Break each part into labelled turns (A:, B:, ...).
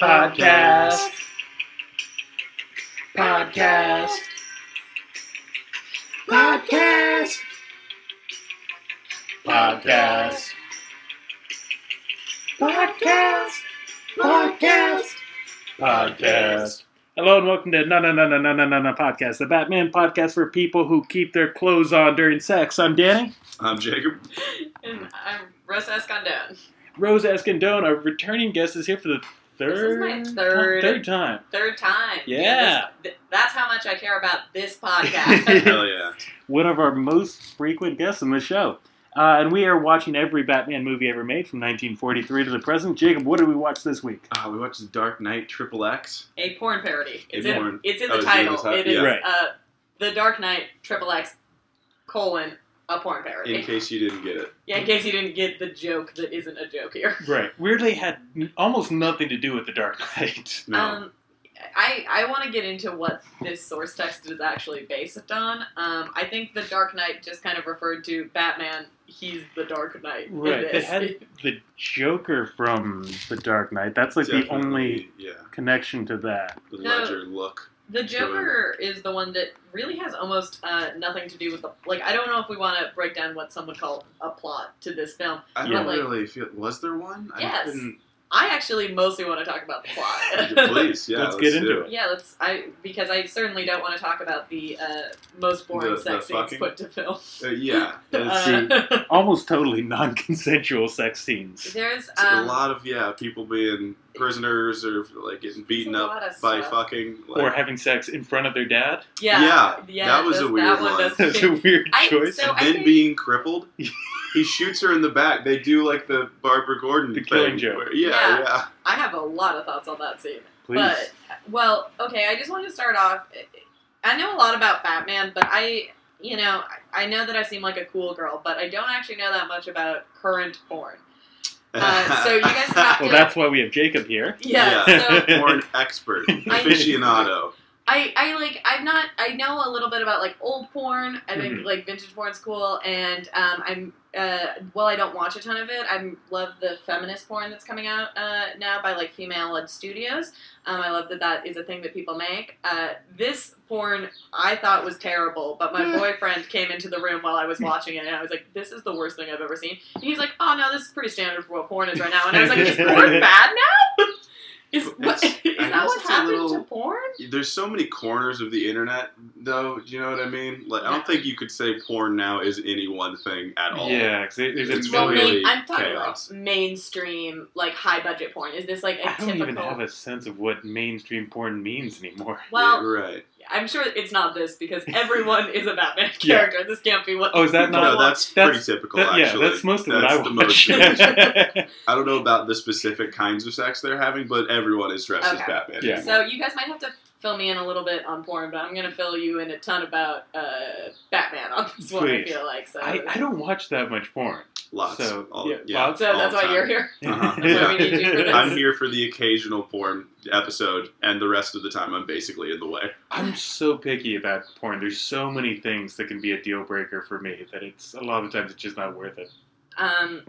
A: Podcast. Podcast. Podcast. Podcast. Podcast. Podcast. Podcast.
B: Hello and welcome to No No No No No No No No Podcast, the Batman podcast for people who keep their clothes on during sex. I'm Danny.
C: I'm Jacob.
D: And I'm Rosa Escondon.
B: Rose Escandone, our returning guest, is here for the
D: This is
B: third
D: my third-
B: third time.
D: Third time.
B: Yeah.
D: this- th- that's how much I care about this podcast.
C: Hell yeah.
B: One of our most frequent guests on the show. Uh, and we are watching every Batman movie ever made from 1943 to the present. Jacob, what did we watch this week?
C: Uh, we watched The Dark Knight Triple X.
D: a porn parody. It's,
C: A
D: in,
C: porn- Oh,
D: it's in
C: I
D: the
C: was doing
D: title.
C: this hot-
D: It is
C: yeah.
B: Right.
D: uh, The Dark Knight Triple X colon a porn parody.
C: In case you didn't get it,
D: yeah, in case you didn't get the joke that isn't a joke here.
B: Right. Weirdly, had n- almost nothing to do with the Dark Knight.
C: no.
D: Um, I, I want to get into what this source text is actually based on. Um, I think the Dark Knight just kind of referred to Batman. He's the Dark Knight. in
B: Right. They
D: this.
B: had the Joker from the Dark Knight. That's like the
C: Definitely,
B: only
C: yeah
B: connection to that.
C: the
D: No.
C: ledger look.
D: The Joker is the one that really has almost uh, nothing to do with the like. I don't know if we want to break down what some would call a plot to this film.
C: I
B: Yeah.
C: don't
D: Like-
C: really feel. Was there one?
D: Yes.
C: I couldn't-
D: I actually mostly want to talk about the plot.
C: Please, yeah.
B: Let's get
C: do
B: into it.
D: yeah, let's. I because I certainly don't want to talk about the uh, most boring
C: The- the
D: sex scenes
C: fucking-
D: put to film.
C: Uh, yeah, it's,
B: Uh,
D: Uh,
B: almost totally non-consensual sex scenes.
D: there's
C: it's a
D: um,
C: lot of yeah people being prisoners or like getting beaten
D: a
C: up
D: lot of
C: by
D: stuff.
C: fucking. Like,
B: Or having sex in front of their dad.
D: yeah,
C: yeah, that was
D: does-
C: a weird
D: one.
C: one.
D: does
B: That's a
D: kick-
B: weird
D: I-
B: choice.
D: so-
C: and
D: I
C: then
D: think-
C: being crippled, he shoots her in the back. They do like the Barbara Gordon
B: The
C: thing.
B: killing joke.
C: where- yeah,
D: Yeah.
C: yeah,
D: I have a lot of thoughts on that scene.
B: Please.
D: But well, okay. I just wanted to start off. I know a lot about Batman, but I, you know, I know that I seem like a cool girl, but I don't actually know that much about current porn. Uh, so you guys have
B: well,
D: to.
B: that's why we have Jacob here.
D: yeah.
C: Yeah.
D: So
C: Porn expert, aficionado.
D: I, I like I'm not I know a little bit about like old porn. I think
C: Mm-hmm.
B: Mhm.
D: like vintage porn's cool, and um, I'm uh, well I don't watch a ton of it. I love the feminist porn that's coming out uh, now by like female-led studios. Um, I love that that is a thing that people make. Uh, this porn I thought was terrible, but my boyfriend came into the room while I was watching it, and I was like, "This is the worst thing I've ever seen." And he's like, "Oh no, this is pretty standard for what porn is right now." And I was like, "Is porn bad now?" Is, what,
C: It's-
D: is
C: I
D: that
C: know
D: what
C: it's a
D: happened to
C: little-
D: porn?
C: there's so many corners of the internet though do you know what i mean like i don't think you could say porn now is any one thing at all
B: because there's
C: It's
D: Well,
C: really-
D: main, I'm talking
C: chaos.
D: like mainstream, like high budget porn. Is this like a
B: I don't
D: typical?
B: even have a sense of what mainstream porn means anymore.
D: well,
C: Yeah, right
D: I'm sure it's not this because everyone is a Batman
B: Yeah.
D: character. This can't be what.
B: Oh, is that
C: no,
B: not-
C: that's,
B: that's-
C: pretty typical
B: That- yeah,
C: actually
B: that's most of
C: That's
B: what I
C: the
B: watch.
C: most i don't know about the specific kinds of sex they're having but everyone is dressed as
D: Okay.
C: batman
B: Yeah.
D: So you guys might have to fill me in a little bit on porn, but I'm gonna fill you in a ton about uh, Batman on this one. I
B: Please.
D: feel like so.
B: I, I don't watch that much porn.
C: lots
B: So,
C: all,
B: yeah,
C: yeah,
B: lots.
D: so
C: all
D: that's
C: the
D: why
C: time.
D: you're here.
C: Uh-huh.
D: That's why we need you for this.
C: i'm here for the occasional porn episode and the rest of the time i'm basically in the way
B: I'm so picky about porn. There's so many things that can be a deal breaker for me that it's a lot of times it's just not worth it.
D: Um,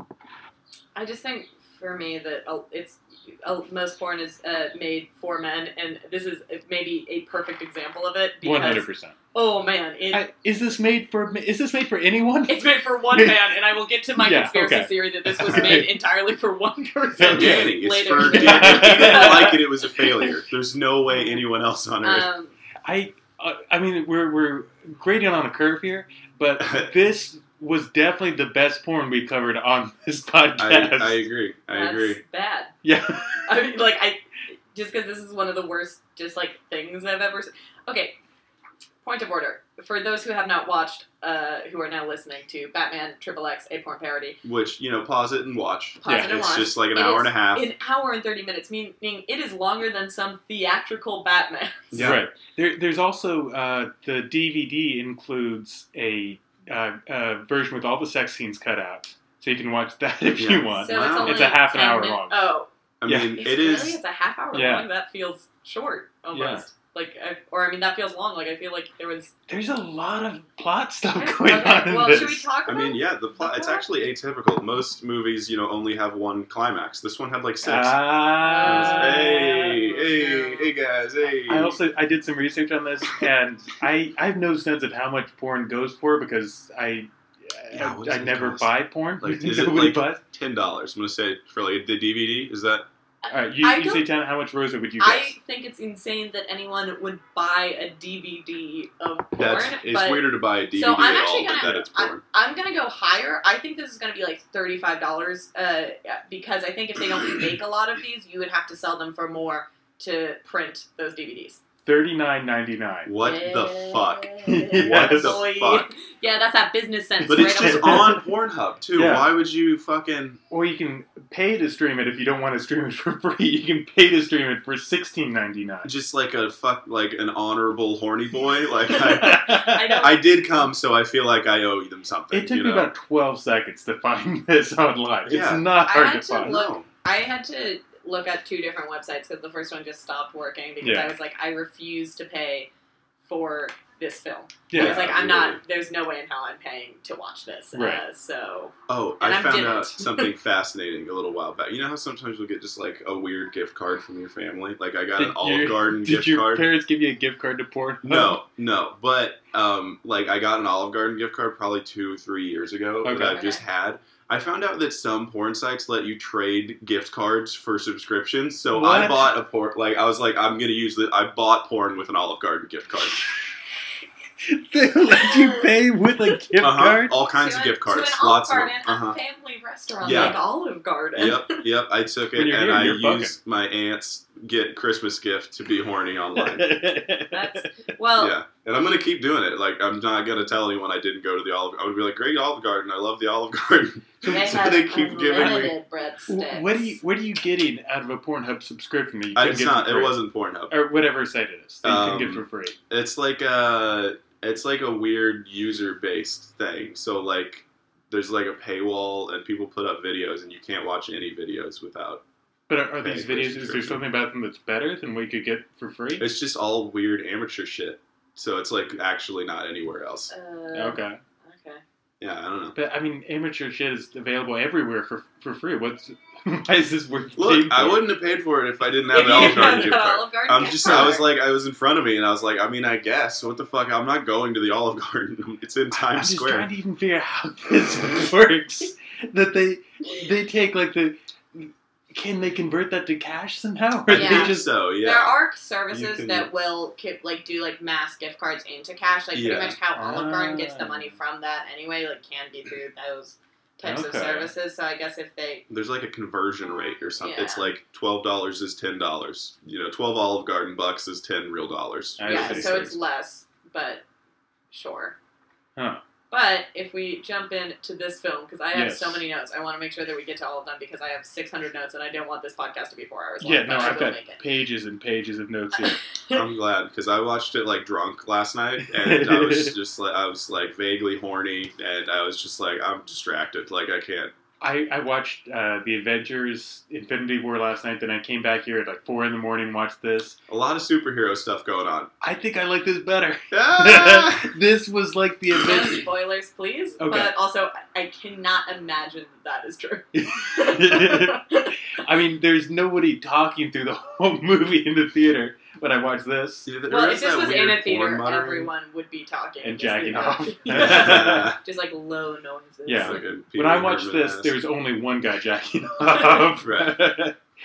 D: I just think for me that uh, it's uh, most porn is uh, made for men, and this is maybe a perfect example of it.
B: One
D: Because,
B: hundred percent.
D: Oh man, it,
B: Is this made for? Is this made for anyone?
D: it's made for one man, and I will get to my
B: Yeah,
D: conspiracy
B: okay.
D: theory that this was made entirily for one person.
B: Thank you.
C: Danny, it's
D: later.
C: for Danny. If he didn't like it it was a failure there's no way anyone else on earth
D: Um,
B: I, uh, I mean, we're we're grading on a curve here, but this was definitely the best porn we covered on this
C: I,
B: podcast.
C: I agree. I
D: that's
C: agree.
D: bad.
B: yeah,
D: I mean, like I just because this is one of the worst, just like things I've ever. Seen. Okay, point of order for those who have not watched, uh, who are now listening to Batman Triple X, a porn parody.
C: Which you know, pause it and watch.
D: Pause
B: Yeah,
D: it and
C: It's
D: watch.
C: just like an
D: It
C: hour
D: is
C: and a half.
D: An hour and thirty minutes, meaning it is longer than some theatrical Batman.
C: Yeah.
B: right. There, there's also uh, the DVD includes a uh, uh, version with all the sex scenes cut out, so you can watch that if
C: Yeah.
B: you want.
D: So it's
C: Wow.
D: only
B: It's a half an
D: 10
B: hour
D: min-
B: long.
D: Oh,
C: I
B: Yeah.
C: mean,
D: it's
C: it
D: really
C: is.
D: it's a half hour
B: Yeah.
D: long. That feels short almost. Like, I, or I mean, that feels long. Like, I feel like there was.
B: There's a lot of plot stuff
D: Okay,
B: going on in
D: well,
B: this.
D: should we talk
C: I
D: about?
C: mean, yeah, the plot, it's actually atypical. Most movies, you know, only have one climax. This one had like six.
B: Ah.
C: hey,
D: Oh,
C: hey, hey guys, hey.
B: I also I did some research on this, and I I have no sense of how much porn goes for because I
C: Yeah, what
B: I,
C: does
B: I
C: it
B: never
C: cost?
B: buy porn.
C: Like, is it
B: Nobody
C: like-
B: buys.
C: Ten dollars. I'm gonna say for like the DVD. Is that
B: All right, you,
D: I
B: you say
D: don't-
B: ten. How much Rosa would you guess?
D: I think it's insane that anyone would buy a DVD of porn.
C: that's it's
D: but
C: weird to buy a DVD
D: So I'm
C: at all,
D: actually
C: but
D: gonna-
C: that it's
D: I-
C: porn.
D: I'm gonna go higher. I think this is gonna be like thirty-five dollars, uh, because I think if they don't make a lot of these, you would have to sell them for more to print those DVDs.
B: Thirty nine ninety nine.
C: what the fuck?
D: Yeah,
B: What the
D: boy.
C: fuck?
D: Yeah, that's that business sense.
C: But
D: right
C: it's just
D: on the-
C: on Pornhub too.
B: Yeah.
C: Why would you fucking?
B: Or you can pay to stream it if you don't want to stream it for free. You can pay to stream it for sixteen ninety nine.
C: just like a fuck like an honorable horny boy. Like I,
D: I know.
C: I did come, so I feel like I owe them something.
B: It took
C: you
B: me
C: know?
B: about twelve seconds to find this online.
C: Yeah.
B: It's not
D: I
B: hard
D: had
B: to
D: to
B: find.
D: look-
C: No.
D: I had to look at two different websites because the first one just stopped working because
B: Yeah.
D: I was like, I refuse to pay for this film. I was
B: yeah,
D: like, I'm
C: absolutely.
D: not. There's no way in hell I'm paying to watch this. Uh,
B: Right.
D: so
C: Oh,
D: And
C: I
D: I
C: found
D: didn't.
C: out something fascinating a little while back. You know how sometimes you'll get just like a weird gift card from your family? Like I got
B: Did
C: an Olive
B: your-
C: Garden
B: did
C: gift
B: your
C: card.
B: parents give you a gift card to porn?
C: No, no, but um, like I got an Olive Garden gift card probably two, three years ago
B: Okay.
C: that I've just had. I found out that some porn sites let you trade gift cards for subscriptions. So I
B: What?
C: bought a porn. Like I was like, I'm gonna use the. I bought porn with an Olive Garden gift card.
B: they let you pay with a gift
C: Uh-huh.
B: card.
C: All kinds
D: to
C: of
D: an-
C: gift cards.
D: to an
C: Lots of
D: Olive Garden,
C: them. Uh huh.
D: a family restaurant
C: Yeah.
D: like Olive Garden.
C: Yep, yep. I took
B: When
C: it
B: you're
C: and
B: here,
C: I
B: you're fucking.
C: used my aunt's get Christmas gift to be horny online.
D: That's well.
C: yeah, and I'm gonna keep doing it. Like I'm not gonna tell anyone I didn't go to the Olive. I would be like, great Olive Garden. I love the Olive Garden.
D: They
C: so
D: have
C: they keep giving me.
D: unlimited
B: W-
D: breadsticks.
B: what are you What are you getting out of a Pornhub subscription that you
C: I,
B: can
C: it's
B: get
C: not.
B: for
C: It
B: free?
C: wasn't Pornhub.
B: or whatever site it is that you
C: Um,
B: can get for free.
C: It's like a. It's like a weird user-based thing. So like, there's like a paywall, and people put up videos, and you can't watch any videos without.
B: But are, are these
C: paying
B: videos?
C: for
B: Is there
C: subscription.
B: something about them that's better than what you could get for free?
C: It's just all weird amateur shit. So it's like actually not anywhere else.
D: Uh,
B: Okay,
D: okay.
C: Yeah, I don't know.
B: but I mean, amateur shit is available everywhere for for free. What's why is this worth paying
C: Look,
B: for?
C: I wouldn't have paid for it if I didn't
D: If
C: have
D: you
C: an Olive
D: didn't have
C: Garden
D: that
C: gift card.
D: Olive Garden
C: I'm
D: gift
C: just, I was
D: card.
C: like, I was in front of me, and I was like, I mean, I guess. What the fuck? I'm not going to the Olive Garden. It's in
B: I'm
C: Times
B: just
C: Square.
B: trying to even figure out how this works. that they they take like the can they convert that to cash somehow? Or
C: I
D: Yeah.
B: they
C: think
B: just
C: so, yeah.
D: There are
C: You
D: services
C: can-
D: that will ki- like do like mass gift cards into cash, like
C: Yeah.
D: pretty much how Olive Garden gets the
B: Ah.
D: money from that anyway. Like can be through those types of
B: Okay.
D: services. So I guess if they
C: There's like a conversion rate or something. It's
D: Yeah.
C: like twelve dollars is ten dollars. You know, twelve Olive Garden bucks is ten real dollars.
B: I
D: yeah,
B: see.
D: so it's less, but sure.
B: Huh.
D: But if we jump in to this film, because I have
B: Yes.
D: so many notes, I want to make sure that we get to all of them because I have 600 notes and I don't want this podcast to be four hours long.
B: yeah, no,
D: but I
B: I've
D: will
B: got
D: make it.
B: pages and pages of notes here.
C: I'm glad because I watched it like drunk last night, and I was just like, I was like vaguely horny, and I was just like, I'm distracted. Like I can't.
B: I, I watched uh, the Avengers Infinity War last night, then I came back here at like four in the morning, watched this.
C: A lot of superhero stuff going on.
B: I think I like this better.
C: Ah!
B: this was like the
D: No
B: Avengers.
D: spoilers, please.
B: Okay.
D: But also, I- I cannot imagine that that is true.
B: I mean, there's nobody talking through the whole movie in the theater, but I watched this.
C: Yeah, there
D: well,
C: is
D: if this
C: that
D: was
C: weird
D: in a
C: porn
D: theater,
C: muttering.
D: everyone would be talking
B: And
D: Just
B: jacking
D: the-
B: off.
D: just like low noises.
B: Yeah.
C: Like a
B: When
C: Peter
B: I watched
C: Herman
B: this,
C: ass.
B: there was only one guy jacking off.
C: Right.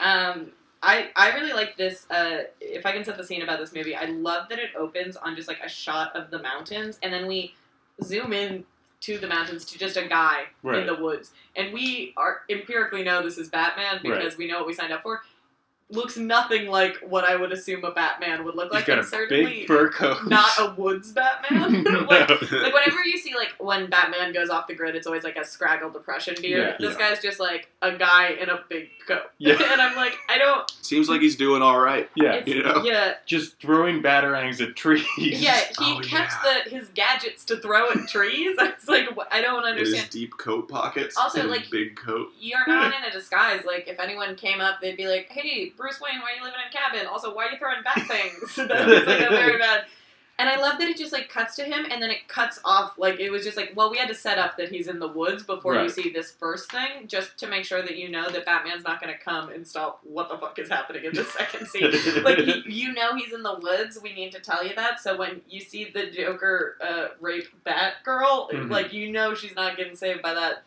D: Um, I, I really like this. Uh, if I can set the scene about this movie, I love that it opens on just like a shot of the mountains, and then we zoom in to the mountains to just a guy in
B: Right.
D: the woods, and we are empirically know this is Batman because we know what we signed up for. Looks nothing like what I would assume a Batman would look
B: He's
D: like,
B: got
D: and
B: a
D: certainly
B: big fur coat.
D: not a woods Batman.
B: No.
D: like, like whenever you see like when Batman goes off the grid, it's always like a scraggle depression beard.
B: Yeah.
D: this guy's just like a guy in a big coat,
B: Yeah.
D: and I'm like, I don't.
C: Seems like he's doing all right.
B: yeah,
D: It's,
C: you know?
D: Yeah,
B: just throwing batarangs at trees.
D: yeah. He
C: Oh,
D: kept
C: yeah.
D: the his gadgets to throw at trees. I was like, wh- I don't
C: In his
D: understand.
C: deep coat pockets.
D: Also,
C: and
D: like-
C: big coat.
D: You're not in a disguise. Like if anyone came up, they'd be like, Hey, Bruce Wayne, why are you living in a cabin? Also, why are you throwing back things? That's like a very bad. And I love that it just like cuts to him, and then it cuts off. Like it was just like, well, we had to set up that he's in the woods before you
B: Right.
D: see this first thing, just to make sure that you know that Batman's not going to come and stop what the fuck is happening in the second scene like you, you know he's in the woods we need to tell you that so when you see the joker uh, rape batgirl
B: Mhm.
D: like you know she's not getting saved by that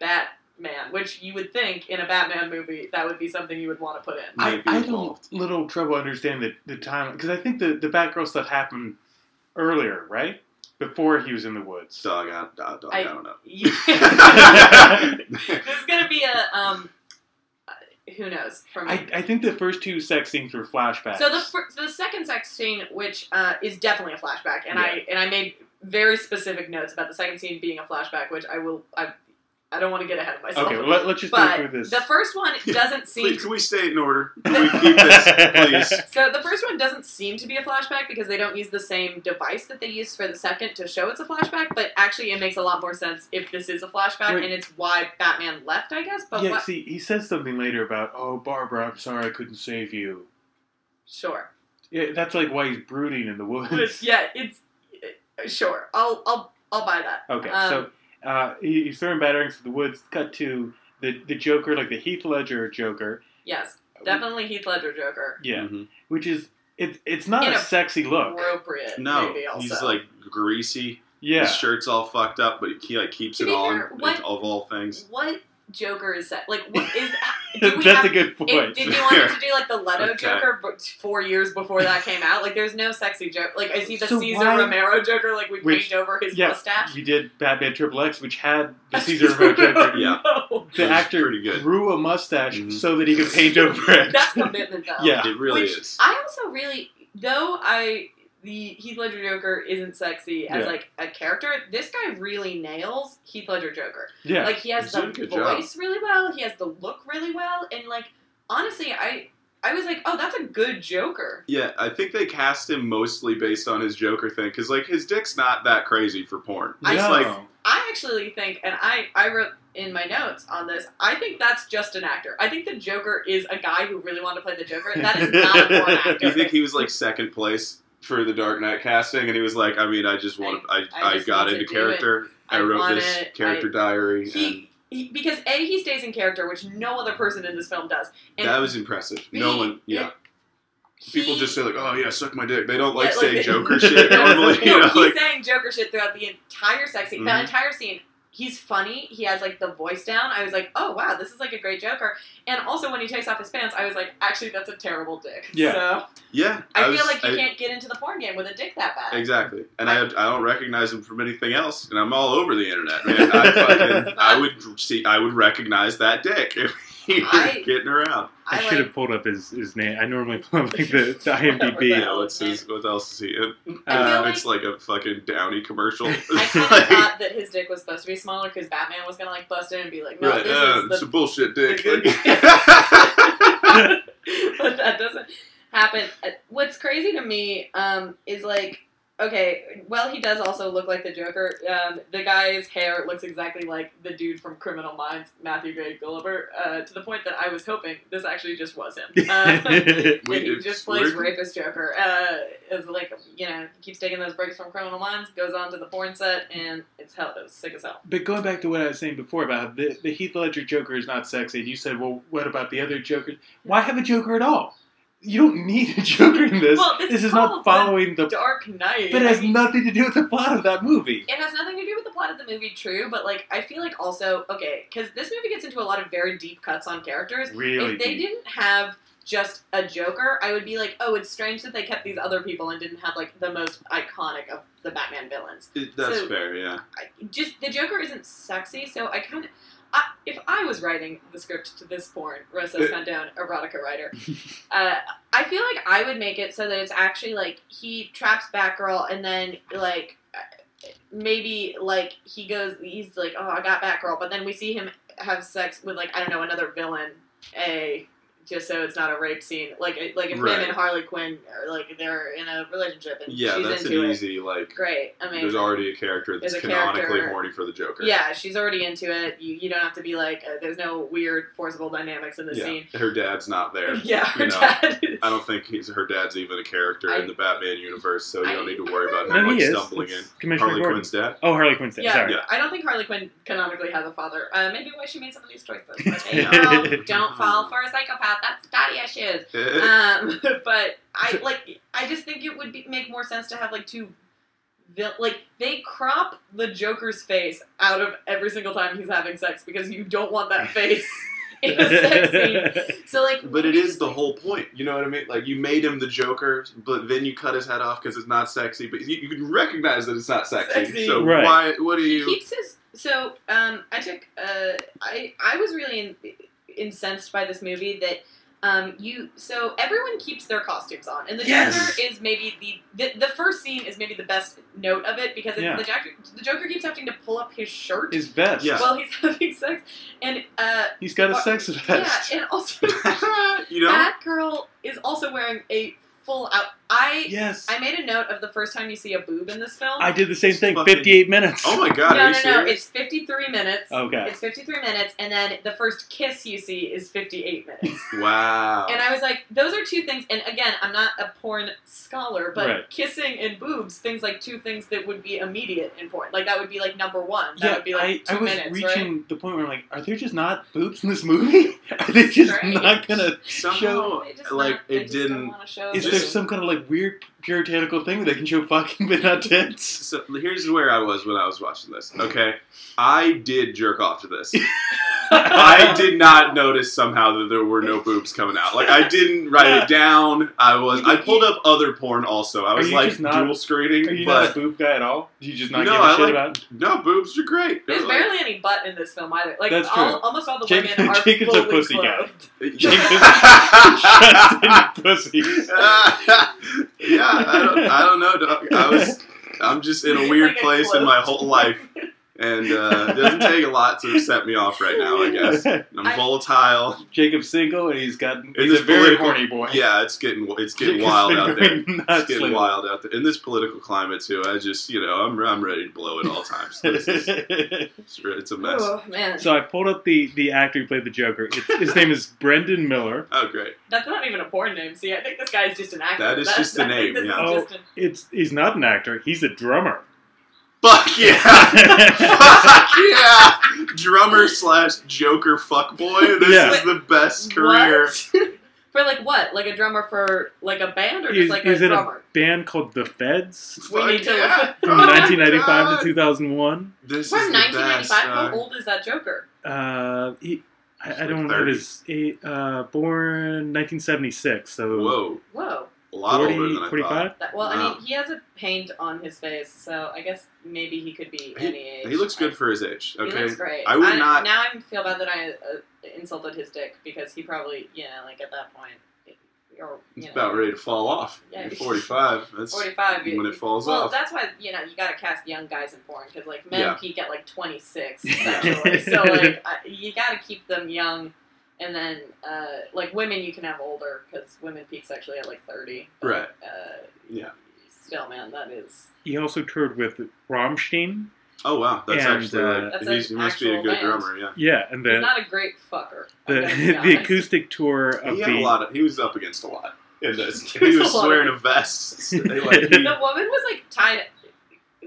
D: batman which you would think in a batman movie that would be something you would want to put in
B: I,
C: might be
B: I had a
C: involved.
B: little trouble understanding the, the time because I think the, the Batgirl stuff happened earlier, right? Before he was in the woods.
C: Dog, I, dog, dog, I,
D: I-
C: don't know.
D: You-
C: I
D: this is gonna be a um uh, who knows for me
B: I, I think the first two sex scenes were flashbacks.
D: So the fir- so the second sex scene, which uh, is definitely a flashback, and I and I made very specific notes about the second scene being a flashback, which I will I I don't want to get ahead of myself.
B: okay, well, let, let's just go
D: but
B: through this.
D: the first one doesn't seem.
C: Please, can we stay in order? Can we keep this, please?
D: So the first one doesn't seem to be a flashback because they don't use the same device that they used for the second to show it's a flashback. But actually, it makes a lot more sense if this is a flashback,
B: Right.
D: and it's why Batman left, I guess. But
B: yeah,
D: what?
B: see, he says something later about, "Oh, Barbara, I'm sorry I couldn't save you."
D: Sure.
B: Yeah, that's like why he's brooding in the woods.
D: But yeah, it's uh, sure. I'll I'll I'll buy that.
B: Okay,
D: Um,
B: so uh, he, he's throwing batterings to the woods. Cut to the the Joker, like the Heath Ledger Joker.
D: Yes,
C: Uh,
D: definitely Heath Ledger Joker.
B: Yeah,
C: Mhm.
B: which is it, it's not a
D: Inapp-
B: sexy look.
D: appropriate.
C: No,
D: maybe also.
C: he's like greasy.
B: Yeah,
C: His shirt's all fucked up, but he like keeps
D: To
C: it
D: be
C: on.
D: fair, what-
C: of all things,
D: what Joker is that? Like, what is? Do we
B: that's
D: have?
B: a good point.
D: it- did you want him to do like the Leto
C: Okay.
D: Joker b- four years before that came out? Like, there's no sexy joke. Like, is he the
B: So
D: Caesar
B: why-
D: Romero Joker? Like, we
B: Which-
D: paint over his
B: yeah,
D: mustache.
B: You did Batman Triple X, which had the Caesar Romero Joker.
C: Yeah.
D: No.
B: The
C: It was
B: actor
C: pretty good.
B: grew a mustache
C: Mhm.
B: so that he could paint over it.
D: That's commitment, though.
B: Yeah.
C: it really
D: Which
C: is.
D: I also really, though I the Heath Ledger Joker isn't sexy as
B: Yeah.
D: like a character. This guy really nails Heath Ledger Joker.
B: yeah.
D: Like he has
C: He's
D: the
C: doing a good
D: voice really well. He has the look really well, and like honestly, I I was like, oh, that's a good Joker.
C: yeah, I think they cast him mostly based on his Joker thing, because like his dick's not that crazy for porn.
D: I
C: It's
D: just,
B: No.
C: like
D: I actually think, and I I wrote in my notes on this. I think that's just an actor. I think the Joker is a guy who really wanted to play the Joker. and That is not a porn actor.
C: Do you think he was like second place for the Dark Knight casting? And he was like, I mean, I just want to. I,
D: I
C: I,
D: just
C: got
D: want to
C: into
D: do
C: character.
D: I
C: I wrote
D: wanna-
C: this character diary.
D: He- He- because a he stays in character, which no other person in this film does.
C: and
D: And
C: that was impressive. No
D: B,
C: one, yeah.
D: it-
C: People
D: he-
C: just say like, "Oh yeah, suck my dick." They don't like
D: Yeah,
C: saying
D: like-
C: Joker shit
B: No,
C: normally.
D: no,
C: you know,
D: he's
C: like,
D: saying Joker shit throughout the entire sex scene. That
C: Mhm.
D: entire scene, he's funny. He has like the voice down. I was like, oh wow, this is like a great Joker. And also when he takes off his pants, I was like, actually, that's a terrible dick.
B: Yeah.
D: So
C: yeah.
D: I,
C: was-
D: feel like you
C: I-
D: can't get into the porn game with a dick that bad.
C: Exactly, and I, I don't recognize him from anything else, and I'm all over the internet, man. I, fucking, I would see, I would recognize that dick if he were
D: I-
C: getting around.
B: I
D: I
B: should
D: like.
B: have pulled up his, his name. I normally pull up like the, the IMDb.
C: Yeah, what's his, what else is he in?
D: I feel
B: Uh,
D: like-
C: it's like a fucking Downy commercial.
D: I kind of
C: Like,
D: thought that his dick was supposed to be smaller because Batman was gonna like bust in and be like, no,
C: right,
D: this
C: uh,
D: is
C: it's
D: the
C: a bullshit dick.
D: the good-
C: Like-
D: but that doesn't happen. Uh, What's crazy to me um, is like, okay, well, he does also look like the Joker. Um, the guy's hair looks exactly like the dude from Criminal Minds, Matthew Gray Gulliver, uh, to the point that I was hoping this actually just was him. Um,
C: We-
D: and he
C: it's
D: just plays
C: weird.
D: rapist Joker. Uh, is like you know he keeps taking those breaks from Criminal Minds, goes on to the porn set, and it's hell. It's sick as hell.
B: but going back to what I was saying before about how the, the Heath Ledger Joker is not sexy, you said, well, what about the other Jokers? Why have a Joker at all? You don't need a Joker in this.
D: Well, this is
B: is
D: called
B: not
D: the
B: following the.
D: Dark Knight.
B: But it has
D: I mean,
B: nothing to do with the plot of that movie.
D: It has nothing to do with the plot of the movie, true, but like I feel like also okay because this movie gets into a lot of very deep cuts on characters.
B: Really?
D: if they
B: deep.
D: didn't have just a Joker, I would be like, oh, it's strange that they kept these other people and didn't have like the most iconic of the Batman villains.
C: It- That's
D: So-
C: fair, yeah.
D: I, just the Joker isn't sexy, so I kind of. I, if I was writing the script to this porn, Rosa Sandone, erotica writer, uh, I feel like I would make it so that it's actually like he traps Batgirl and then like uh, maybe like he goes, he's like, oh, I got Batgirl, but then we see him have sex with like I don't know another villain, a just so it's not a rape scene. Like uh, like if
C: Right.
D: him and Harley Quinn are like they're in a relationship and
C: Yeah,
D: she's
C: that's
D: into
C: an
D: it.
C: easy like.
D: Great, I mean,
C: There's already a character that's
D: There's a
C: canonically
D: character-
C: horny for the Joker.
D: yeah, she's already into it. You you don't have to be like uh, there's no weird forcible dynamics in this
C: Yeah.
D: scene.
C: Her dad's not there.
D: Yeah, her
C: You know,
D: dad.
C: I don't think he's, her dad's even a character
D: I-
C: in the Batman universe, so you
D: I-
C: don't need to worry about
B: No,
C: him
B: he
C: like
B: is.
C: stumbling
B: It's
C: in.
B: Commissioner
C: Harley
B: Gordon.
C: Quinn's dad.
B: Oh, Harley Quinn's dead.
D: Yeah,
B: Sorry.
C: Yeah.
D: I don't think Harley Quinn canonically has a father. Uh, maybe why she made some of these choices. But, hey,
B: Yeah.
D: girl, don't fall for a psychopath. That's daddy issues. Um, but I like. I just think it would be, make more sense to have like two. vil- Like they crop the Joker's face out of every single time he's having sex because you don't want that face in a sex scene. So like,
C: But it is the whole point. You know what I mean? Like you made him the Joker, but then you cut his head off because it's not sexy. But you, you can recognize that it's not sexy.
D: Sexy.
C: So
B: Right.
C: why? What are
D: he
C: you?
D: keeps his. So um, I took. Uh, I I was really in, incensed by this movie that. Um, you so everyone keeps their costumes on, and the
A: Yes!
D: Joker is maybe the, the the first scene is maybe the best note of it because it's
B: Yeah.
D: the Joker. The Joker keeps having to pull up his shirt
B: His vest.
C: Yeah.
D: while he's having sex, and uh,
B: He's got a
D: Well,
B: sex
D: yeah,
B: vest.
D: and also
C: you know?
D: that girl is also wearing a full out. I
B: Yes.
D: I made a note of the first time you see a boob in this film.
B: I did the same
C: It's
B: thing.
C: fucking-
B: 58 minutes.
C: Oh my god!
D: no,
C: are
D: no,
C: you
D: no.
C: serious? Oh,
D: It's fifty three minutes.
B: Okay.
D: It's 53 minutes, and then the first kiss you see is 58 minutes.
C: Wow.
B: Oh.
D: and I was like, those are two things. And again, I'm not a porn scholar, but
B: Right.
D: kissing and boobs, things like two things that would be immediate in porn. Like that would be like number one. That
B: yeah,
D: would be like
B: I, I
D: two
B: was
D: minutes,
B: reaching
D: right?
B: the point where I'm like, are there just not boobs in this movie? Are they just
D: Right.
B: not gonna?
C: Somehow,
D: Oh, They just
C: like
D: not- they
C: it
D: just don't
C: didn't.
D: wanna show
B: Is
D: the-
B: there some kind of like weird puritanical thing where they can show fucking but not tits?
C: So here's where I was when I was watching this. Okay, I did jerk off to this. I did not notice somehow that there were no boobs coming out. Like I didn't write it down. I was I pulled up other porn also. I
B: Are
C: was
B: you
C: like
B: just not-
C: dual
B: Are you
C: screening,
B: not a
C: but
B: boob guy at all? Do you just not
C: No,
B: give a
C: I
B: shit
C: like-
B: about?
C: no boobs are great. They
D: There's
C: were
D: barely any butt in this film either. Like
B: That's
D: all,
B: true.
D: almost all the
B: Jake-
D: women are
B: Jacob's a
D: fully
B: pussy guy.
D: clothed.
C: like-
B: Shuts in your pussy.
C: yeah, I don't, I don't know, dog. I was I'm just in a
D: It's
C: weird
D: like a
C: place in my whole life. And uh, it doesn't take a lot to set me off right now, I guess. I'm
D: I-
C: volatile.
B: Jacob's single and he's got
C: In
B: he's
C: this
B: a very
C: political-
B: horny boy.
C: Yeah, it's getting it's getting
B: Jacob's
C: wild
B: been
C: out there.
B: going
C: It's
B: nuts
C: getting
B: lately.
C: wild out there in this political climate too. I just you know I'm I'm ready to blow at all times. This is- it's, re- it's a mess.
D: Oh man,
B: so I pulled up the the actor who played the Joker. It's, his name is Brendan Miller.
C: Oh great!
D: that's not even a porn name. See, I think this guy is just an actor.
C: That is
D: That's-
C: just a
D: I think
C: name,
D: this is
C: yeah.
B: Oh.
D: just an-
B: It's he's not an actor. He's a drummer.
C: Fuck yeah! Fuck yeah! Drummer slash Joker fuckboy. This
B: Yeah.
C: is the best career.
D: What? for like what? Like a drummer for like a band or
B: He's,
D: just like
B: he's
D: a
B: in a
D: drummer?
B: band called The Feds
D: We
C: Fuck
D: need to
C: yeah.
D: listen.
B: from
C: Oh my
B: 1995
C: God.
B: to 2001.
C: This
D: We're
C: is
D: in
C: the best. uh,
D: 1995. How
C: dog.
D: old is that Joker?
B: Uh, he, I, I
C: Like
B: don't know
C: 30.
B: his a- uh, born 1976, so
C: Whoa,
D: Whoa.
C: a lot
B: 40,
C: older than I
B: 45.
D: That, well, I
C: Wow.
D: mean, he has a paint on his face, so I guess maybe he could be
C: He-
D: any age.
C: thought. He looks
D: I-
C: good for his age.
D: He
C: Okay,
D: looks great.
C: I would not-
D: Now I feel bad that I uh, insulted his dick because he probably, you know, like at that point, you're you
C: he's
D: know,
C: about ready to fall off.
D: Yeah.
C: You're 45. That's
D: 45. you-
C: when it falls
D: well,
C: off.
D: that's why you know you gotta cast young guys in porn because like men
C: Yeah.
D: peak at like 26, essentially. so like I, you gotta keep them young, and then uh, like women you can have older because women peak sexually at like 30. But,
C: Right.
D: Uh,
C: Yeah.
D: Still, man, that is
B: He also toured with Rammstein.
C: Oh wow, that's
B: And,
C: actually
B: uh,
C: like,
D: That's an
C: he's, he must be a
D: actual
C: good
D: band.
C: drummer. Yeah.
B: Yeah, and
D: he's
B: the
D: not a great fucker.
B: the,
D: I'm gonna be
B: the
D: honest.
B: acoustic tour of
C: he
B: the
C: had a lot of. He was up against a lot in
D: There's
C: this. he
D: a
C: was
D: lot of-
C: wearing a vest. So they, like, he-
D: the woman was like tied.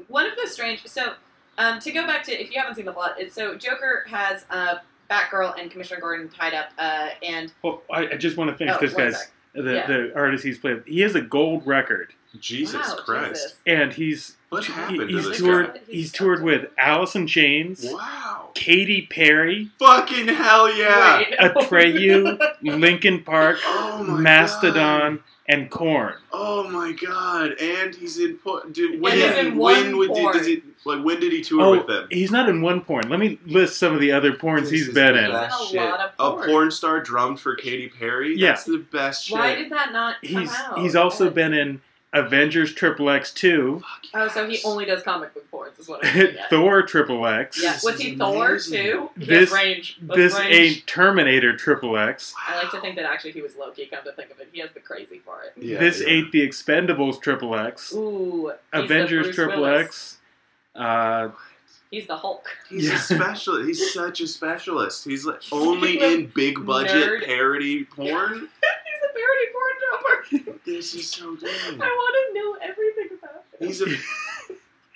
D: One of the strange. So, um, to go back to if you haven't seen the plot, it's so Joker has uh, Batgirl and Commissioner Gordon tied up, uh, and
B: Well, Oh, I, I just want to finish
D: oh,
B: this
D: one
B: guy's
D: sec.
B: the,
D: Yeah.
B: the artist he's played. He has a gold record,
C: Jesus
D: Wow,
C: Christ!
D: Jesus.
B: and he's
C: What
B: he-
C: happened to
B: he's
C: this
B: toured
C: guy?
D: guy?
B: he's toured with Alice in Chains,
C: Wow!
B: Katy Perry,
C: Fucking hell yeah!
D: Wait.
B: Atreyu, Linkin Park,
C: Oh my
B: Mastodon, and Korn.
C: God. Oh my god! And he's in. Po- dude,
D: And
C: when
B: he's
D: in
C: when
D: one
C: would did,
D: porn.
C: does it, like when did he tour
B: Oh,
C: with them?
B: He's not in one porn. Let me list some of the other porns
C: This
B: he's
C: is
B: been
C: the
B: in.
C: best.
D: He's in a
C: shit.
D: lot of
C: A
D: porn.
C: porn star drummed for Katy Perry.
B: Yeah.
C: That's the best shit.
D: Why did that not come
B: He's
D: out?
B: he's also
D: What?
B: been in Avengers Triple X Two,
D: Oh, so he only does comic book porns, is what I mean. Yeah.
B: Thor Triple X.
D: yeah. Was he Thor too? He has
B: This-
D: range. Let's
B: This
D: range.
B: ain't Terminator Triple X.
D: I like to think that actually he was Loki. Come to think of it, he has the crazy for it.
C: Yeah,
B: this
C: yeah.
B: ain't the Expendables Triple X.
D: Ooh, he's the
B: Avengers
D: Bruce
B: Triple
D: Willis.
B: X. Uh,
D: He's the Hulk.
C: He's
B: Yeah.
C: a specialist. He's such a specialist. He's like only in big budget
D: Nerd.
C: parody porn.
D: He's a parody porn jumper.
C: This is so good.
B: Mm.
D: I want to know everything about him.
C: He's a.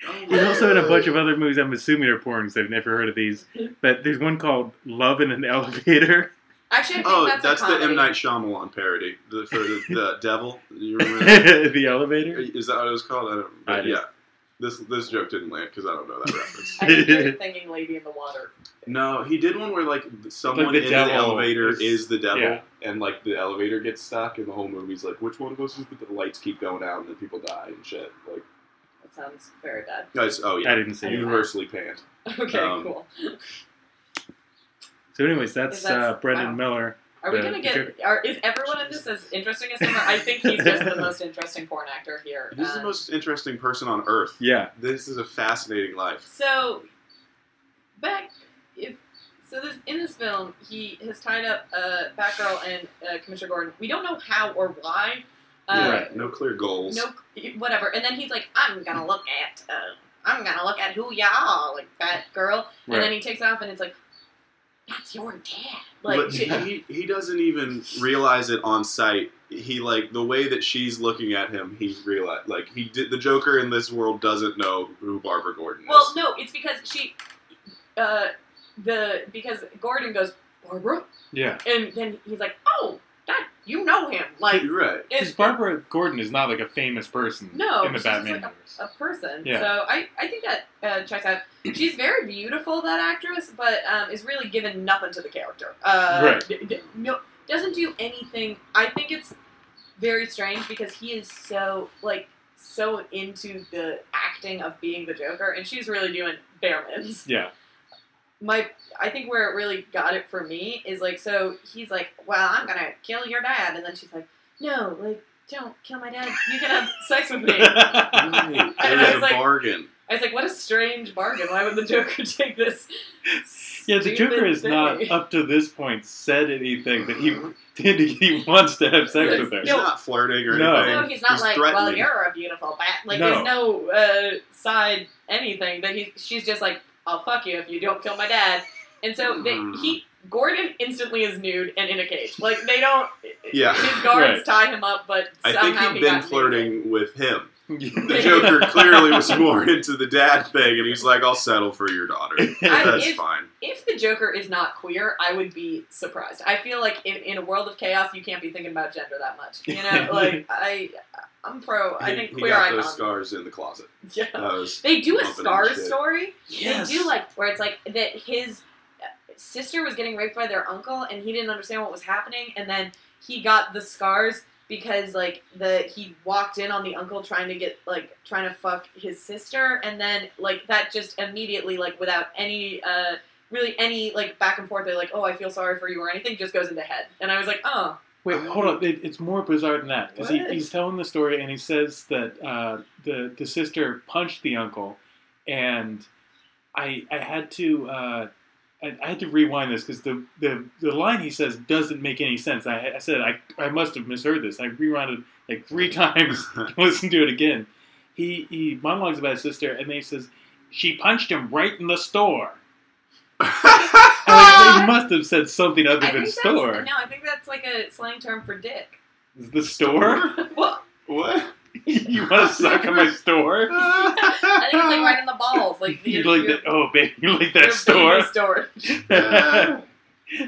C: Oh
B: He's also in a bunch of other movies. I'm assuming are porns. They've never heard of these, but there's one called "Love in an Elevator."
D: actually, I think
C: Oh,
D: that's,
C: that's,
D: a
C: the
D: comedy.
C: M Night Shyamalan parody the, for the, the devil. You remember? that?
B: the elevator.
C: Is that what it was called? I don't.
B: I
C: but
B: did.
C: yeah. This this joke didn't land because I don't know that reference.
D: I think you're thinking Lady in the Water.
C: No, he did one where like someone
B: Like the
C: in
B: devil
C: the elevator
B: is-
C: is, the devil,
B: yeah.
C: and like the elevator gets stuck, and the whole movie's like, which one goes? through, But the lights keep going out, and then people die and shit. Like,
D: That sounds very bad.
C: guys, oh
B: I
C: yeah,
B: didn't see. it.
C: universally panned.
D: Okay,
C: Um,
D: cool.
B: So, anyways, that's,
D: That's-
B: uh, Brendan
D: wow.
B: Miller.
D: Are we
B: the-
D: gonna
B: the
D: get?
B: joke-
D: Are, is everyone in this as interesting as him? I think he's just the most interesting porn actor here.
C: He's the
D: Um,
C: most interesting person on earth.
B: Yeah,
C: This is a fascinating life.
D: So, back if so, this in this film, he has tied up uh, Batgirl and uh, Commissioner Gordon. We don't know how or why. Uh,
B: Right.
C: No clear goals.
D: No, whatever. And then he's like, "I'm gonna look at, uh, I'm gonna look at who y'all like, Batgirl." And then
B: right.
D: he takes off, and it's like, "That's your dad."
C: but
D: Like, she-
C: he, he doesn't even realize it on sight. He like the way that she's looking at him. He realize like he did. The Joker in this world doesn't know who Barbara Gordon is.
D: Well, no, it's because she, uh, the because Gordon goes Barbara,
B: Yeah,
D: and then he's like, "Oh, that you know him." Like,
C: You're right.
B: because
D: it's
B: Barbara Gordon is not like a famous person
D: No,
B: in the
D: she's just
B: Batman
D: like
B: universe.
D: a person.
B: Yeah.
D: So I, I think that uh, checks out. She's very beautiful, that actress, but um, is really given nothing to the character. Uh,
B: Right.
D: d- d- no, doesn't do anything. I think it's very strange because he is so like so into the acting of being the Joker, and she's really doing bare minimums
B: yeah,
D: my I think where it really got it for me is like so he's like, Well, I'm gonna kill your dad and then she's like, No, like don't kill my dad. You can have sex with me. I
C: Right.
D: And I
C: There's
D: was
C: a
D: like-
C: bargain.
D: was like, What a strange bargain. Why would the Joker take this?
B: yeah. The
D: stupid
B: Joker has
D: thing?
B: not up to this point said anything that he he wants to have sex
D: Yes.
B: with her.
C: He's
D: No.
C: not flirting or
B: No.
D: No,
C: anything.
D: he's not
C: He's
D: like, Well,
C: threatening.
D: you're a beautiful bat like
B: No.
D: there's no uh, side anything that he she's just like, I'll fuck you if you don't kill my dad. And so they,
C: Hmm.
D: he Gordon instantly is nude and in a cage. Like they don't
C: Yeah.
D: his guards tie him up but
C: I
D: somehow
C: think
D: he got
C: he'd been
D: nude.
C: flirting with him. The
D: Yeah.
C: Joker clearly was more into the dad thing, and he's like, "I'll settle for your daughter. That's
D: if-
C: fine."
D: if the Joker is not queer, I would be surprised. I feel like in, in a world of chaos, you can't be thinking about gender that much. You know, like I, I'm pro. I
C: He-
D: think
C: he
D: queer Oh.
C: got
D: icons.
C: those scars in the closet.
D: Yeah.
C: That was
D: They do a
C: Bumping
D: Scars
C: shit.
D: story.
B: Yes.
D: They do like where it's like that his sister was getting raped by their uncle and he didn't understand what was happening and then he got the scars because like the he walked in on the uncle trying to get like trying to fuck his sister and then like that just immediately like without any uh really any like back and forth they're like oh I feel sorry for you or anything just goes into head and I was like oh
B: Wait, hold up. It, it's more bizarre than that because he,
D: What?
B: he's telling the story and he says that uh, the the sister punched the uncle, and I I had to uh, I, I had to rewind this because the, the the line he says doesn't make any sense. I, I said I I must have misheard this. I rewound it like three times to listen to it again. He he monologues about his sister and then he says she punched him right in the store. And like, they must have said something other
D: Ah! I
B: than
D: think that's,
B: store.
D: no I think that's like a slang term for dick
B: The store.
D: well
C: what?
B: you want to suck at my store?
D: I think it's like right in the balls like
B: You
D: your-
B: like
D: your-
B: that? Oh, baby, you like
D: your
B: that store?
D: baby store
B: and
D: I think that's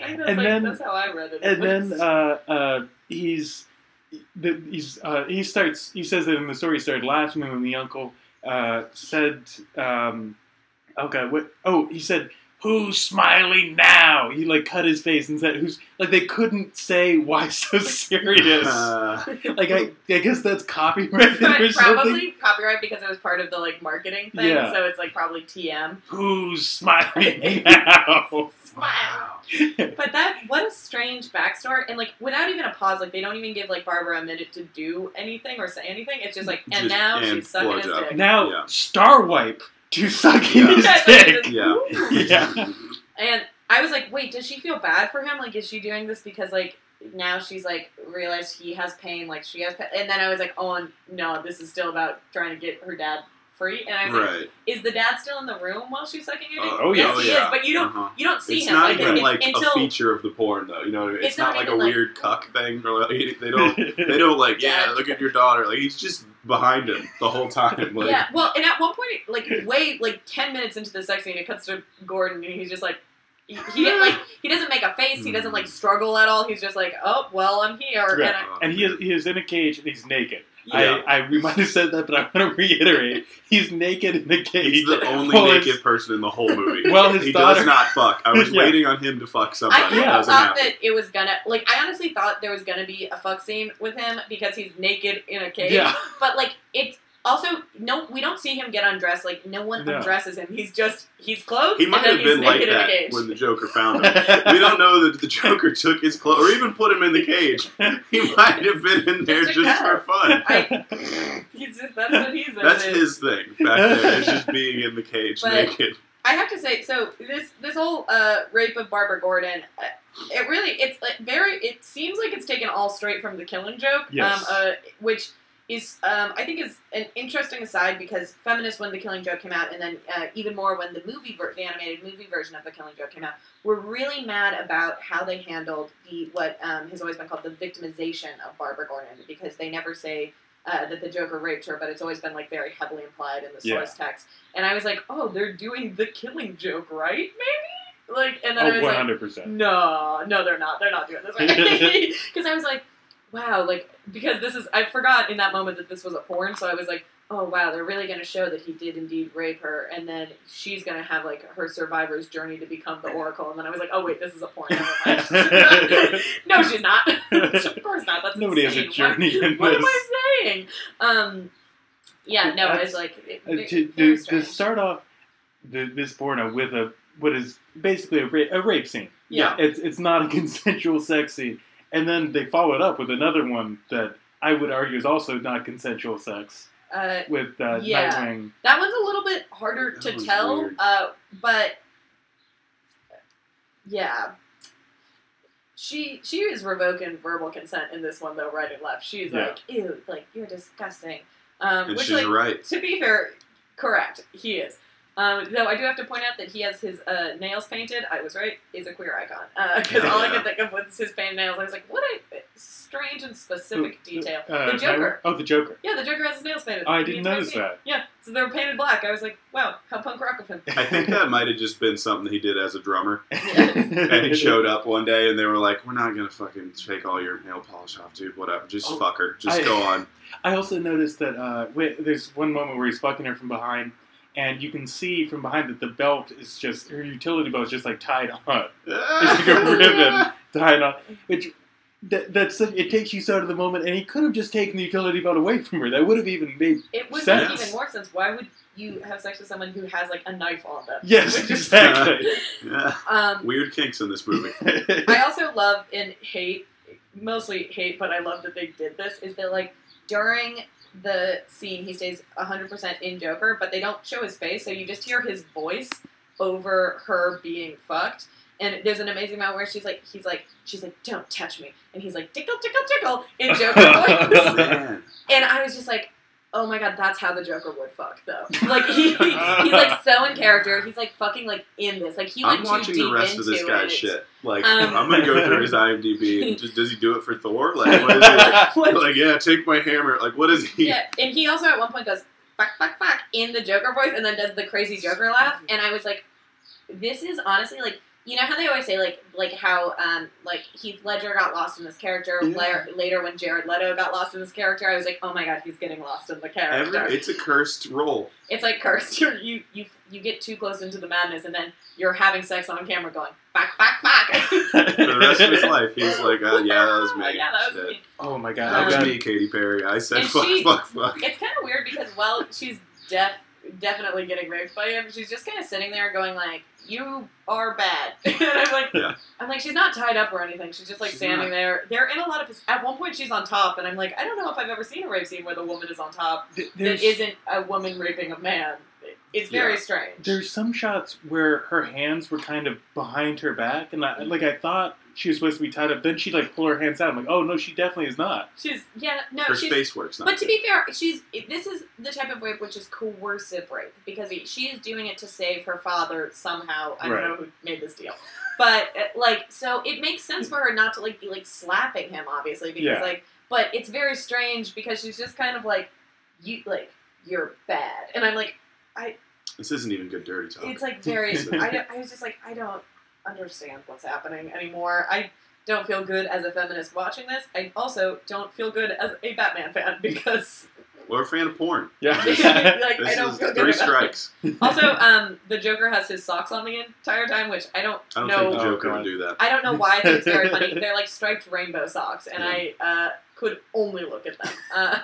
B: And
D: like,
B: then-
D: that's how I read it.
B: then uh, uh, he's the, he's uh, he starts he says that in the story he started laughing and the uncle uh, said um, oh god what oh he said who's smiling now he like cut his face and said who's like they couldn't say why so serious
C: Uh,
B: like I, I guess that's copyrighted or
D: But
B: something
D: probably copyright because it was part of the like marketing thing,
B: Yeah.
D: so it's like probably TM.
B: who's smiling now
D: Wow.
C: wow.
D: But that what a strange backstory, and like without even a pause, like they don't even give like Barbara a minute to do anything or say anything. It's just like, and
C: Just-
D: now
C: and
D: she's sucking his
C: blowjob.
D: dick.
B: now
C: Yeah.
B: Star Wipe to sucking
C: Yeah.
B: his
D: That's what it
B: dick.
D: is.
C: Yeah.
B: Yeah.
D: And I was like, wait, does she feel bad for him? Like, is she doing this because like now she's like realized he has pain, like she has pain? And then I was like, oh no, this is still about trying to get her dad free. And I was like,
C: Right.
D: is the dad still in the room while she's sucking it?
C: Oh,
B: oh, yeah.
D: yes, he
C: Oh, yeah.
D: is. But you don't
C: Uh-huh.
D: you don't see
C: It's
D: him
C: not
D: like,
C: even
D: it's-
C: like
D: until
C: a feature of the porn, though. You know, it's,
D: It's
C: not,
D: not
C: like a
D: even, like-
C: weird cuck thing, or like, they don't they don't like yeah
D: Dad.
C: look at your daughter like he's just behind him the whole time like
D: yeah, well, and at one point, like way like ten minutes into the sex scene, it cuts to Gordon, and he's just like, he, he didn't, like he doesn't make a face, he doesn't like
C: Mm.
D: struggle at all. He's just like, oh well, I'm here. And
B: Right.
D: I-
C: Oh,
B: and he
C: man.
B: is, he is in a cage and he's naked.
C: Yeah.
B: I, I we might have said that, but I want to reiterate: he's naked in the cage.
C: he's the only
B: Well, it's-
C: naked person in the whole movie
B: Well, his
C: he
B: daughter-
C: does not fuck I was
B: Yeah.
C: waiting on him to fuck somebody
D: I
C: It
D: kind of
C: doesn't
D: thought
C: happen
D: that it was gonna like I honestly thought there was gonna be a fuck scene with him because he's naked in a cage.
B: Yeah.
D: But like it's also no we don't see him get undressed, like no one
B: No.
D: undresses him. He's just he's clothed
C: he might
D: and then
C: have been
D: he's
C: like
D: naked in a
C: that
D: cage.
C: when the Joker found him we don't know that the Joker took his clothes or even put him in the cage he might have been in there
D: Just
C: just,
D: a
C: for
D: cut.
C: fun
D: I, he's just that's what he's
C: that's
D: in.
C: his thing back there is just being in the cage
D: But-
C: naked
D: I have to say, so this this whole uh, rape of Barbara Gordon, uh, it really it's like very. It seems like it's taken all straight from the Killing Joke,
B: Yes.
D: um, uh, which is um, I think is an interesting aside because feminists when the Killing Joke came out, and then uh, even more when the movie ver- the animated movie version of the Killing Joke came out, were really mad about how they handled the what um, has always been called the victimization of Barbara Gordon because they never say. Uh, that the Joker raped her, but it's always been like very heavily implied in the
B: Yeah.
D: source text. And I was like, oh, they're doing the killing joke, right? Maybe? Like, and then I
B: Oh,
D: was
B: one
D: like,
B: hundred percent.
D: no, no, they're not. They're not doing this right. Because I was like, wow, like, because this is, I forgot in that moment that this was a porn, so I was like, oh, wow, they're really going to show that he did indeed rape her, and then she's going to have, like, her survivor's journey to become the Oracle. And then I was like, oh, wait, this is a porn. Never mind. no, she's not. of course not. That's
B: Nobody has a
D: insane. Why-
B: journey in
D: What am
B: this.
D: I saying? Um, yeah, no, it's
B: That's-
D: like it,
B: Uh,
D: ve-
B: to,
D: very
B: to, to
D: strange.
B: start off the, this porno with a what is basically a, ra- a rape scene.
D: yeah.
B: It's it's not a consensual sex scene, and then they follow it up with another one that I would argue is also not consensual sex
D: Uh,
B: with uh,
D: Yeah.
B: Nightwing.
D: that one's a little bit harder
C: That
D: to
C: was
D: tell,
C: weird.
D: uh, but yeah, she she is revoking verbal consent in this one though, right and left. She's
B: Yeah.
D: like, ew, like you're disgusting. Um,
C: and
D: which
C: she's
D: like
C: right
D: to be fair, correct, he is. Um, though I do have to point out that he has his uh, nails painted. I was right; is a queer icon because all I could think of was his painted nails. I was like, what a strange and specific detail.
B: Uh,
D: the Joker.
B: Nightwing- Oh, the Joker.
D: Yeah, the Joker has his nails painted.
B: Oh, I
D: The
B: didn't
D: entire
B: notice
D: scene.
B: that.
D: Yeah, so they were painted black. I was like, wow, how punk rock of him.
C: I think that might have just been something he did as a drummer and he
B: it
C: showed up one day and they were like, "We're not gonna fucking take all your nail polish off, dude. Whatever. Just
B: Oh,
C: fuck her. Just
B: I-
C: go on."
B: I also noticed that uh, wait, there's one moment where he's fucking her from behind, and you can see from behind that the belt is just her utility belt is just like tied on,
C: it's
B: like a ribbon. tied on. Which that, that's such, it takes you so out of the moment, and he could have just taken the utility belt away from her. That would have even made
D: It would make
B: Sense.
D: even more sense. Why would you have sex with someone who has like a knife on them?
B: yes,
D: Which is-
B: exactly.
D: Um,
C: Weird kinks in this movie.
D: I also love and hate, mostly hate, but I love that they did this. Is that like during the scene he stays 100% in Joker, but they don't show his face, so you just hear his voice over her being fucked. And there's an amazing moment where she's like, he's like, she's like, don't touch me, and he's like, tickle, tickle, tickle, in Joker voice.
C: Man.
D: And I was just like, oh my god, that's how the Joker would fuck though. Like he, he's like so in character. He's like fucking like in this. Like he went
C: I'm
D: too
C: watching the
D: deep
C: rest of this
D: into
C: guy's
D: it.
C: shit. Like
D: Um,
C: I'm gonna go through his IMDb. And just does he do it for Thor? Like what is it?
D: What-
C: Like yeah, take my hammer. Like what is he?
D: yeah, and he also at one point goes fuck, fuck, fuck in the Joker voice, and then does the crazy Joker laugh. And I was like, this is honestly like. You know how they always say like like how um like Heath Ledger got lost in this character
C: Yeah.
D: later, later when Jared Leto got lost in this character I was like oh my god he's getting lost in the character
C: Every, it's a cursed role.
D: It's like cursed. You're, you you you get too close into the madness, and then you're having sex on camera, going back back back.
C: For the rest of his life, he's like, uh, yeah, that was me.
D: yeah, that was
C: Shit.
D: me.
B: oh my god!
D: Um,
C: That was
B: I got-
C: me, Katy Perry. I said
D: And
C: fuck,
D: she-
C: fuck, fuck.
D: It's kind of weird because while she's deaf, definitely getting raped by him. She's just kind of sitting there going like, "You are bad," and I'm like,
C: Yeah.
D: "I'm like, she's not tied up or anything. She's just like
C: She's
D: standing there. They're in a lot of. pos- At one point, she's on top, and I'm like, I don't know if I've ever seen a rape scene where the woman is on top
B: Th-
D: that
B: There's,
D: isn't a woman raping a man. It's very
C: Yeah.
D: strange.
B: there's some shots where her hands were kind of behind her back, and I, like I thought she was supposed to be tied up. Then she like pulled her hands out. I'm like, oh no, she definitely is not.
D: she's yeah, no,
C: Her
D: she's
C: space works. Not
D: But to be fair, she's this is the type of rape which is coercive rape because he- she is doing it to save her father somehow. I don't know who made this deal, but uh, like, so it makes sense for her not to like be like slapping him, obviously, because
B: Yeah.
D: like, but it's very strange because she's just kind of like, you like you're bad, and I'm like,
C: this isn't even good dirty talk.
D: it's like very. I, don't- I was just like, I don't understand what's happening anymore. I don't feel good as a feminist watching this. I also don't feel good as a Batman fan because.
C: We're a fan of porn.
D: like,
B: Yeah.
D: I
C: This
D: don't
C: is
D: feel
C: three
D: good about it.
C: strikes.
D: Also, um, the Joker has his socks on the entire time, which I don't,
C: I don't
D: know.
C: think the
B: Oh,
C: Joker
B: God.
C: would do that.
D: I don't know why. I think it's very funny. They're like striped rainbow socks, and I uh, could only look at them. Uh,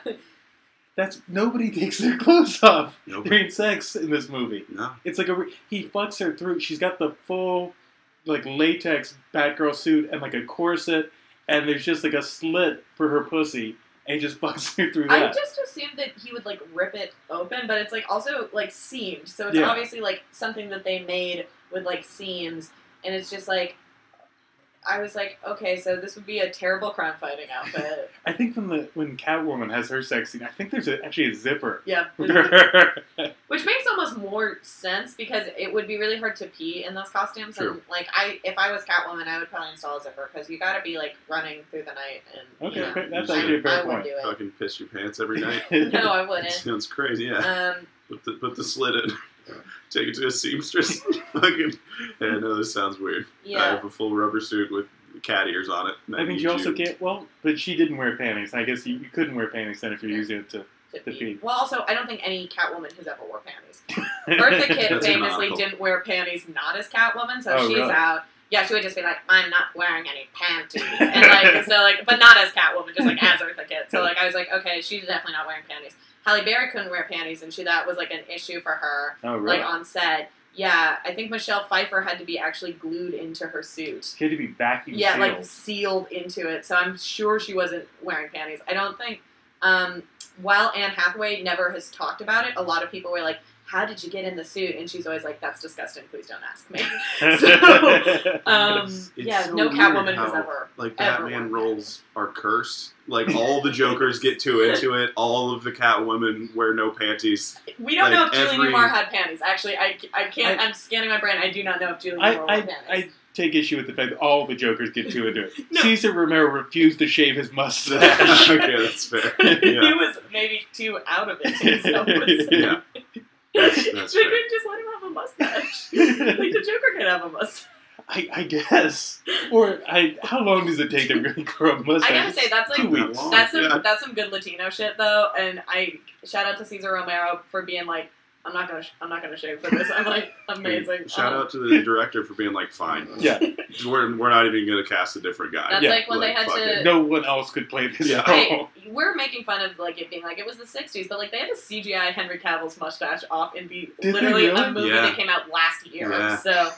B: That's nobody takes their clothes off
C: Nobody.
B: during sex in this movie.
C: No.
B: It's like a re- he fucks her through. She's got the full like latex Batgirl suit and like a corset, and there's just like a slit for her pussy, and he just fucks her through
D: I
B: that.
D: just assumed that he would like rip it open, but it's like also like seamed, so it's
B: Yeah.
D: obviously like something that they made with like seams, and it's just like. I was like, okay, so this would be a terrible crime fighting outfit.
B: I think when the when Catwoman has her sex scene, I think there's a, actually a zipper.
D: Yeah,
B: for her.
D: Which makes almost more sense because it would be really hard to pee in those costumes. And
C: True.
D: like I, if I was Catwoman, I would probably install a zipper because you got to be like running through the night and.
B: Okay,
D: you know,
B: okay, that's
D: I,
B: actually a
D: I
B: fair
D: would
B: point.
D: do
C: Fucking piss your pants every night.
D: it. No, I wouldn't.
C: Sounds crazy. Yeah.
D: Um,
C: Put the, put the slit in. Take it to a seamstress. Fucking. Yeah, I know this sounds weird. I
D: yeah.
C: have a full rubber suit with cat ears on it. and
B: I think
C: need
B: you also get well, but she didn't wear panties. I guess you, you couldn't wear panties then if you're using it to.
D: to
B: The
D: pee.
B: pee.
D: Well, also, I don't think any Catwoman has ever wore panties. Bertha Kitt
C: That's
D: famously
C: canonical.
D: didn't wear panties, not as Catwoman, so
B: Oh,
D: she's
B: really?
D: out. Yeah, she would just be like, "I'm not wearing any panties," and like, so like, but not as Catwoman, just like as Eartha Kitt. So like, I was like, okay, she's definitely not wearing panties. Halle Berry couldn't wear panties, and she that was like an issue for her,
B: oh really?
D: like on set. Yeah, I think Michelle Pfeiffer had to be actually glued into her suit.
B: she had to be vacuum
D: yeah,
B: sealed.
D: like sealed into it. So I'm sure she wasn't wearing panties. I don't think. Um, while Anne Hathaway never has talked about it, a lot of people were like, "How did you get in the suit?" And she's always like, "That's disgusting. Please don't ask me." so, Um,
C: It's- it's
D: yeah,
C: so
D: no
C: weird
D: Catwoman has
C: how-
D: ever.
C: Like
D: Everyone.
C: Batman roles are cursed. Like all the Jokers get too into it. All of the Catwomen wear no panties.
D: We don't know if
C: like,
D: Julie
C: every-
D: Newmar had panties. Actually, I, I can't. I, am scanning my brain. I do not know if Julie
B: I, I,
D: Newmar wore panties.
B: I take issue with the fact that all the Jokers get too into it.
D: No.
B: Caesar Romero refused to shave his mustache.
C: okay, that's fair.
D: he
C: Yeah,
D: was maybe too out of it. To so
C: yeah. That's, that's
D: they
C: fair.
D: could just let him have a mustache. like
B: I,
D: the Joker could have a mustache.
B: I guess. Or I, how long does it take to really grow a mustache?
D: I gotta say that's like
B: Two
C: Not
B: weeks.
C: long.
D: That's some
C: Oh, Yeah.
D: that's some good Latino shit though, and I shout out to Cesar Romero for being like, I'm not gonna sh- I'm not gonna shave for this. I'm like amazing.
C: Shout
D: Um,
C: out to the director for being like, fine.
B: Yeah.
C: We're, we're not even going to cast a different guy.
D: That's
B: Yeah,
D: like when they
C: like,
D: had
C: fuck
D: to.
B: No one else could play this
C: Yeah.
B: role.
D: I, we're making fun of like it being like it was the '60s, but like they had to CGI Henry Cavill's mustache off in the
B: they
D: literally
B: really?
D: a movie
C: Yeah.
D: that came out last year.
C: Yeah.
D: So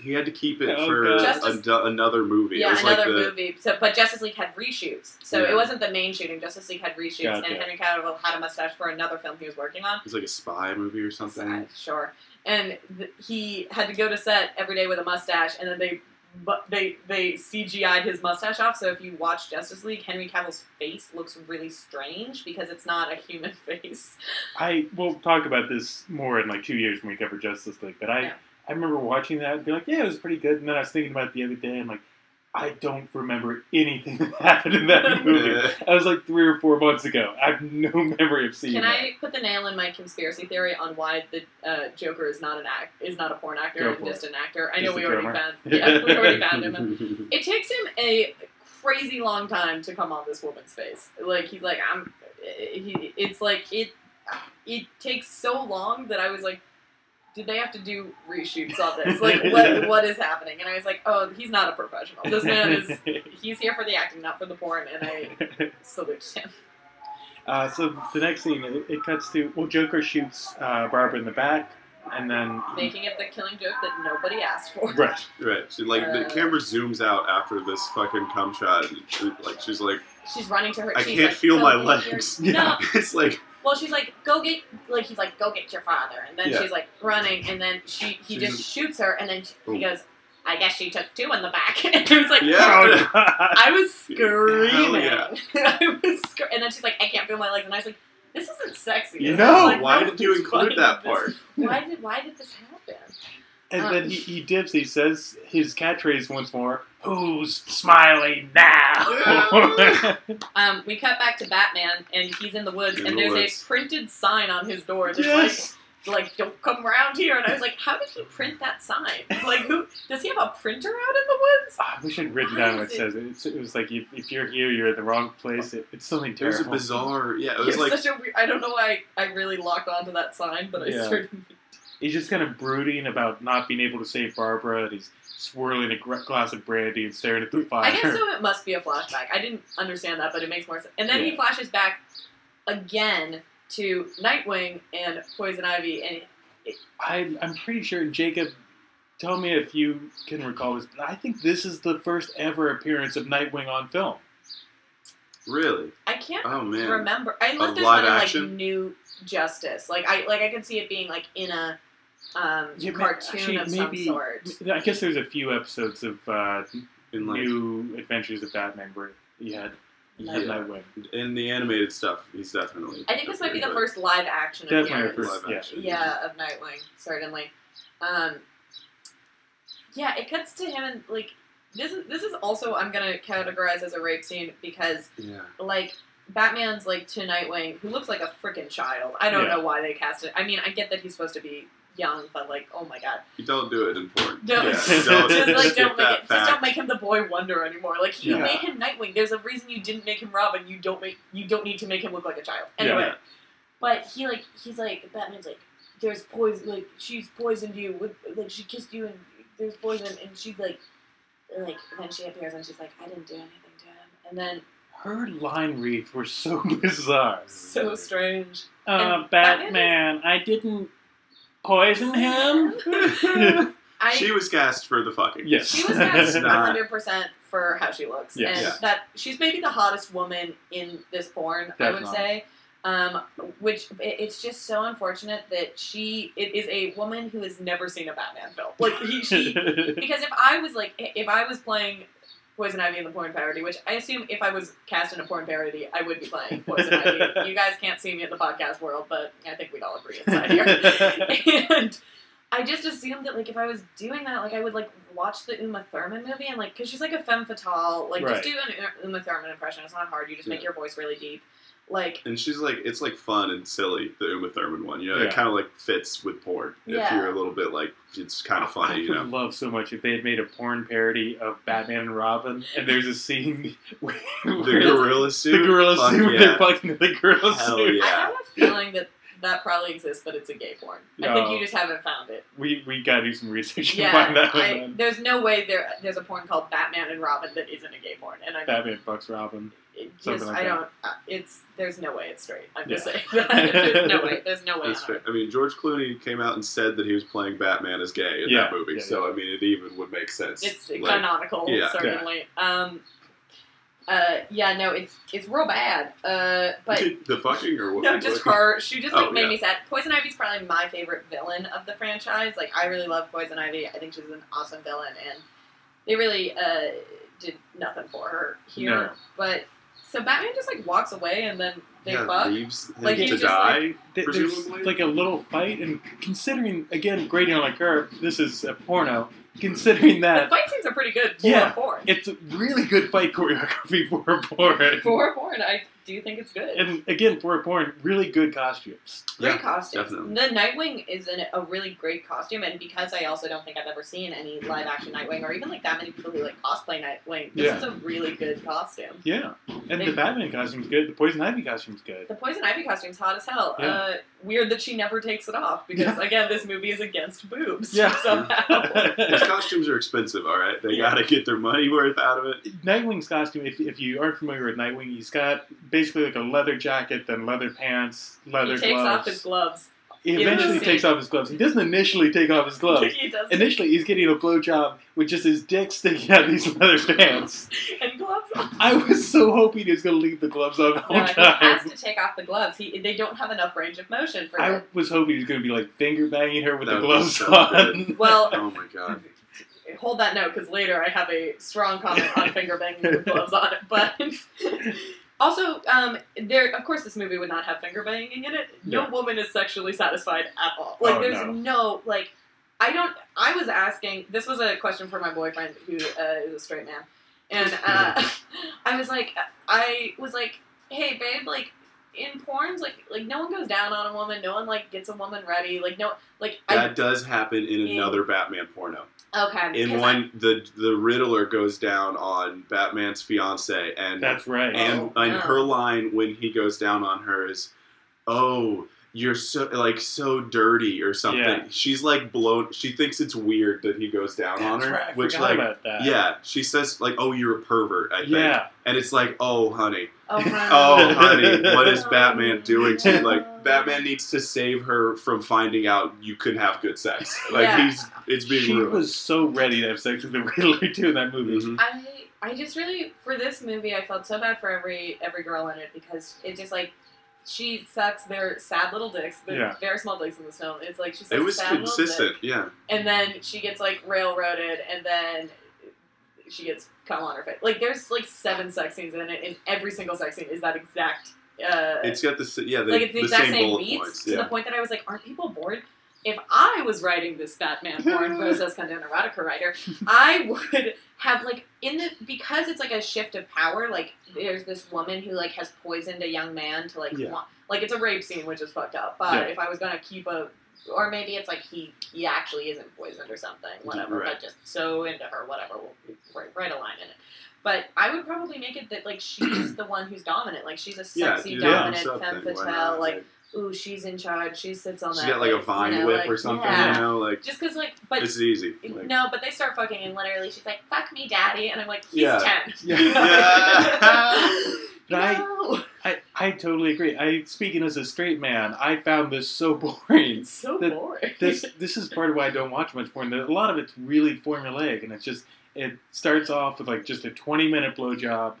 C: He had to keep it
B: Oh,
C: for
B: God.
D: Justice-
C: a- another movie. it
D: yeah,
C: was
D: another
C: like the,
D: movie. So but Justice League had reshoots, so
C: Yeah.
D: it wasn't the main shooting. Justice League had reshoots,
B: Gotcha.
D: and Henry Cavill had a mustache for another film he was working on.
C: It was like a spy movie or something.
D: Side, Sure. And th- he had to go to set every day with a mustache, and then they bu- they they CGI'd his mustache off. So if you watch Justice League, Henry Cavill's face looks really strange because it's not a human face.
B: I we'll talk about this more in like two years when we cover Justice League. But I
D: Yeah.
B: I remember watching that and be like, yeah, it was pretty good. And then I was thinking about it the other day. I'm like, I don't remember anything that happened in that movie.
C: Yeah.
B: I was like three or four months ago. I have no memory of seeing
D: Can
B: that.
D: I put the nail in my conspiracy theory on why the uh, Joker is not an act is not a porn actor
B: Go
D: and
B: for
D: just an actor? I
B: He's
D: know
B: the
D: we already
B: drummer.
D: found yeah we already found him. It takes him a crazy long time to come on this woman's face. Like he's like I'm. He, it's like it. It takes so long that I was like, did they have to do reshoots on this? Like what what is happening? And I was like, oh, he's not a professional. This man is. He's here for the acting, not for the porn, and I salute him.
B: Uh, so the next scene, it, it cuts to well, Joker shoots uh, Barbara in the back, and then
D: Making it the killing joke that nobody asked for.
B: right,
C: Right. She, like the
D: Uh,
C: camera zooms out after this fucking cum shot, and she, like she's like,
D: She's running to her.
C: I
D: she's
C: can't
D: like,
C: feel
D: "Go
C: my
D: get
C: legs.
D: Your, No,
C: it's like
D: well, she's like, go get, like he's like, go get your father, and then
C: Yeah.
D: she's like running, and then she he
C: She's
D: just
C: just-
D: shoots her, and then she,
C: Boom.
D: he goes, I guess she took two in the back, and I was like,
C: Yeah.
D: Oh, I was screaming.
C: Hell yeah.
D: I was, sc- and then she's like, I can't feel my legs, and I was like, this isn't sexy.
B: You
D: This
B: know,
D: is, like,
C: "Oh, why
D: no
C: did you
D: one's
C: include
D: fine
C: that
D: with
C: part?
D: this. Why did why did this happen?
B: and
D: Uh.
B: then he, he dips. He says his catchphrase once more: "Who's smiling now?"
D: Um, we cut back to Batman, and he's in the woods,
C: In
D: and
C: the
D: there's
C: woods.
D: a printed sign on his door. That's like, like, don't come around here. And I was like, how did he print that sign? Like, who does he have a printer out in the woods?
B: Ah, we should have written down what it says. It's, it was like if, if you're here, you're at the wrong place. It, it's something
C: it was a
B: terrible.
C: bizarre. Yeah, it was like
D: such a weird, I don't know why I, I really locked onto that sign, but I
B: Yeah.
D: certainly.
B: he's just kind of brooding about not being able to save Barbara. And he's swirling a gr- glass of brandy and staring at the
D: I
B: fire.
D: guess so. It must be a flashback. I didn't understand that, but it makes more sense. And then
B: Yeah.
D: he flashes back again to Nightwing and Poison Ivy, and
B: I, I'm pretty sure Jacob. Tell me if you can recall this, but I think this is the first ever appearance of Nightwing on film.
C: really.
D: I can't
C: Oh man.
D: remember. I
C: Of
D: unless there's
C: live
D: one in, like
C: action?
D: New Justice. Like I like I could see it being like in a um,
B: Yeah, ma-
D: cartoon
B: actually,
D: of
B: maybe-
D: some sort.
B: I guess there's a few episodes of uh,
C: In like
B: New Adventures of Batman where he had, he had
C: Yeah.
B: Nightwing.
C: in the animated stuff, he's definitely.
D: I think this might be the
C: but-
D: first live action
B: Definitely the
D: appearance.
B: first,
C: Live
B: yeah.
C: action.
D: Yeah, of Nightwing, certainly. Um, yeah, it cuts to him and like this is this is also I'm gonna categorize as a rape scene because
C: Yeah.
D: like Batman's like to Nightwing, who looks like a freaking child. I don't
B: Yeah.
D: know why they cast it. I mean, I get that he's supposed to be young, but like, oh my god.
C: You don't do it in porn.
D: No.
C: Yeah,
B: Just,
C: don't
D: Just like
C: skip
D: don't make
C: that
D: it, just don't
C: fact.
D: make him the boy wonder anymore. Like you
B: Yeah.
D: made him Nightwing. There's a reason you didn't make him Robin. You don't make you don't need to make him look like a child.
B: Yeah.
D: Anyway, but he like he's like Batman's like there's poison like she's poisoned you with like she kissed you and there's poison and she's like and, like then she appears and she's like I didn't do anything to him and then
B: Her line reads were so bizarre.
D: so
C: Mm-hmm.
D: strange.
B: Uh,
D: And
B: Batman, I didn't poison him.
D: I
C: She was cast for the fucking.
B: yes.
D: She was cast
C: It's not-
D: 100 percent for how she looks,
B: Yes.
D: and
C: Yeah.
D: that she's maybe the hottest woman in this porn. I
B: Definitely.
D: would say, um, which it, it's just so unfortunate that she it is a woman who has never seen a Batman film. Like he, she, because if I was like if I was playing Poison Ivy in the porn parody, which I assume if I was cast in a porn parody, I would be playing Poison Ivy. You guys can't see me in the podcast world, but I think we'd all agree inside here and I just assumed that like if I was doing that, like I would like watch the Uma Thurman movie and like because she's like a femme fatale. Like
B: Right.
D: just do an Uma Thurman impression. It's not hard. You just make
C: Yeah.
D: your voice really deep. Like
C: And she's like, it's like fun and silly, the Uma Thurman one. You know,
B: Yeah.
C: it kind of like fits with porn. If
D: Yeah.
C: you're a little bit like, it's kind of
B: I
C: funny, you
B: would
C: know.
B: love so much if they had made a porn parody of Batman and Robin, and there's a scene where
C: The
B: where
C: gorilla
B: the
C: suit.
B: gorilla
C: Fuck
B: suit,
C: Yeah.
B: they're fucking the gorilla
C: Hell
B: suit.
D: I
C: yeah.
D: have a feeling that that probably exists, but it's a gay porn. I think
B: No.
D: you just haven't found it.
B: We we gotta do some research to
D: Yeah,
B: find that
D: I-
B: one.
D: there's no way there. There's a porn called Batman and Robin that isn't a gay porn, and I'm
B: Batman fucks Robin.
D: it
B: something
D: just
B: like
D: I
B: that.
D: don't. Uh, it's there's no way it's straight. I'm just
B: Yeah.
D: saying. there's no way. There's no way.
C: That's
D: on
C: fair. I mean, George Clooney came out and said that he was playing Batman as gay in
B: Yeah.
C: that movie,
B: Yeah,
C: so I mean, it even would make sense.
D: It's
C: like,
D: canonical,
C: yeah.
D: certainly. Um, uh, yeah, no, it's it's real bad. Uh, but
C: the fucking or what?
D: no, just
C: what-
D: her. She just like
C: Oh,
D: made
C: yeah.
D: me sad. Poison Ivy's probably my favorite villain of the franchise. Like, I really love Poison Ivy. I think she's an awesome villain, and they really uh, did nothing for her here.
B: No.
D: But so Batman just like walks away, and then they
C: yeah,
D: fuck.
C: leaves him
D: Like,
C: to
D: he's just
C: die.
B: Th- There's
C: Presumably.
B: like a little fight, and considering again grading on a curve, this is a porno. Considering
D: The
B: that
D: fight scenes are pretty good for
B: Yeah.
D: porn.
B: it's a really good fight choreography for a porn,
D: For porn, I do think it's good.
B: and again for a porn, really good costumes.
D: Great
C: Yeah,
D: costumes.
C: definitely.
D: The Nightwing is in a really great costume, and because I also don't think I've ever seen any live action Nightwing or even like that many people who like cosplay Nightwing, this
B: Yeah.
D: is a really good costume.
B: Yeah, and the
D: They-
B: Batman costume's good. The Poison Ivy costume's good.
D: The Poison Ivy costume's hot as hell.
B: Yeah.
D: Uh, weird that she never takes it off because
B: Yeah.
D: again, this movie is against boobs.
B: Yeah.
D: somehow.
C: His
B: Nightwing's
C: costumes are expensive, all right. They
B: Yeah.
C: gotta get their money worth out of it.
B: costume, if, if you aren't familiar with Nightwing, he's got basically like a leather jacket, then leather pants, leather
D: he takes
B: gloves.
D: off his gloves.
B: he
D: in the
B: eventually
D: scene.
B: takes off his gloves. He doesn't initially take off his gloves.
D: he does.
B: Initially, he's getting a blowjob with just his dick sticking out of these leather pants.
D: and gloves on.
B: I was so hoping he was going to leave the gloves on the whole
D: No, he
B: time.
D: has to take off the gloves. He, they don't have enough range of motion for
B: I
D: it.
B: was hoping he was going to be like finger banging her with
C: That
B: the
C: would
B: gloves
C: sound
B: on.
D: Well,
C: Oh my god.
D: hold that note because later I have a strong comment on finger banging with gloves on it. But also, um, there of course this movie would not have finger banging in it. No
B: Yeah.
D: woman is sexually satisfied at all. Like
B: Oh,
D: there's
B: no.
D: no. like I don't. I was asking. This was a question for my boyfriend who uh, is a straight man, and uh, I was like, I was like, hey babe, like. In porns, like like no one goes down on a woman, no one like gets a woman ready, like no like
C: That does happen in
D: In-
C: another Batman porno.
D: I okay
C: In
D: 'cause
C: one, the the Riddler goes down on Batman's fiance, and
B: That's right.
C: and
D: Oh,
C: and
D: no.
C: her line when he goes down on her is, "Oh, you're so like so dirty" or something.
B: Yeah.
C: She's like blown. She thinks it's weird that he goes down on
B: That's
C: her,
B: right, I
C: which
B: forgot
C: like
B: about that.
C: yeah, she says like, "Oh, you're a pervert," I think,
B: Yeah.
C: and it's like, "Oh, honey,
D: Oh, honey.
C: oh, honey, what is Batman doing to you?" Like, Batman needs to save her from finding out you can have good sex. Like
D: Yeah.
C: he's it's being
B: She
C: ruined.
B: was so ready to have sex with the Riddler too in that movie.
C: Mhm.
D: I I just really for this movie I felt so bad for every every girl in it because it just like she sucks their sad little dicks, the
B: Yeah.
D: very small dicks in this film. It's like she sucks
C: It was
D: sad little dick,
C: consistent, yeah.
D: and then she gets like railroaded, and then she gets cum on her face. Like there's like seven sex scenes in it, and every single sex scene is that exact. Uh,
C: It's got the s- yeah, the,
D: like it's the,
C: the
D: exact
C: same,
D: same
C: bullet
D: beats
C: points.
D: to
C: Yeah.
D: the point that I was like, aren't people bored? If I was writing this Batman porn versus Condon erotica writer, I would have like in the because it's like a shift of power. Like there's this woman who like has poisoned a young man to like
B: Yeah.
D: want, like it's a rape scene, which is fucked up. But
B: Yeah.
D: if I was gonna keep a or maybe it's like he he actually isn't poisoned or something, whatever.
C: Right.
D: But just so into her, whatever. We'll write, write a line in it. But I would probably make it that like she's the one who's dominant. Like she's a
C: yeah,
D: sexy,
C: do that
D: dominant
C: on
D: femme
C: something, why
D: fatale.
C: not?
D: Like ooh, she's in charge. She sits on
C: she's
D: that.
C: got like a
D: place,
C: vine
D: you know,
C: whip
D: like,
C: or something,
D: Yeah.
C: you know, like
D: Just because, like, but
C: this is easy. Like,
D: no, but they start fucking, and literally she's like, "Fuck me, daddy," and I'm like, "He's
C: Yeah.
D: ten.
C: Yeah.
B: But I-
D: No.
B: I, I totally agree. I speaking as a straight man, I found this so boring.
D: It's so
B: That-
D: boring.
B: this this is part of why I don't watch much porn. A lot of it's really formulaic, and it's just it starts off with like just a twenty minute blowjob,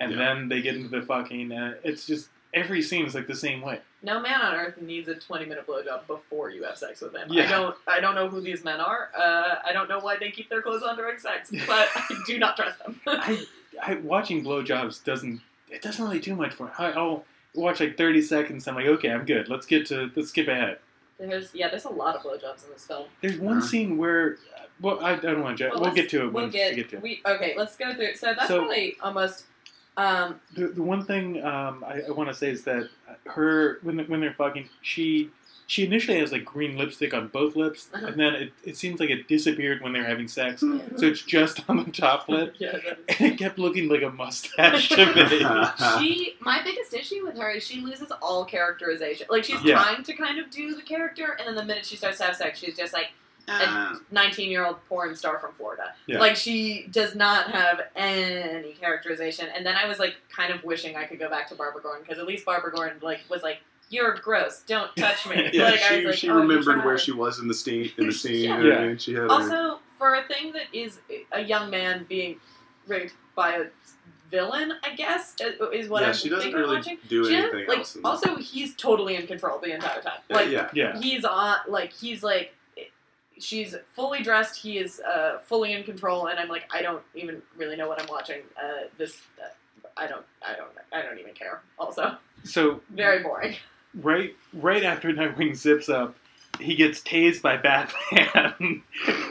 B: and
C: Yeah.
B: then they get into the fucking. Uh, it's just every scene is like the same way.
D: no man on earth needs a 20 minute blowjob before you have sex with him.
B: Yeah.
D: I don't. I don't know who these men are. Uh, I don't know why they keep their clothes on during sex, but I do not trust them.
B: I, I watching blowjobs doesn't it doesn't really do much for me. I, I'll watch like thirty seconds. I'm like, okay, I'm good. Let's get to let's skip ahead.
D: there's yeah, there's a lot of blowjobs in this film.
B: There's one
C: Uh-huh.
B: scene where, uh, well, I, I don't want to.
D: Well,
B: we'll
D: let's-
B: get to it
D: We'll
B: when
D: get,
B: we get to it.
D: we okay. Let's go through. So that's
B: So-
D: probably almost. Um,
B: The, the one thing um, I, I want to say is that her when they- when they're fucking she she initially has like green lipstick on both lips
D: Uh-huh.
B: and then it, it seems like it disappeared when they're having sex so it's just on the top lip
D: yeah, that is-
B: and it kept looking like a mustache to me.
D: she my biggest issue with her is she loses all characterization. Like she's
B: Yeah.
D: trying to kind of do the character, and then the minute she starts to have sex, she's just like
C: Ah.
D: nineteen year old porn star from Florida.
B: Yeah.
D: Like she does not have any characterization. And then I was like kind of wishing I could go back to Barbara Gordon because at least Barbara Gordon like was like, You're gross, don't touch me.
B: Yeah,
D: like
C: she,
D: I was like,
C: she
D: "Oh, you
C: remembered where
D: tried."
C: she was in the scene. In the scene, you know
B: Yeah.
C: what I mean? She had her-
D: Also, for a thing that is a young man being raped by a villain, I guess is what
C: yeah,
D: I'm
C: she doesn't
D: thinking
C: really
D: watching.
C: do
D: She doesn't-
C: anything
D: like,
C: else. in that.
D: also, he's totally in control the entire time. Like
C: yeah,
B: yeah
D: he's on, like he's like, she's fully dressed. He is uh, fully in control, and I'm like, I don't even really know what I'm watching. Uh, this, uh, I don't, I don't, I don't even care. Also,
B: so
D: very boring.
B: right right after Nightwing zips up he gets tased by Batman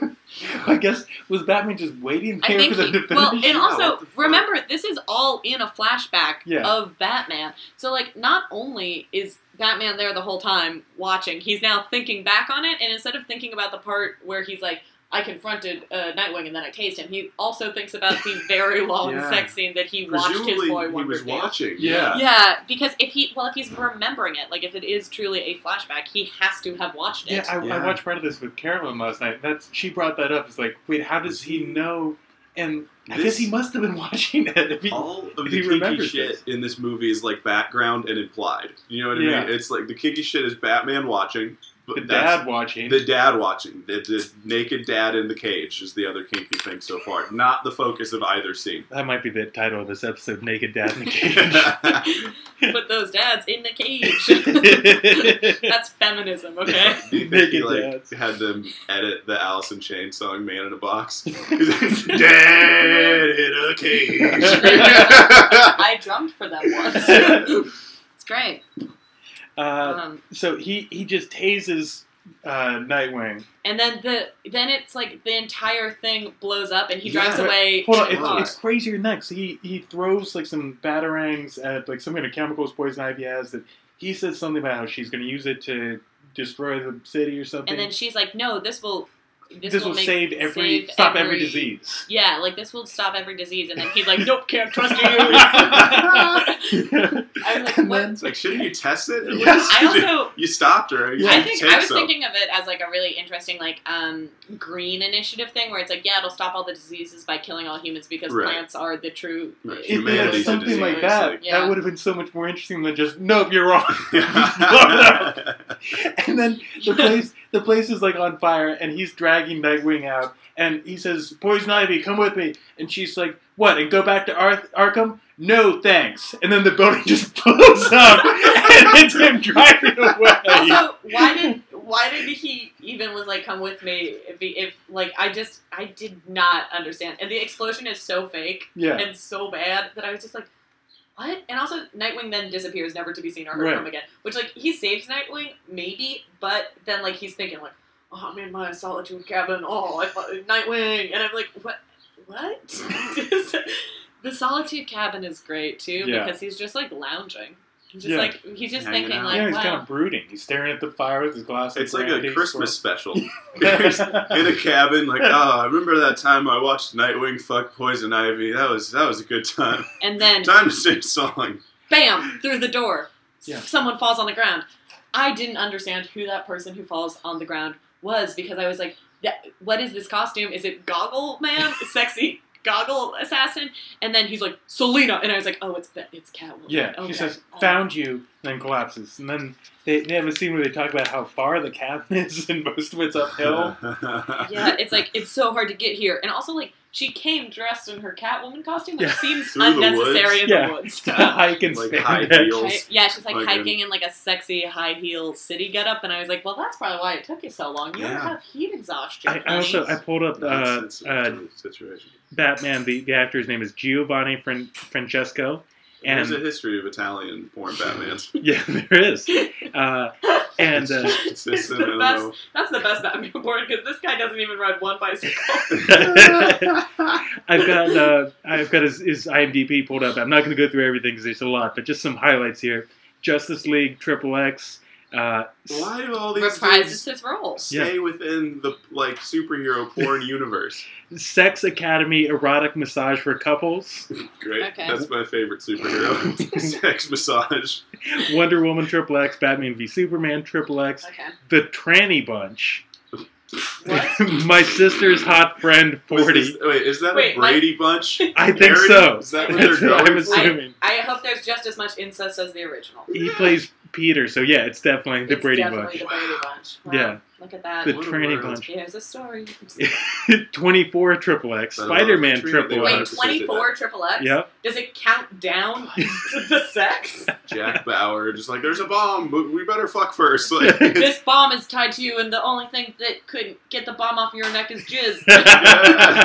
B: I guess was Batman just waiting
D: I
B: here
D: think
B: for them
D: he-
B: to finish
D: well,
B: it?
D: and
C: Yeah, what
D: also
C: the fuck?
D: remember this is all in a flashback
B: Yeah.
D: of Batman. So like, not only is Batman there the whole time watching, he's now thinking back on it, and instead of thinking about the part where he's like, "I confronted uh, Nightwing and then I tased him," he also thinks about the very long
C: Yeah.
D: sex scene that he watched his
C: presumably
D: boy
C: he
D: Wonder
C: was
D: do.
C: watching.
B: Yeah.
D: Yeah, because if he well, if he's remembering it, like if it is truly a flashback, he has to have watched it.
B: Yeah, I, I
C: Yeah.
B: watched part of this with Carolyn last night. That's she brought that up. It's like, wait, how does he know? and I
C: This- Oh,
B: guess he must have been watching it. If he-
C: all of the
B: He
C: kinky
B: remembers
C: shit
B: this.
C: in this movie is like background and implied. You know what I
B: Yeah.
C: mean? It's like the kinky shit is Batman watching, but
B: the
C: that's
B: dad watching.
C: the dad watching. The, the naked dad in the cage is the other kinky thing so far. Not the focus of either scene.
B: that might be the title of this episode: Naked Dad in the Cage.
D: Put those dads in the cage.
B: Naked
D: That's feminism, okay?
C: Do you think he
B: Naked
C: like
B: dads.
C: had them edit the Alice in Chains song "Man in a Box"? Dad in a cage.
D: I drummed for them once. it's great.
B: Uh,
D: Um,
B: so he he just tases uh, Nightwing.
D: and then the then it's like the entire thing blows up and he
C: Yeah.
D: drives away.
B: Hold on,
D: in a car.
B: it's, it's crazier than that. 'cause he he throws like some batarangs at like some kind of chemicals poison ivy has that he says something about how she's going to use it to destroy the city or something.
D: and then she's like, "No, this will this,
B: this, will
D: make,
B: save every
D: save
B: stop every,
D: every-
B: disease.
D: Yeah, like this will stop every disease." And then he's like, "Nope, can't trust you." I was like,
B: And
D: "What?"
B: then-
C: It's like, shouldn't you test it?
B: Yeah.
D: I also
C: you stopped her. You
D: I
C: didn't
D: think
C: take
D: I was
C: some.
D: thinking of it as like a really interesting like um, green initiative thing where it's like, yeah, it'll stop all the diseases by killing all humans because
C: Right.
D: plants are the true.
C: Right.
B: If they had
C: Humanity's a
B: something like
C: disease,
B: that,
C: like-
D: Yeah.
B: that would have been so much more interesting than just nope, you're wrong. and then the place the place is like on fire and he's dragging Nightwing out and he says, Poison Ivy, come with me and she's like, What, and go back to Arth- Arkham? No thanks. And then the building just blows up and it's him driving away.
D: Also, why did why did he even was like come with me if, he, if like I just I did not understand and the explosion is so fake
B: Yeah.
D: and so bad that I was just like, what? And also, Nightwing then disappears, never to be seen or heard
B: Right.
D: from again. Which, like, he saves Nightwing, maybe, but then, like, he's thinking, like, oh, I'm in my solitude cabin. Oh, I fu- Nightwing, and I'm like, what? What? the solitude cabin is great too
B: Yeah.
D: because he's just like lounging. He's just
B: Yeah.
D: like he's just
C: Hanging
D: thinking,
C: out.
D: like,
B: yeah, he's
D: wow.
B: kind of brooding. He's staring at the fire with his glass. of
C: It's like
B: brandy,
C: a Christmas special. in
B: sort of-
C: a cabin, like, oh, I remember that time I watched Nightwing fuck Poison Ivy. That was that was a good time.
D: and then
C: Time to sing a song.
D: bam through the door
B: Yeah.
D: someone falls on the ground i didn't understand who that person who falls on the ground was because i was like "That- what is this costume is it goggle man sexy goggle assassin and then he's like selena and i was like oh it's it's catwoman
B: Yeah,
D: okay. Oh.
B: she says, "Found you," and then collapses. And then they, they have a scene where they talk about how far the cabin is, and most of it's uphill.
D: yeah it's like it's so hard to get here and also like she came dressed in her catwoman costume which
B: Yeah.
D: seems
C: Through the
D: unnecessary in
B: Yeah.
D: the woods
B: Hike and
C: like
B: span
C: high
B: deck.
D: Hi-
C: heels.
D: yeah, she's like
C: Like in-
D: hiking in like a sexy high heel city getup, and I was like, "Well, that's probably why it took you so long. You
C: Yeah.
D: have heat exhaustion."
B: I, I also I
D: honey."
B: pulled up uh,
C: It's- it's a
B: uh,
C: different situation.
B: Batman. The, the actor's name is Giovanni Fran- Francesco,
C: There's
B: and
C: a history of Italian porn Batman's.
B: yeah, there is. Uh, and uh,
C: It's just
D: It's the
C: in a
D: best.
C: little-
D: that's the best Batman board because this guy doesn't even ride one bicycle.
B: I've got uh, I've got his, his IMDb pulled up. I'm not going to go through everything because there's a lot, but just some highlights here. Justice League, Triple X. Uh,
C: Why do all these
D: Reprises
C: dudes
D: his role.
C: stay within the like superhero porn universe?
B: Sex Academy erotic massage for couples,
C: Great.
D: Okay.
C: That's my favorite superhero. Sex massage.
B: Wonder Woman Triple X, Batman v Superman Triple X,
D: Okay,
B: The Tranny Bunch,
D: what?
B: My Sister's Hot Friend
C: Was
B: 40.
C: this- wait, is that
D: Wait,
C: a Brady Bunch?
B: I think
C: Parody?
B: so.
C: Is that what they're
B: That's what I'm
C: going for?
B: assuming.
D: I hope there's just as much incest as the original.
B: he plays Peter, so yeah, it's definitely the
D: It's
B: Brady
D: definitely
B: Bunch.
D: The Brady Bunch. Wow.
B: Yeah.
D: look at that.
B: The
C: What a
B: Tranny
C: world.
B: Bunch.
D: Here's a story.
B: 24 Triple X,
C: That
B: Spider Man
C: love the Trinity
B: Triple
D: Wait,
B: X.
C: Bunch.
D: twenty four triple X.
B: Yep.
D: Does it count down to the sex?
C: Jack Bauer, just like there's a bomb, but we better fuck first. Like,
D: this bomb is tied to you, and the only thing that could get the bomb off your neck is jizz.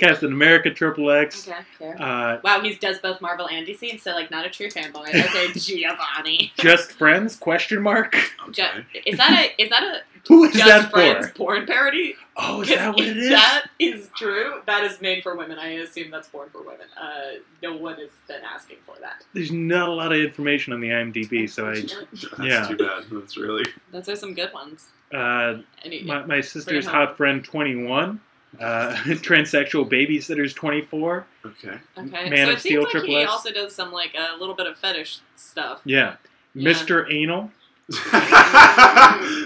B: Captain America Triple X.
D: okay, fair.
B: Uh,
D: Wow, he does both Marvel and DC, so like not a true fanboy. Okay, Giovanni.
B: just friends? Question mark.
D: Ju- is that a is that a
B: Who is
D: Just
B: that
D: Friends
B: for?
D: porn parody?
B: Oh, is that what
D: If
B: it is?
D: That is true. That is made for women. I assume that's porn for women. Uh, no one has been asking for that.
B: There's not a lot of information on the IMDb, so I.
C: That's
B: Yeah.
C: too bad. That's really.
D: Those are some good ones.
B: Uh,
D: Any,
B: my, my sister's
D: hot.
B: hot friend 21. Uh, transsexual babysitters 24.
C: Okay.
D: okay,
B: Man
D: so
B: of Steel
D: it seems like
B: Triple
D: he
B: X.
D: also does some like a little bit of fetish stuff.
B: Yeah.
D: Yeah.
B: Mr. Anal.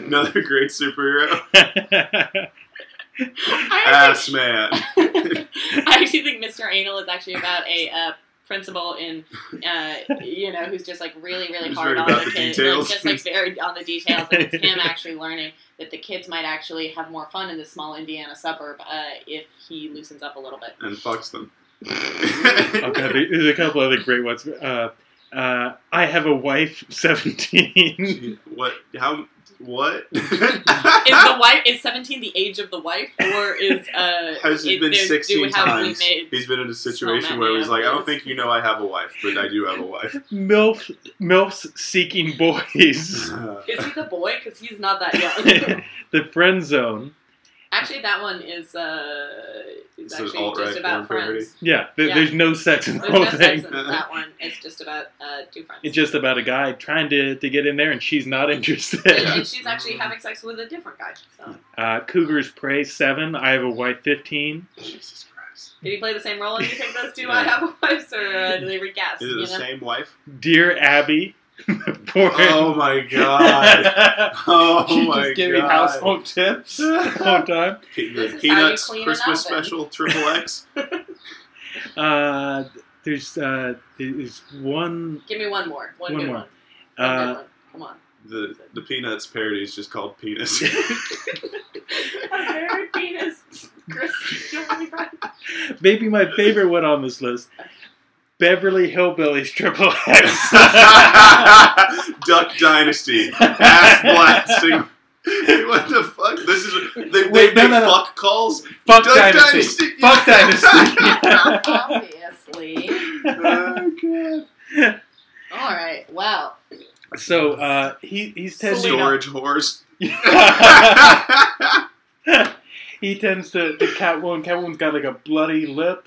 C: Another great superhero.
B: Ah,
C: ass man.
D: I actually think Mr. Anal is actually about a uh, principal in, uh, you know, who's just like really, really
C: Who's
D: hard
C: very
D: on
C: about
D: the,
C: the
D: kids,
C: details.
D: Like, just like very on the details, and it's him actually learning that the kids might actually have more fun in this small Indiana suburb uh, if he loosens up a little bit.
C: and fucks them.
B: Okay, there- there's a couple other great ones. Uh, uh, I have a wife, seventeen.
C: what? How? What?
D: Is the wife is seventeen the age of the wife, or is uh,
C: Has
D: it-
C: it been
D: there's- do
C: 16
D: have we
C: times?
D: made-
C: He's been in a situation
D: Snowman
C: where he's
D: man.
C: like, I don't think you know I have a wife, but I do have a wife.
B: Milf, milfs seeking boys.
D: is he the boy? Because he's not that young.
B: the friend zone.
D: actually, that one is uh, is
C: This is
D: actually
C: alt-right
D: just about
C: porn parody.
D: friends.
B: Yeah, th-
D: Yeah.
B: there's no sex in the
D: There's
B: whole
D: no
B: thing.
D: sex in that one. It's just about uh, two friends.
B: It's just about a guy trying to, to get in there, and she's not
D: Yeah,
B: interested.
D: and she's actually having sex with a different guy. So.
B: Uh, Cougars Prey 7. I have a wife 15.
C: Jesus Christ.
D: Did he play the same role in you think those two I have wives or uh, do they recast?
C: Is it
D: you
C: the
D: know?
C: same wife?
B: Dear Abby. Porn.
C: Oh my god. Oh
B: she
C: my
B: just gave
C: god.
B: me household tips the whole time.
D: This
C: Pe-
D: is how
C: Peanuts
D: you clean an
C: Christmas
D: oven.
C: special triple X.
B: Uh, there's, uh, there's one.
D: Give me one more. One,
B: One
D: good
B: more.
D: one. One good
B: Uh,
D: one. Come on.
C: The the Peanuts parody is just called Penis.
D: A very penis. Chris, you don't really like-
B: maybe my favorite one on this list Beverly Hillbillies Triple X.
C: Duck Dynasty. Ass blasting. what the fuck? This is they, they
B: Wait, no,
C: make
B: no, no.
C: fuck calls.
B: Fuck
C: Duck
B: Dynasty.
C: Dynasty.
B: Fuck Dynasty.
D: Obviously.
C: oh god.
D: All right. Well,
B: so uh, he, he's tending
C: Storage whores.
B: he tends to the Catwoman. Catwoman's got like a bloody lip,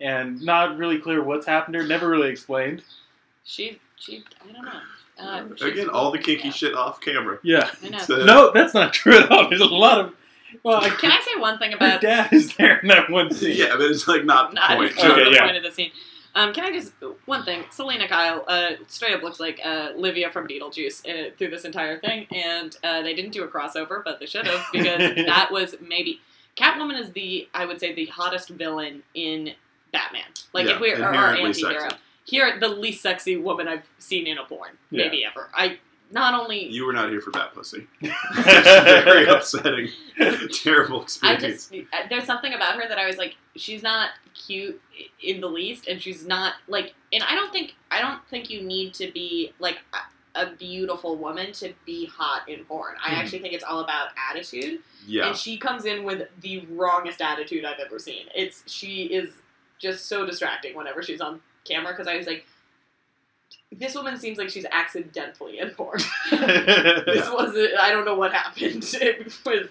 B: and not really clear what's happened to her. Never really explained.
D: she, she, I don't know. Uh, she's-
C: Again, all the kinky
D: yeah,
C: shit off camera. uh,
B: Yeah.
D: I know.
C: So-
B: No, that's not true at all. There's a lot of. Well, like,
D: Can I say one thing
B: her
D: about
B: dad is there in that one scene.
C: Yeah, but it's like not the
D: not
C: point.
D: not
B: Okay,
D: the
B: yeah.
D: point of the scene. Um, can I just one thing? Selena Kyle uh, straight up looks like uh, Livia from Beetlejuice uh, through this entire thing, and uh, they didn't do a crossover, but they should have because that was maybe Catwoman is the I would say the hottest villain in Batman. Like
C: Yeah,
D: if we are our
C: inherently
D: anti-hero,
C: sexy.
D: here the least sexy woman I've seen in a porn
B: Yeah.
D: maybe ever. I not only
C: You were not here for bat pussy. It's very upsetting. Terrible
D: I
C: experience.
D: just I- there's something about her that I was like, she's not cute i- in the least, and she's not like, and I don't think I don't think you need to be like a, a beautiful woman to be hot in porn. I
B: Mhm.
D: actually think it's all about attitude,
C: yeah.
D: and she comes in with the wrongest attitude I've ever seen. It's she is just so distracting whenever she's on camera because I was like. This woman seems like she's accidentally in porn. This was a, I don't know what happened with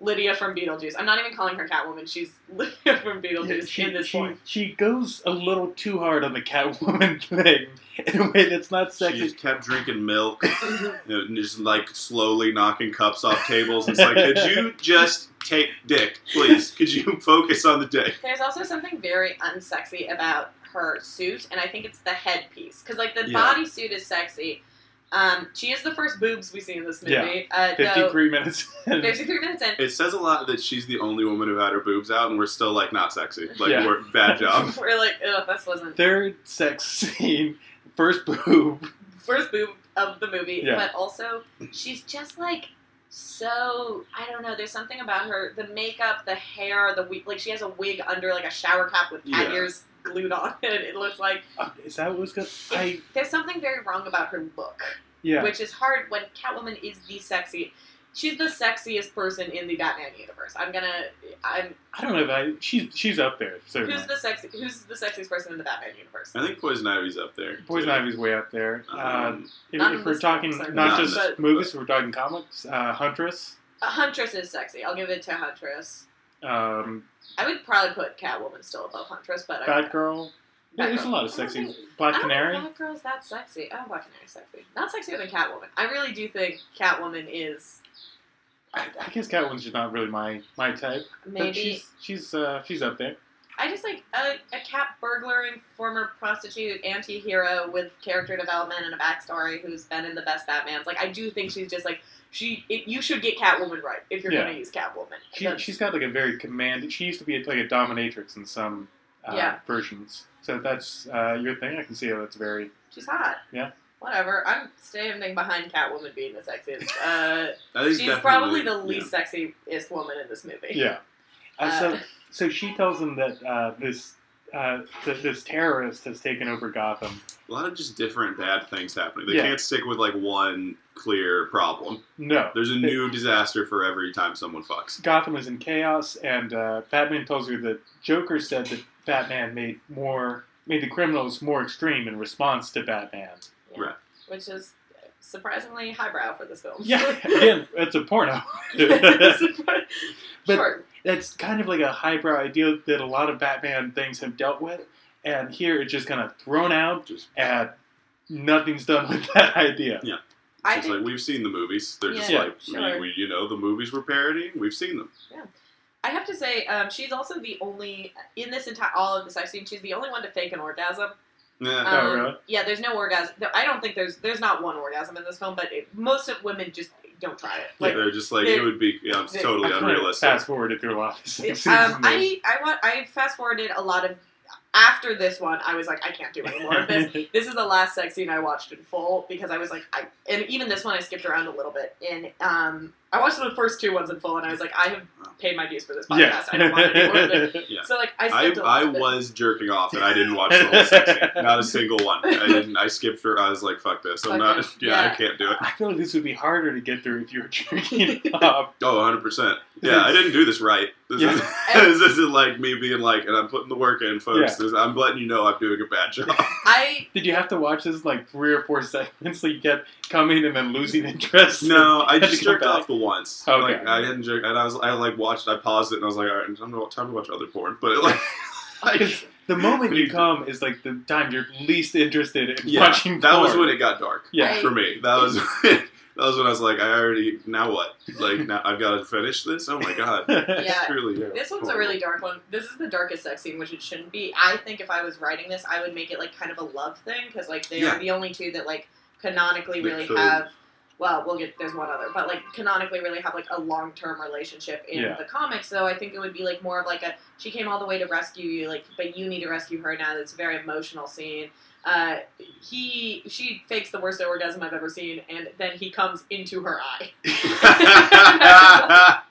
D: Lydia from Beetlejuice. I'm not even calling her Catwoman. She's Lydia from Beetlejuice in
B: She,
D: this
B: she,
D: point.
B: she goes a little too hard on the Catwoman thing in a way that's not
C: She
B: sexy.
C: just kept drinking milk,
D: Mm-hmm.
C: you know, and just like slowly knocking cups off tables. It's like, could you just take dick, please? Could you focus on the dick?
D: There's also something very unsexy about her suit, and I think it's the headpiece because like the
C: Yeah.
D: body bodysuit is sexy. Um, she is the first boobs we see in this
B: Yeah.
D: movie. Uh, though-
B: Fifty-three minutes. in.
D: 53 minutes in.
C: It says a lot that she's the only woman who had her boobs out, and we're still like not sexy. Like,
B: Yeah.
C: we're bad job.
D: We're like, ugh, this wasn't
B: Third sex scene. First boob.
D: first boob of the movie,
B: Yeah.
D: but also she's just like so I don't know. There's something about her, the makeup, the hair, the wig. Like she has a wig under like a shower cap with cat
C: Yeah.
D: ears glued on it. It looks like
B: Uh, Is that what's going? I
D: there's something very wrong about her look,
B: yeah.
D: which is hard when Catwoman is the sexy. She's the sexiest person in the Batman universe. I'm gonna. I'm.
B: I don't know if I. She's she's up there. Certainly.
D: Who's the sexy? Who's the sexiest person in the Batman universe?
C: I think Poison Ivy's up there.
B: Poison
C: too.
B: Ivy's way up there. Uh,
C: Um,
B: if,
D: Not
B: if
D: in
B: we're
D: this
B: talking
D: box, I
B: not
C: guess,
B: just
D: but-
B: movies, we're talking comics. Uh, Huntress.
D: Uh, Huntress is sexy. I'll give it to Huntress.
B: Um,
D: I would probably put Catwoman still above Huntress, but I,
B: Batgirl. Yeah, there's a lot of
D: I don't
B: sexy.
D: think-
B: Black
D: I don't
B: Canary.
D: think Black Girl's that sexy. Oh, Black Canary's sexy. Not sexier than Catwoman. I really do think Catwoman is
B: I, I guess Catwoman's just not really my my type. But
D: maybe.
B: she's she's uh, she's up there.
D: I just like a, a cat burglaring former prostitute anti-hero with character development and a backstory who's been in the best Batman's. Like I do think she's just like she. It, you should get Catwoman right if you're
B: Yeah.
D: going to use Catwoman.
B: She,
D: That's-
B: she's got like a very command. She used to be like a dominatrix in some uh,
D: Yeah.
B: versions. So if that's uh, your thing. I can see how that's very.
D: she's hot.
B: Yeah.
D: Whatever. I'm standing behind Catwoman being the sexiest. Uh,
C: I think
D: she's
C: definitely-
D: probably the
C: yeah.
D: least sexiest woman in this movie.
B: Yeah. Uh,
D: Uh,
B: so so she tells him that uh, this uh, that this terrorist has taken over Gotham.
C: A lot of just different bad things happening. They
B: Yeah.
C: can't stick with like one clear problem.
B: No,
C: There's a new disaster for every time someone fucks.
B: Gotham is in chaos, and uh, Batman tells her that Joker said that Batman made more made the criminals more extreme in response to Batman.
D: Which is surprisingly highbrow for this film.
B: Yeah, again, it's a porno.
D: Surpri-
B: But-
D: sure.
B: that's kind of like a highbrow idea that a lot of Batman things have dealt with, and here it's just kind of thrown out
C: Just,
B: and nothing's done with that idea.
D: I
C: just
D: think
C: like we've seen the movies. They're just
D: Yeah,
C: like
D: sure.
C: we, we, you know, the movies we're parodying. We've seen them.
D: I have to say, um, she's also the only in this entire all of this I've seen. She's the only one to fake an orgasm.
C: Yeah.
B: Oh,
D: Um,
B: really?
D: Yeah, there's no orgasm. there- I don't think there's there's not one orgasm in this film, but it, most of women just don't try it. Like,
C: they're just like
D: they-
C: it would be. Yeah, it's
D: they-
C: totally
B: I kinda
C: unrealistic.
B: Fast forward it through a lot of sex
D: um,
B: scenes.
D: I I want I fast forwarded a lot of after this one. I was like, I can't do any more of this. this is the last sex scene I watched in full because I was like, I and even this one I skipped around a little bit. And um, I watched the first two ones in full, and I was like, I have paid my dues for this podcast.
B: yeah.
D: I don't want any more of it.
C: Yeah.
D: So like, I
C: I,
D: skipped a
C: I
D: little bit.
C: was jerking off and I didn't watch the whole sex scene. Not a single one. I didn't. I skipped her. I was like, "Fuck this! I'm
D: Fuck
C: not.
D: this.
C: Yeah,
D: Yeah.
C: I can't do it."
B: I feel like this would be harder to get through if you were jerking off.
C: Oh, 100 percent. Yeah, I didn't do this right. This,
B: Yeah.
C: is, this isn't like me being like, and I'm putting the work in, folks. This, I'm letting you know I'm doing a bad job.
D: I
B: Did you have to watch this like three or four segments so you kept coming and then losing interest?
C: no, I
B: Had to
C: just
B: go
C: jerked
B: back.
C: off the once.
B: Okay.
C: Like I didn't jerk, and I was I like watched. I paused it and I was like, "All right, time to time to watch other porn." But it, like, like,
B: The moment
C: What do
B: you
C: you-
B: come is like the time you're least interested in
C: yeah,
B: watching.
C: that was
B: porn.
C: when it got dark.
B: Yeah.
D: I-
C: for me. That was that was when I was like, I already now what? Like now I've got to finish this. Oh my god,
D: yeah.
C: truly. Yeah.
D: This one's a really dark one. This is the darkest sex scene, which it shouldn't be. I think if I was writing this, I would make it like kind of a love thing because like they
C: Yeah.
D: are the only two that like canonically
C: They
D: really
C: could.
D: have. Well, we'll get there's one other, but like canonically really have like a long term relationship in
B: Yeah.
D: the comics. So I think it would be like more of like a she came all the way to rescue you, like but you need to rescue her now. That's a very emotional scene. Uh, he she fakes the worst orgasm I've ever seen, and then he comes into her eye.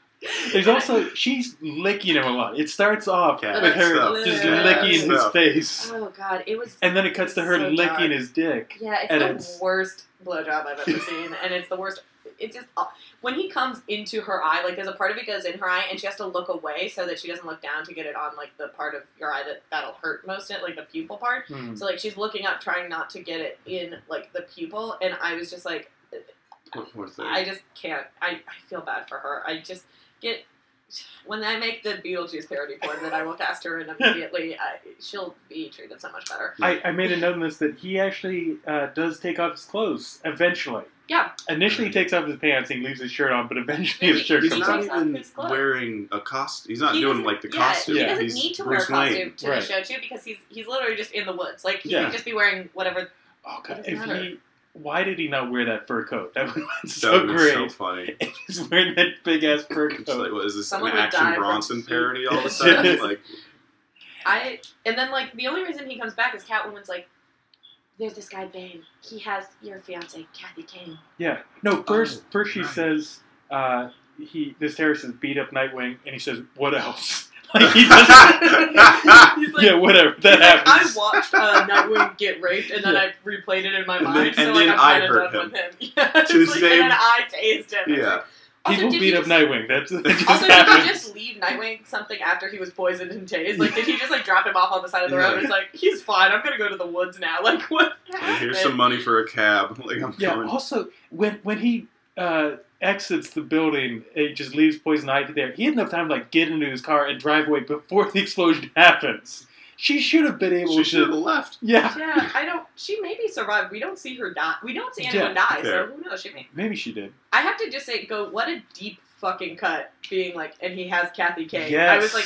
B: There's also she's licking him a lot. It starts off
C: Cat
B: with her
C: stuff.
B: just
D: Cat
B: licking his
C: stuff.
B: face,
D: Oh God, it was
B: and then it cuts to her
D: So
B: licking
D: dark.
B: his dick.
D: Yeah, it's
B: And
D: the
B: it's-
D: worst blowjob I've ever seen, and it's the worst. It just uh, when he comes into her eye, like there's a part of it goes in her eye, and she has to look away so that she doesn't look down to get it on like the part of your eye that that'll hurt most, it like the pupil part.
B: Hmm.
D: So like she's looking up, trying not to get it in like the pupil, and I was just like,
C: One more thing.
D: I just can't. I, I feel bad for her. I just get when I make the Beetlejuice parody porn that I will cast her in immediately. I, she'll be treated so much better.
B: I, I made a note in this that he actually uh, does take off his clothes eventually.
D: Yeah.
B: Initially, he takes off his pants and he leaves his shirt on, but eventually his
D: He-
B: shirt
C: He's
D: He
B: comes
D: takes
C: not
B: off.
D: off
C: even
D: his clothes.
C: wearing a costume. He's not
D: He
C: doing
D: doesn't-
C: like the
D: yeah,
C: costume.
D: He doesn't
C: He's
D: need to
C: Bruce
D: wear a
C: Wayne.
D: costume to
B: Right.
D: the show too because he's he's literally just in the woods. Like he
B: Yeah.
D: could just be wearing whatever.
B: Oh
D: What
B: god!
D: does it
B: If
D: matter?
B: he, why did he not wear that fur coat? That was
C: That
B: so
C: would be
B: great.
C: so funny.
B: He's wearing that big ass fur
C: It's like,
B: coat.
C: what is this?
D: Someone
C: an
D: would die
C: action
D: from-
C: Bronson parody all of a sudden? like,
D: I and then like the only reason he comes back is Catwoman's like, there's this guy Bane. He has your fiance Kathy Kane.
B: Yeah. No. First, first she
C: nice.
B: says uh, he. This terrorist has beat up Nightwing, and he says, "What else?" like he just.
C: Ah!
D: he's like,
B: yeah. Whatever. That
D: he's like, I
B: happens.
D: watched uh, Nightwing get raped, and then
B: Yeah.
D: I replayed it in my
C: And
D: mind.
C: then-
D: so
C: and
D: like
C: then I
D: I'm kind
C: hurt
D: of done
C: him.
D: with him. Yeah, it's
C: his
D: like,
C: name-
D: and then I tased him. It's
C: yeah.
D: like, also,
B: People
D: did
B: beat
D: he
B: up
D: just-
B: Nightwing. That's that just
D: Also, did
B: happens.
D: he just leave Nightwing something after he was poisoned and tased? Like, did he just like drop him off on the side of the road?
C: Yeah.
D: And it's like he's fine. I'm gonna go to the woods now. Like, what?
C: like, here's some
D: happened?
C: money for a cab. Like, I'm
B: yeah.
C: going.
B: Also, when when he. Uh, exits the building and just leaves Poison Ivy there. He had enough time to like get into his car and drive away before the explosion happens. She should have been able
C: She
B: to.
C: should have left.
B: Yeah.
D: Yeah, I don't. She maybe survived. We don't see her die. We don't see anyone die.
C: fair.
D: So who knows? She may.
B: Maybe she did.
D: I have to just say, go. What a deep fucking cut. Being like, and he has Kathy Kane.
B: Yes.
D: I was like,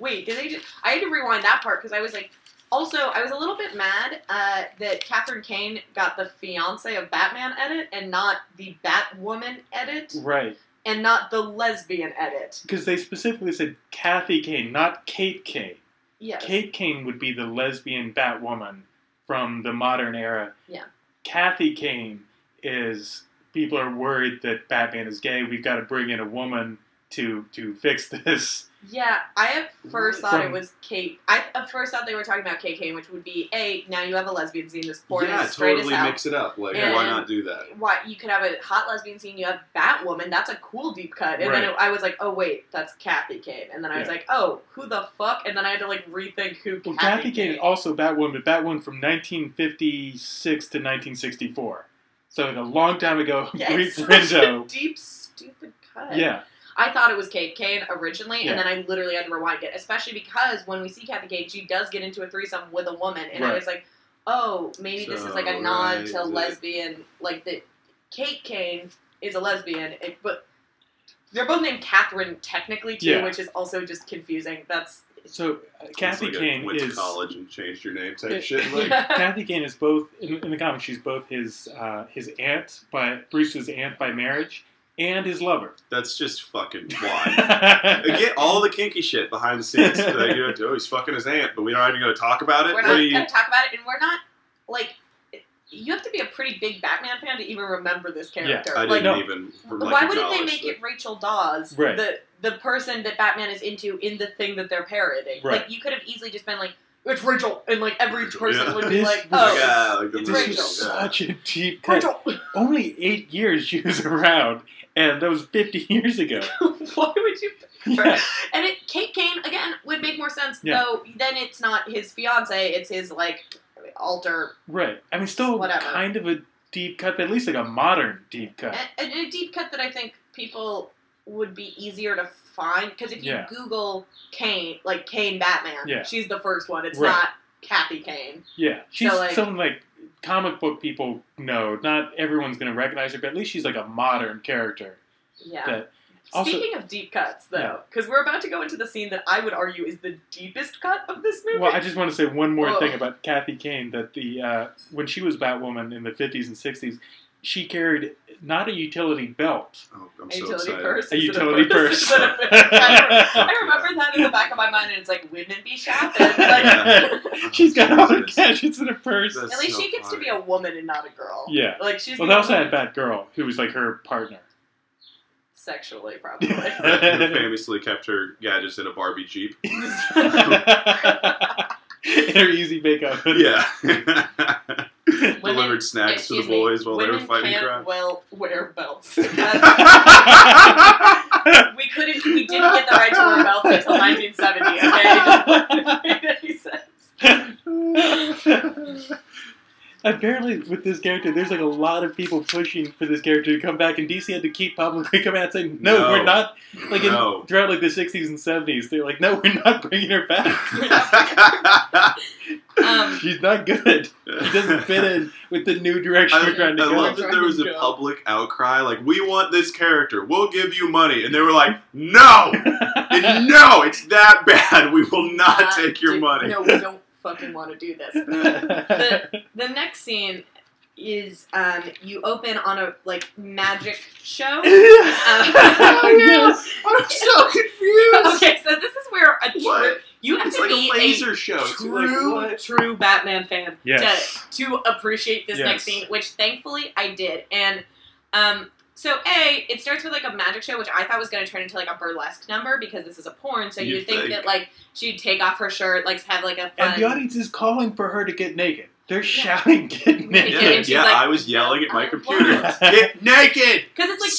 D: wait, did they? Just, I had to rewind that part because I was like, also, I was a little bit mad uh, that Catherine Kane got the fiance of Batman edit and not the Batwoman edit
B: Right.
D: and not the lesbian edit.
B: Because they specifically said Kathy Kane, not Kate Kane.
D: Yes.
B: Kate Kane would be the lesbian Batwoman from the modern era.
D: Yeah.
B: Kathy Kane is people are worried that Batman is gay. We've got to bring in a woman to to fix this.
D: Yeah, I at first
B: From-
D: thought it was Kate. I at first thought they were talking about Kate Kane, which would be a now you have a lesbian scene that's boring
C: yeah,
D: as straight
C: totally
D: as hell.
C: mix it up. Like,
D: Yeah.
C: why not do that?
D: Why you could have a hot lesbian scene? You have Batwoman. That's a cool deep cut. And then
B: Right.
D: it, I was like, oh wait, that's Kathy Kane. And then I was
B: Yeah.
D: like, oh, who the fuck? And then I had to like rethink who
B: Well,
D: Kathy,
B: Kathy Kane is also Batwoman, but Batwoman from 1956 to 1964. So like a long time ago,
D: Yeah,
B: brief
D: it's such a
B: window.
D: deep stupid cut.
B: Yeah,
D: I thought it was Kate Kane originally,
B: Yeah.
D: and then I literally had to rewind it, especially because when we see Kathy Kane, she does get into a threesome with a woman, and I
B: Right.
D: was like, oh, maybe this is like a
C: So,
D: nod
C: right,
D: to
C: is it-
D: lesbian, like that Kate Kane is a lesbian, it, but they're both named Catherine technically too,
B: Yeah.
D: which is also just confusing. That's
B: So uh, Kathy
C: It's like a-
B: Kane
C: went to
B: is
C: college and changed your name type
B: It-
C: shit. Like,
B: Kathy Kane is both in, in the comics. She's both his uh, his aunt by Bruce's aunt by marriage and his lover.
C: that's just fucking why.
B: Again,
C: Again, all the kinky shit behind the scenes. Like, you know, oh, he's fucking his aunt, but we don't even going to talk about it.
D: we're
C: What
D: not
C: do you-
D: gonna talk about it, and we're not like you have to be a pretty big Batman fan to even remember this character.
C: I
D: like,
C: didn't
B: No.
C: even. Like,
D: Why wouldn't they
C: acknowledge
D: make
C: that.
D: it Rachel Dawes,
B: Right.
D: the the person that Batman is into in the thing that they're parodying? Like
B: Right.
D: you could have easily just been like, "It's Rachel," and like every
C: Rachel,
D: person
C: yeah.
D: would be
B: This
D: like,
B: was-
D: "Oh,
C: Yeah, like the
B: this
D: it's
C: movie,
D: Rachel.
B: was
C: yeah.
B: such a deep cut.
D: Rachel."
B: Only eight years she was around, and that was fifty years ago.
D: Why would you?
B: Yeah.
D: And it, Kate Kane again would make more sense
B: Yeah.
D: though. Then it's not his fiance; it's his like alter
B: Right. I mean, still
D: Whatever.
B: kind of a deep cut, but at least like a modern deep cut.
D: and, and a deep cut that I think people would be easier to find because if you
B: Yeah.
D: Google Kane, like Kane Batman,
B: Yeah.
D: she's the first one. It's
B: Right.
D: not Kathy Kane.
B: Yeah, she's
D: like-
B: someone like comic book people know. Not everyone's going to recognize her, but at least she's like a modern character.
D: Yeah.
B: That- also-
D: Speaking of deep cuts,
B: Yeah.
D: though, because we're about to go into the scene that I would argue is the deepest cut of this movie.
B: Well, I just want to say one more
D: Whoa.
B: thing about Kathy Kane that the uh, when she was Batwoman in the 50s and 60s, she carried not a utility belt,
C: Oh, I'm
D: a
C: so
D: utility
C: excited.
D: purse.
B: a
D: instead of
B: utility purse.
D: instead of- I, remember, I remember that in the back of my mind, and it's like women be shopping. Like,
C: Oh,
B: She's got all her
C: Jesus.
B: gadgets in a purse.
C: That's
D: at least
C: so
D: she gets to
C: funny.
D: be a woman and not a girl.
B: Yeah.
D: Like she's
B: Well,
D: the
B: they also
D: only-
B: had Batgirl, who was like her partner.
D: sexually probably.
C: Who famously kept her gadgets in a Barbie Jeep.
B: in her easy bake oven.
C: Yeah. Delivered snacks to
D: Excuse
C: the
D: me,
C: boys while they were
D: women
C: fighting
D: can't
C: crime.
D: Well, wear belts. That's- we couldn't. We didn't get the right to wear belts until 1970. Okay, it doesn't make any sense.
B: Apparently, with this character, there's like a lot of people pushing for this character to come back, and DC had to keep publicly coming out and saying, "No,
C: No.
B: we're not." Like in,
C: No.
B: throughout like the '60s and '70s, they're like, "No, we're not bringing her back.
D: Um,
B: She's not good. She doesn't fit in with the new direction
C: I,
B: we're trying to
C: I
B: go."
C: love that there was a
D: Yeah.
C: public outcry, like, we want this character, we'll give you money. And they were like, no, no, it's that bad, we will not
D: uh,
C: take your
D: dude,
C: money.
D: No, we don't fucking want to do this. The, the next scene is um, you open on a like magic show.
B: Yes.
C: I'm so confused.
D: Okay, so this is where a true,
C: What?
D: you have
C: It's
D: to
C: like
D: be
C: a laser show. It's like,
D: true,
C: what?
D: true Batman fan
B: Yes.
D: to, to appreciate this
B: Yes.
D: next scene, which thankfully I did. And um, so, A, it starts with like a magic show, which I thought was going to turn into like a burlesque number because this is a porn. So
C: You'd
D: you would think,
C: think.
D: that like she'd take off her shirt, like have like a fun.
B: and the audience is calling for her to get naked. They're shouting, "Get
D: Yeah, and
C: Yeah,
B: naked!"
D: she's
C: yeah,
D: like,
C: I was yelling at my
D: "Oh,
C: computer.
D: wow."
C: Get naked,
D: Because it's like she's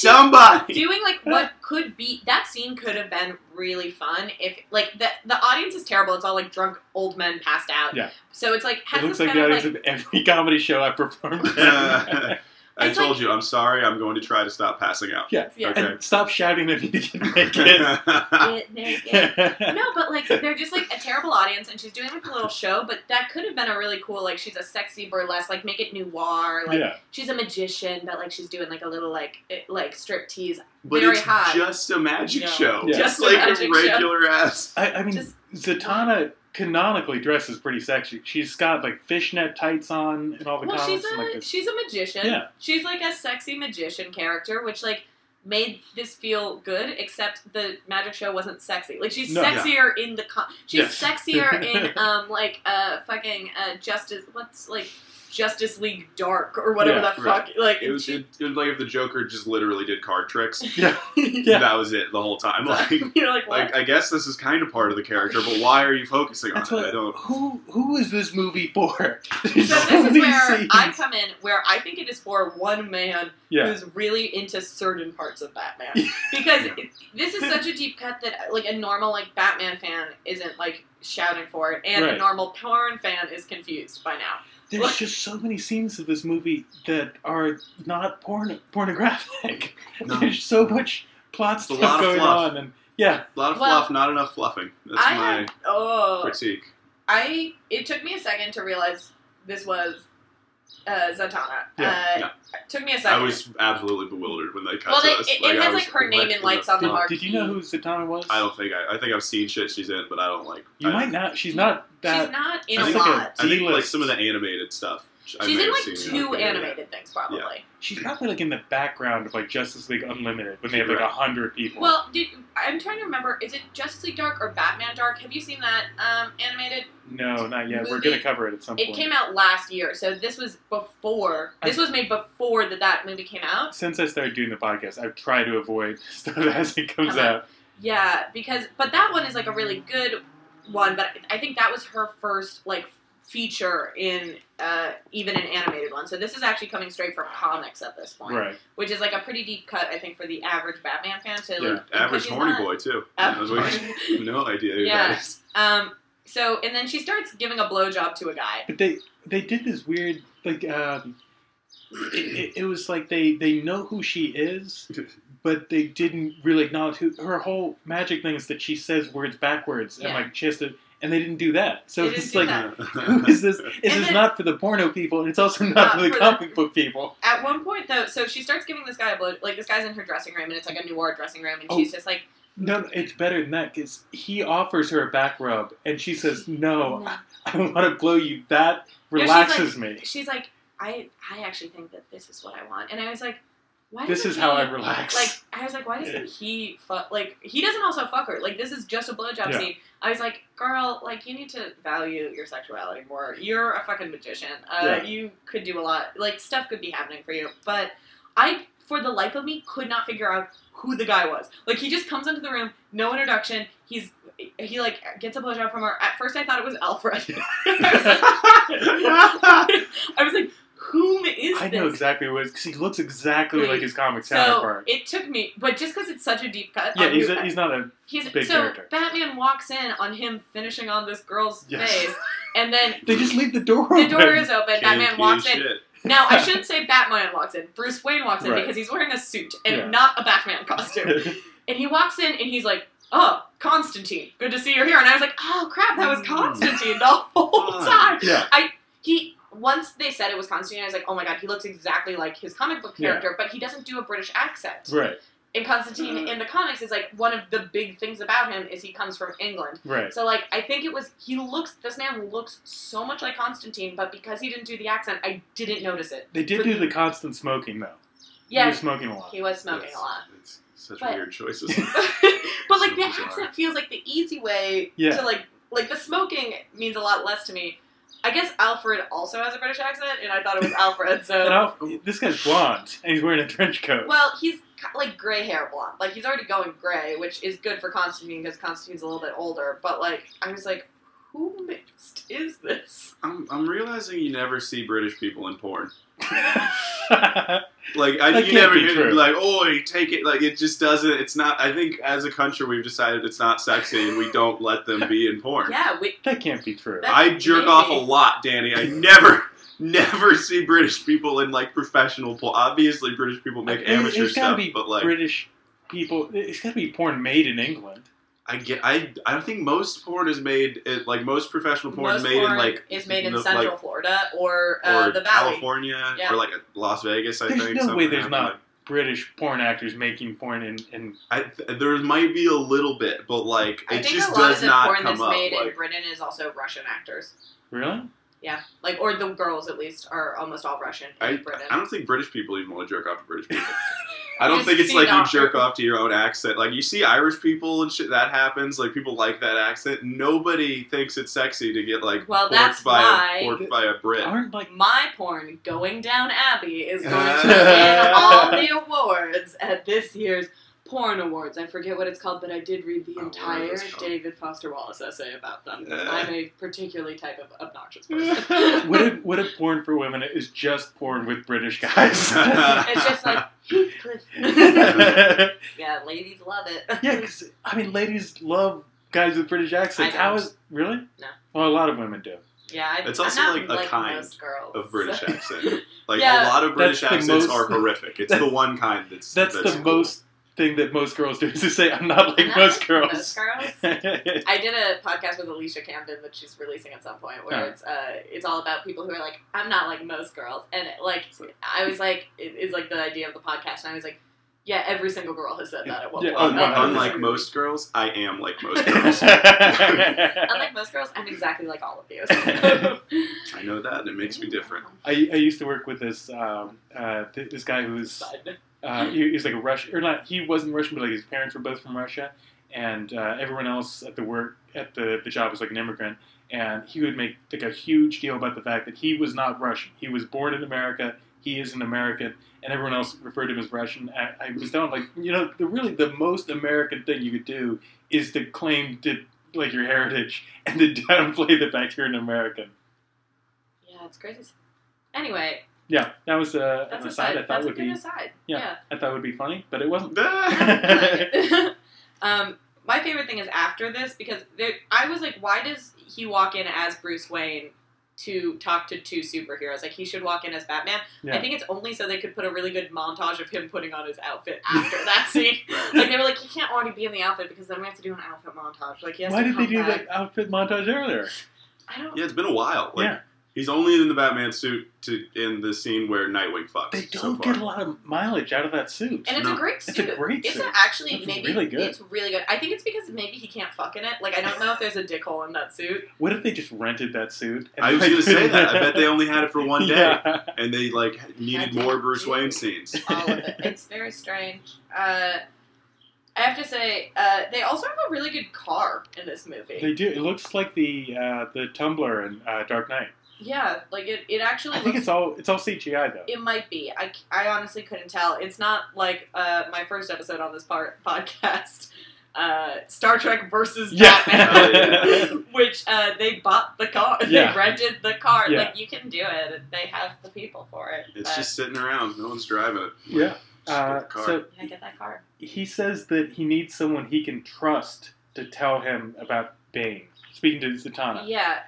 C: somebody.
D: doing like what could be that scene could have been really fun if like the the audience is terrible. It's all like drunk old men passed out.
B: Yeah.
D: So it's like has
B: It looks
D: this
B: like the
D: kind of
B: audience
D: like
B: of every comedy show I performed. in.
C: Uh, I
D: It's
C: told
D: like-
C: you, I'm sorry. I'm going to try to stop passing out.
D: Yeah.
C: Okay.
B: And stop shouting if you can make it.
D: Get naked. No, but like they're just like a terrible audience, and she's doing like a little show. But that could have been a really cool like she's a sexy burlesque, like make it noir, like
B: yeah.
D: she's a magician, but like she's doing like a little like it, like strip tease.
C: but
D: Very
C: it's
D: hot.
C: just a magic
E: No.
C: show.
B: Yeah.
D: Just
C: Just
D: a
C: like a,
D: magic show.
C: regular ass.
B: I, I mean,
D: Just-
B: Zatanna canonically dresses pretty sexy. She's got like fishnet tights on and all the
D: Well, she's
B: comics and like
D: a
B: this.
D: she's a magician.
B: Yeah.
D: She's like a sexy magician character, which like made this feel good. Except the magic show wasn't sexy. Like she's
B: No.
D: sexier in the con- she's
B: Yes.
D: sexier in um like uh fucking uh justice what's like Justice League Dark or whatever
B: Yeah,
D: the fuck
C: right.
D: like
C: It was,
D: she-
C: it, it was like if the Joker just literally did card tricks.
B: Yeah. yeah.
C: That was it the whole time. Like,
D: you're like what
C: like I guess this is kind of part of the character, but why are you focusing on
B: That's
C: it?
B: what-
C: I don't.
B: Who who is this movie for?
D: so this is where I come in, where I think it is for one man
B: yeah.
D: who's really into certain parts of Batman, because this is such a deep cut that like a normal like Batman fan isn't like shouting for it, and a
B: Right. normal
D: normal porn fan is confused by now.
B: There's just so many scenes of this movie that are not porn pornographic.
C: No.
B: There's so much plot
C: It's a
B: stuff
C: lot of
B: going
C: fluff.
B: on, and yeah,
C: A lot of
D: Well,
C: fluff, not enough fluffing. That's
D: I
C: my
D: had oh,
C: critique.
D: I it took me a second to realize this was uh, Zatanna.
B: Yeah,
D: uh,
C: yeah.
D: it Took me a
C: I
D: second.
C: was absolutely bewildered when they cut
D: Well,
C: to
D: they-
C: us.
D: it- it
C: I
D: has,
C: was
D: like, her name
C: what
D: in
C: the
D: lights on the
B: did,
C: fuck?
D: marquee.
B: did you know who Zatanna was?
C: I don't think I. I think I've seen shit she's in, but I don't like.
B: you
C: I,
B: might not. She's not that.
D: She's not in
B: I
D: a
B: think
D: lot.
B: a-
C: I think like
B: D-list.
C: some of the animated stuff. I
D: She's
C: may
D: in
C: have
D: like
C: seen, yeah.
D: two
C: Yeah.
D: animated things probably.
B: she's probably like in the background of like Justice League Unlimited when they have like a
C: Right.
B: hundred people.
D: Well, did I'm trying to remember? Is it Justice League Dark or Batman Dark? Have you seen that um, animated?
B: no, not yet. We're
D: movie-
B: gonna cover it at some
D: It
B: point.
D: came out last year, so this was before. This was made before that that movie came out.
B: Since I started doing the podcast, I've tried to avoid stuff as it comes
D: Uh-huh.
B: out.
D: Yeah, because but that one is like a really good one. But I think that was her first like feature in uh, even an animated one. So this is actually coming straight from comics at this point,
B: Right.
D: which is like a pretty deep cut, I think, for the average Batman fan to
C: Yeah,
D: like because
C: average
D: she's
C: horny
D: not-
C: boy too.
D: Average
C: Yeah,
D: horny
C: I have no idea who
D: Yeah.
C: that is.
D: Um. So and then she starts giving a blowjob to a guy.
B: But they they did this weird like um, it, it, it was like they they know who she is, but they didn't really acknowledge who her whole magic thing is that she says words backwards and
D: Yeah.
B: like she has to, and they didn't do that. So
D: They didn't
B: it's
D: do
B: like.
D: that.
B: Who is this? This
D: And
B: is
D: then-
B: not for the porno people, and it's also not,
D: Not
B: for the
D: for the-
B: comic book people.
D: At one point, though, so she starts giving this guy a blow. Like this guy's in her dressing room, and it's like a noir dressing room, and
B: Oh.
D: she's just like,
B: No, it's better than that because he offers her a back rub, and she says, "No,
D: "No."
B: I don't want to blow you." That
D: No, she's
B: relaxes me.
D: she's like, I, I actually think that this is what I want, and I was like, why?
B: This
D: doesn't
B: is how
D: he-
B: I relax.
D: Like, I was like, why doesn't he fuck? Like, he doesn't also fuck her. Like, this is just a blowjob
B: Yeah.
D: scene. I was like, girl, like you need to value your sexuality more. You're a fucking magician. Uh,
B: Yeah.
D: You could do a lot. Like, stuff could be happening for you, but I. For the life of me, could not figure out who the guy was. Like he just comes into the room, no introduction. He's he like gets a blowjob from her. At first, I thought it was Alfred. I was like, I was like, whom is
B: I
D: this?
B: know exactly what because he looks exactly
D: Wait,
B: like his comic
D: so um,
B: counterpart.
D: it took me, but just because it's such a deep cut,
B: Yeah,
D: on
B: he's,
D: who-
B: a, he's not a
D: he's-
B: big
D: so
B: character.
D: Batman walks in on him finishing on this girl's
B: Yes.
D: face, and then
B: They just leave the door
D: the
B: open.
D: door is open. Batman
C: Kinky
D: walks in.
C: shit.
D: Now I shouldn't say Batman walks in. Bruce Wayne walks in
B: Right.
D: because he's wearing a suit and
B: Yeah.
D: not a Batman costume. and he walks in and he's like, "Oh, Constantine, good to see you're here." And I was like, "Oh crap, that was
B: Hmm.
C: Mm.
D: Constantine the whole time."
C: Fun.
B: yeah,
D: he once they said it was Constantine, I was like, oh my god, he looks exactly like his comic book
B: Yeah.
D: character, but he doesn't do a British accent.
B: right, Hmm.
D: And Constantine in the comics is like one of the big things about him is he comes from England.
B: right.
D: So like I think it was he looks this man looks so much like Constantine, but because he didn't do the accent, I didn't notice it.
B: They did do the constant smoking though. he
D: Yeah,
B: was smoking a lot.
D: he was smoking
C: Yes.
D: a lot.
C: It's such
D: But-
C: weird choices.
D: but like the
C: So bizarre.
D: accent feels like the easy way
B: Yeah.
D: to like like the smoking means a lot less to me. I guess Alfred also has a British accent, and I thought it was Alfred, so
B: And I'll- this guy's blonde and he's wearing a trench coat.
D: Well, he's ki- like gray hair blonde. Like he's already going gray, which is good for Constantine because Constantine's a little bit older. But like, I was like, who mixed is this?
C: I'm, I'm realizing you never see British people in porn.
B: yeah,
C: Like I,
B: That
C: you
B: can't
C: never
B: be
C: hear
B: true.
C: like, "Oh, take it." Like it just doesn't. It's not. I think as a country, we've decided it's not sexy, and we don't let them be in porn.
D: Yeah, we,
B: that can't be true.
D: That-
C: I jerk off a
D: maybe.
C: lot, Danny. I never, never see British people in like professional porn. Obviously, British people make
B: There-
C: amateur
B: there's gotta
C: stuff,
B: be
C: but like
B: British people. It's got to be porn made in England.
C: I get, I, I don't think most porn is made it, like most professional porn
D: Most
C: is made
D: porn
C: in like
D: is made in
C: the-
D: Central
C: like,
D: Florida or, uh,
C: or
D: the Valley.
C: California
D: Yeah.
C: or like Las Vegas. I
B: There's
C: think
B: no
C: something
B: way there's
C: happened.
B: not. British porn actors making porn in, in
C: I, th- there might be a little bit, but like
D: I
C: it
D: think
C: just
D: a lot
C: does
D: of the
C: not
D: porn
C: come
D: that's
C: up.
D: made in
C: like,
D: Britain is also Russian actors.
B: really.
D: Like, or the girls at least are almost all Russian in
C: I,
D: Britain.
C: I don't think British people even want to jerk off to British people. I don't
D: Just
C: think it's
D: see
C: like you
D: doctor.
C: jerk off to your own accent. Like you see Irish people and shit that happens. Like people like that accent. Nobody thinks it's sexy to get like
D: Well,
C: porked
D: that's
C: by
D: why-
C: a, porked by a Brit.
B: Aren't like
D: My porn, Going Down Abbey, is going to win all the awards at this year's Porn Awards. I forget what it's called, but I did read the
C: Oh, what
D: entire
C: is it called?
E: David Foster Wallace essay about them.
C: Uh.
E: I'm a particularly type of obnoxious person.
B: what if what if porn for women is just porn with British guys?
D: It's just like Heathcliff.
B: yeah,
D: yeah, ladies love it.
B: because I mean, ladies love guys with British accents.
D: I
B: How
D: don't.
B: is really?
D: No.
B: Well, a lot of women do.
D: yeah, I,
C: It's
D: I'm
C: also
D: not
C: like a
D: liking
C: kind
D: most girls.
C: of British accent. Like
D: Yeah.
C: a lot of British
B: That's the
C: accents
B: most-
C: are horrific. It's the one kind that's
B: That's, the
C: cool.
B: most thing that most girls do is to say, "I'm not like
D: I'm not
B: most
D: liking
B: girls."
D: most girls. I did a podcast with Alicia Camden that she's releasing at some point where
B: Huh.
D: it's uh, it's all about people who are like I'm not like most girls and like I was like it is like the idea of the podcast and I was like yeah every single girl has said that at one
B: Yeah,
D: point
B: oh,
C: Un-
B: no, no,
C: unlike
B: no.
C: most girls, I am like most girls.
B: I,
D: unlike most girls I'm exactly like all of you
C: I know that, and it makes me different.
B: I used to work with this um, uh, th- this guy who's
E: But
B: uh, he, he's like a Russian, or not. He wasn't Russian, but like his parents were both from Russia, and uh, everyone else at the work at the, the job was like an immigrant. And he would make like a huge deal about the fact that he was not Russian. He was born in America. He is an American, and everyone else referred to him as Russian. I, I was down like you know the really the most American thing you could do is to claim to like your heritage and to downplay the fact you're an American.
D: yeah it's crazy anyway
B: Yeah, that was uh, a,
D: that's
B: an
D: a side
B: aside I thought
D: that's a
B: would
D: good
B: be
D: aside
B: Yeah.
D: yeah
B: I thought would be funny, but it wasn't.
D: um, my favorite thing is after this because there, I was like, why does he walk in as Bruce Wayne to talk to two superheroes? Like he should walk in as Batman.
B: Yeah.
D: I think it's only so they could put a really good montage of him putting on his outfit after that scene. Like they were like, he can't already be in the outfit because then we have to do an outfit montage. Like he has
B: Why
D: to
B: did they
D: come
B: do
D: back.
B: that outfit montage earlier?
D: I don't.
C: Yeah, it's been a while. Like,
B: Yeah.
C: He's only in the Batman suit to in the scene where Nightwing fucks.
B: They
C: so
B: don't
C: far.
B: get a lot of mileage out of that suit.
D: And it's a
C: No.
D: great
B: a
D: suit.
B: great
D: It's
B: suit.
D: a- actually
B: It's
D: maybe
B: really good.
D: it's really good. I think it's because maybe he can't fuck in it. Like I don't know if there's a dick hole in that suit.
B: what if they just rented that suit? and
C: I was
B: like-
C: gonna say that. I bet they only had it for one day,
B: Yeah.
C: and they like needed more Bruce Wayne scenes.
D: all of it. It's very strange. Uh, I have to say, uh, they also have a really good car in this movie.
B: They do. It looks like the uh, the tumbler in uh, Dark Knight.
D: yeah, like it, it actually
B: I think
D: looks.
B: it's all it's all CGI though.
D: It might be. I, c- I honestly couldn't tell. It's not like uh, my first episode on this part, podcast, uh, Star Trek versus Batman,
B: yeah.
D: which uh, they bought the car.
B: Yeah.
D: They rented the car.
B: Yeah.
D: Like, you can do it. They have the people for it.
C: It's
D: but-
C: just sitting around. No one's driving it.
B: Yeah. Uh,
C: Just get the car.
B: so
D: Yeah, get that car.
B: he says that he needs someone he can trust to tell him about Bane. Speaking to Zatanna,
D: Yeah,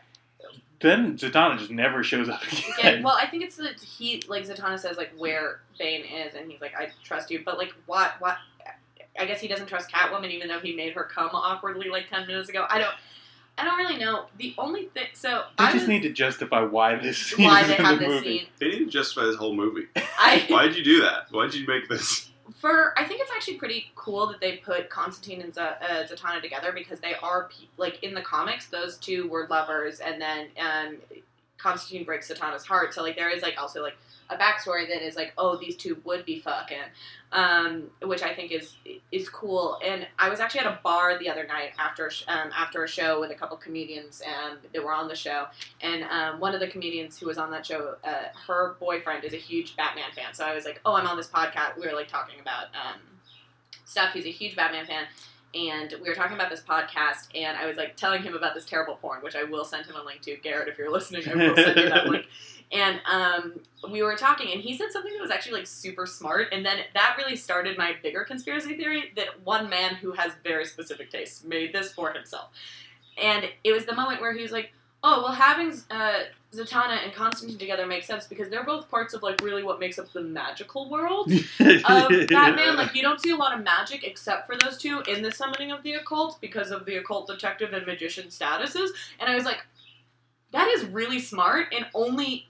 B: then Zatanna just never shows up
D: Yeah,
B: again.
D: well, I think it's that he like Zatanna says like where Bane is, and he's like, I trust you, but like what what? I guess he doesn't trust Catwoman, even though he made her come awkwardly like ten minutes ago. I don't, I don't really know. The only thing, so
B: They
D: I
B: just
D: was,
B: need to justify why this scene
D: why
B: is
D: they
B: in
D: have
B: the
D: this
B: movie.
D: scene.
C: They didn't justify this whole movie.
D: I
C: Why'd you do that? Why'd you make this?
D: for I think it's actually pretty cool that they put Constantine and Z- uh, Zatanna together because they are pe- like in the comics, those two were lovers, and then um, Constantine breaks Satana's heart. So like there is like also like a backstory that is like oh these two would be fucking, um, which I think is is cool. And I was actually at a bar the other night after a sh- um, after a show with a couple comedians um, that were on the show, and um, one of the comedians who was on that show, uh, her boyfriend is a huge Batman fan. So I was like oh I'm on this podcast. We were like talking about um, stuff. He's a huge Batman fan. And we were talking about this podcast, and I was like telling him about this terrible porn, which I will send him a link to. Garrett, if you're listening, I will send you that link. And um, we were talking, and he said something that was actually like super smart. And then that really started my bigger conspiracy theory that one man who has very specific tastes made this for himself. And it was the moment where he was like, Oh well, having uh, Zatanna and Constantine together makes sense because they're both parts of like really what makes up the magical world of Batman. Like you don't see a lot of magic except for those two in the summoning of the occult because of the occult detective and magician statuses. And I was like, that is really smart. And only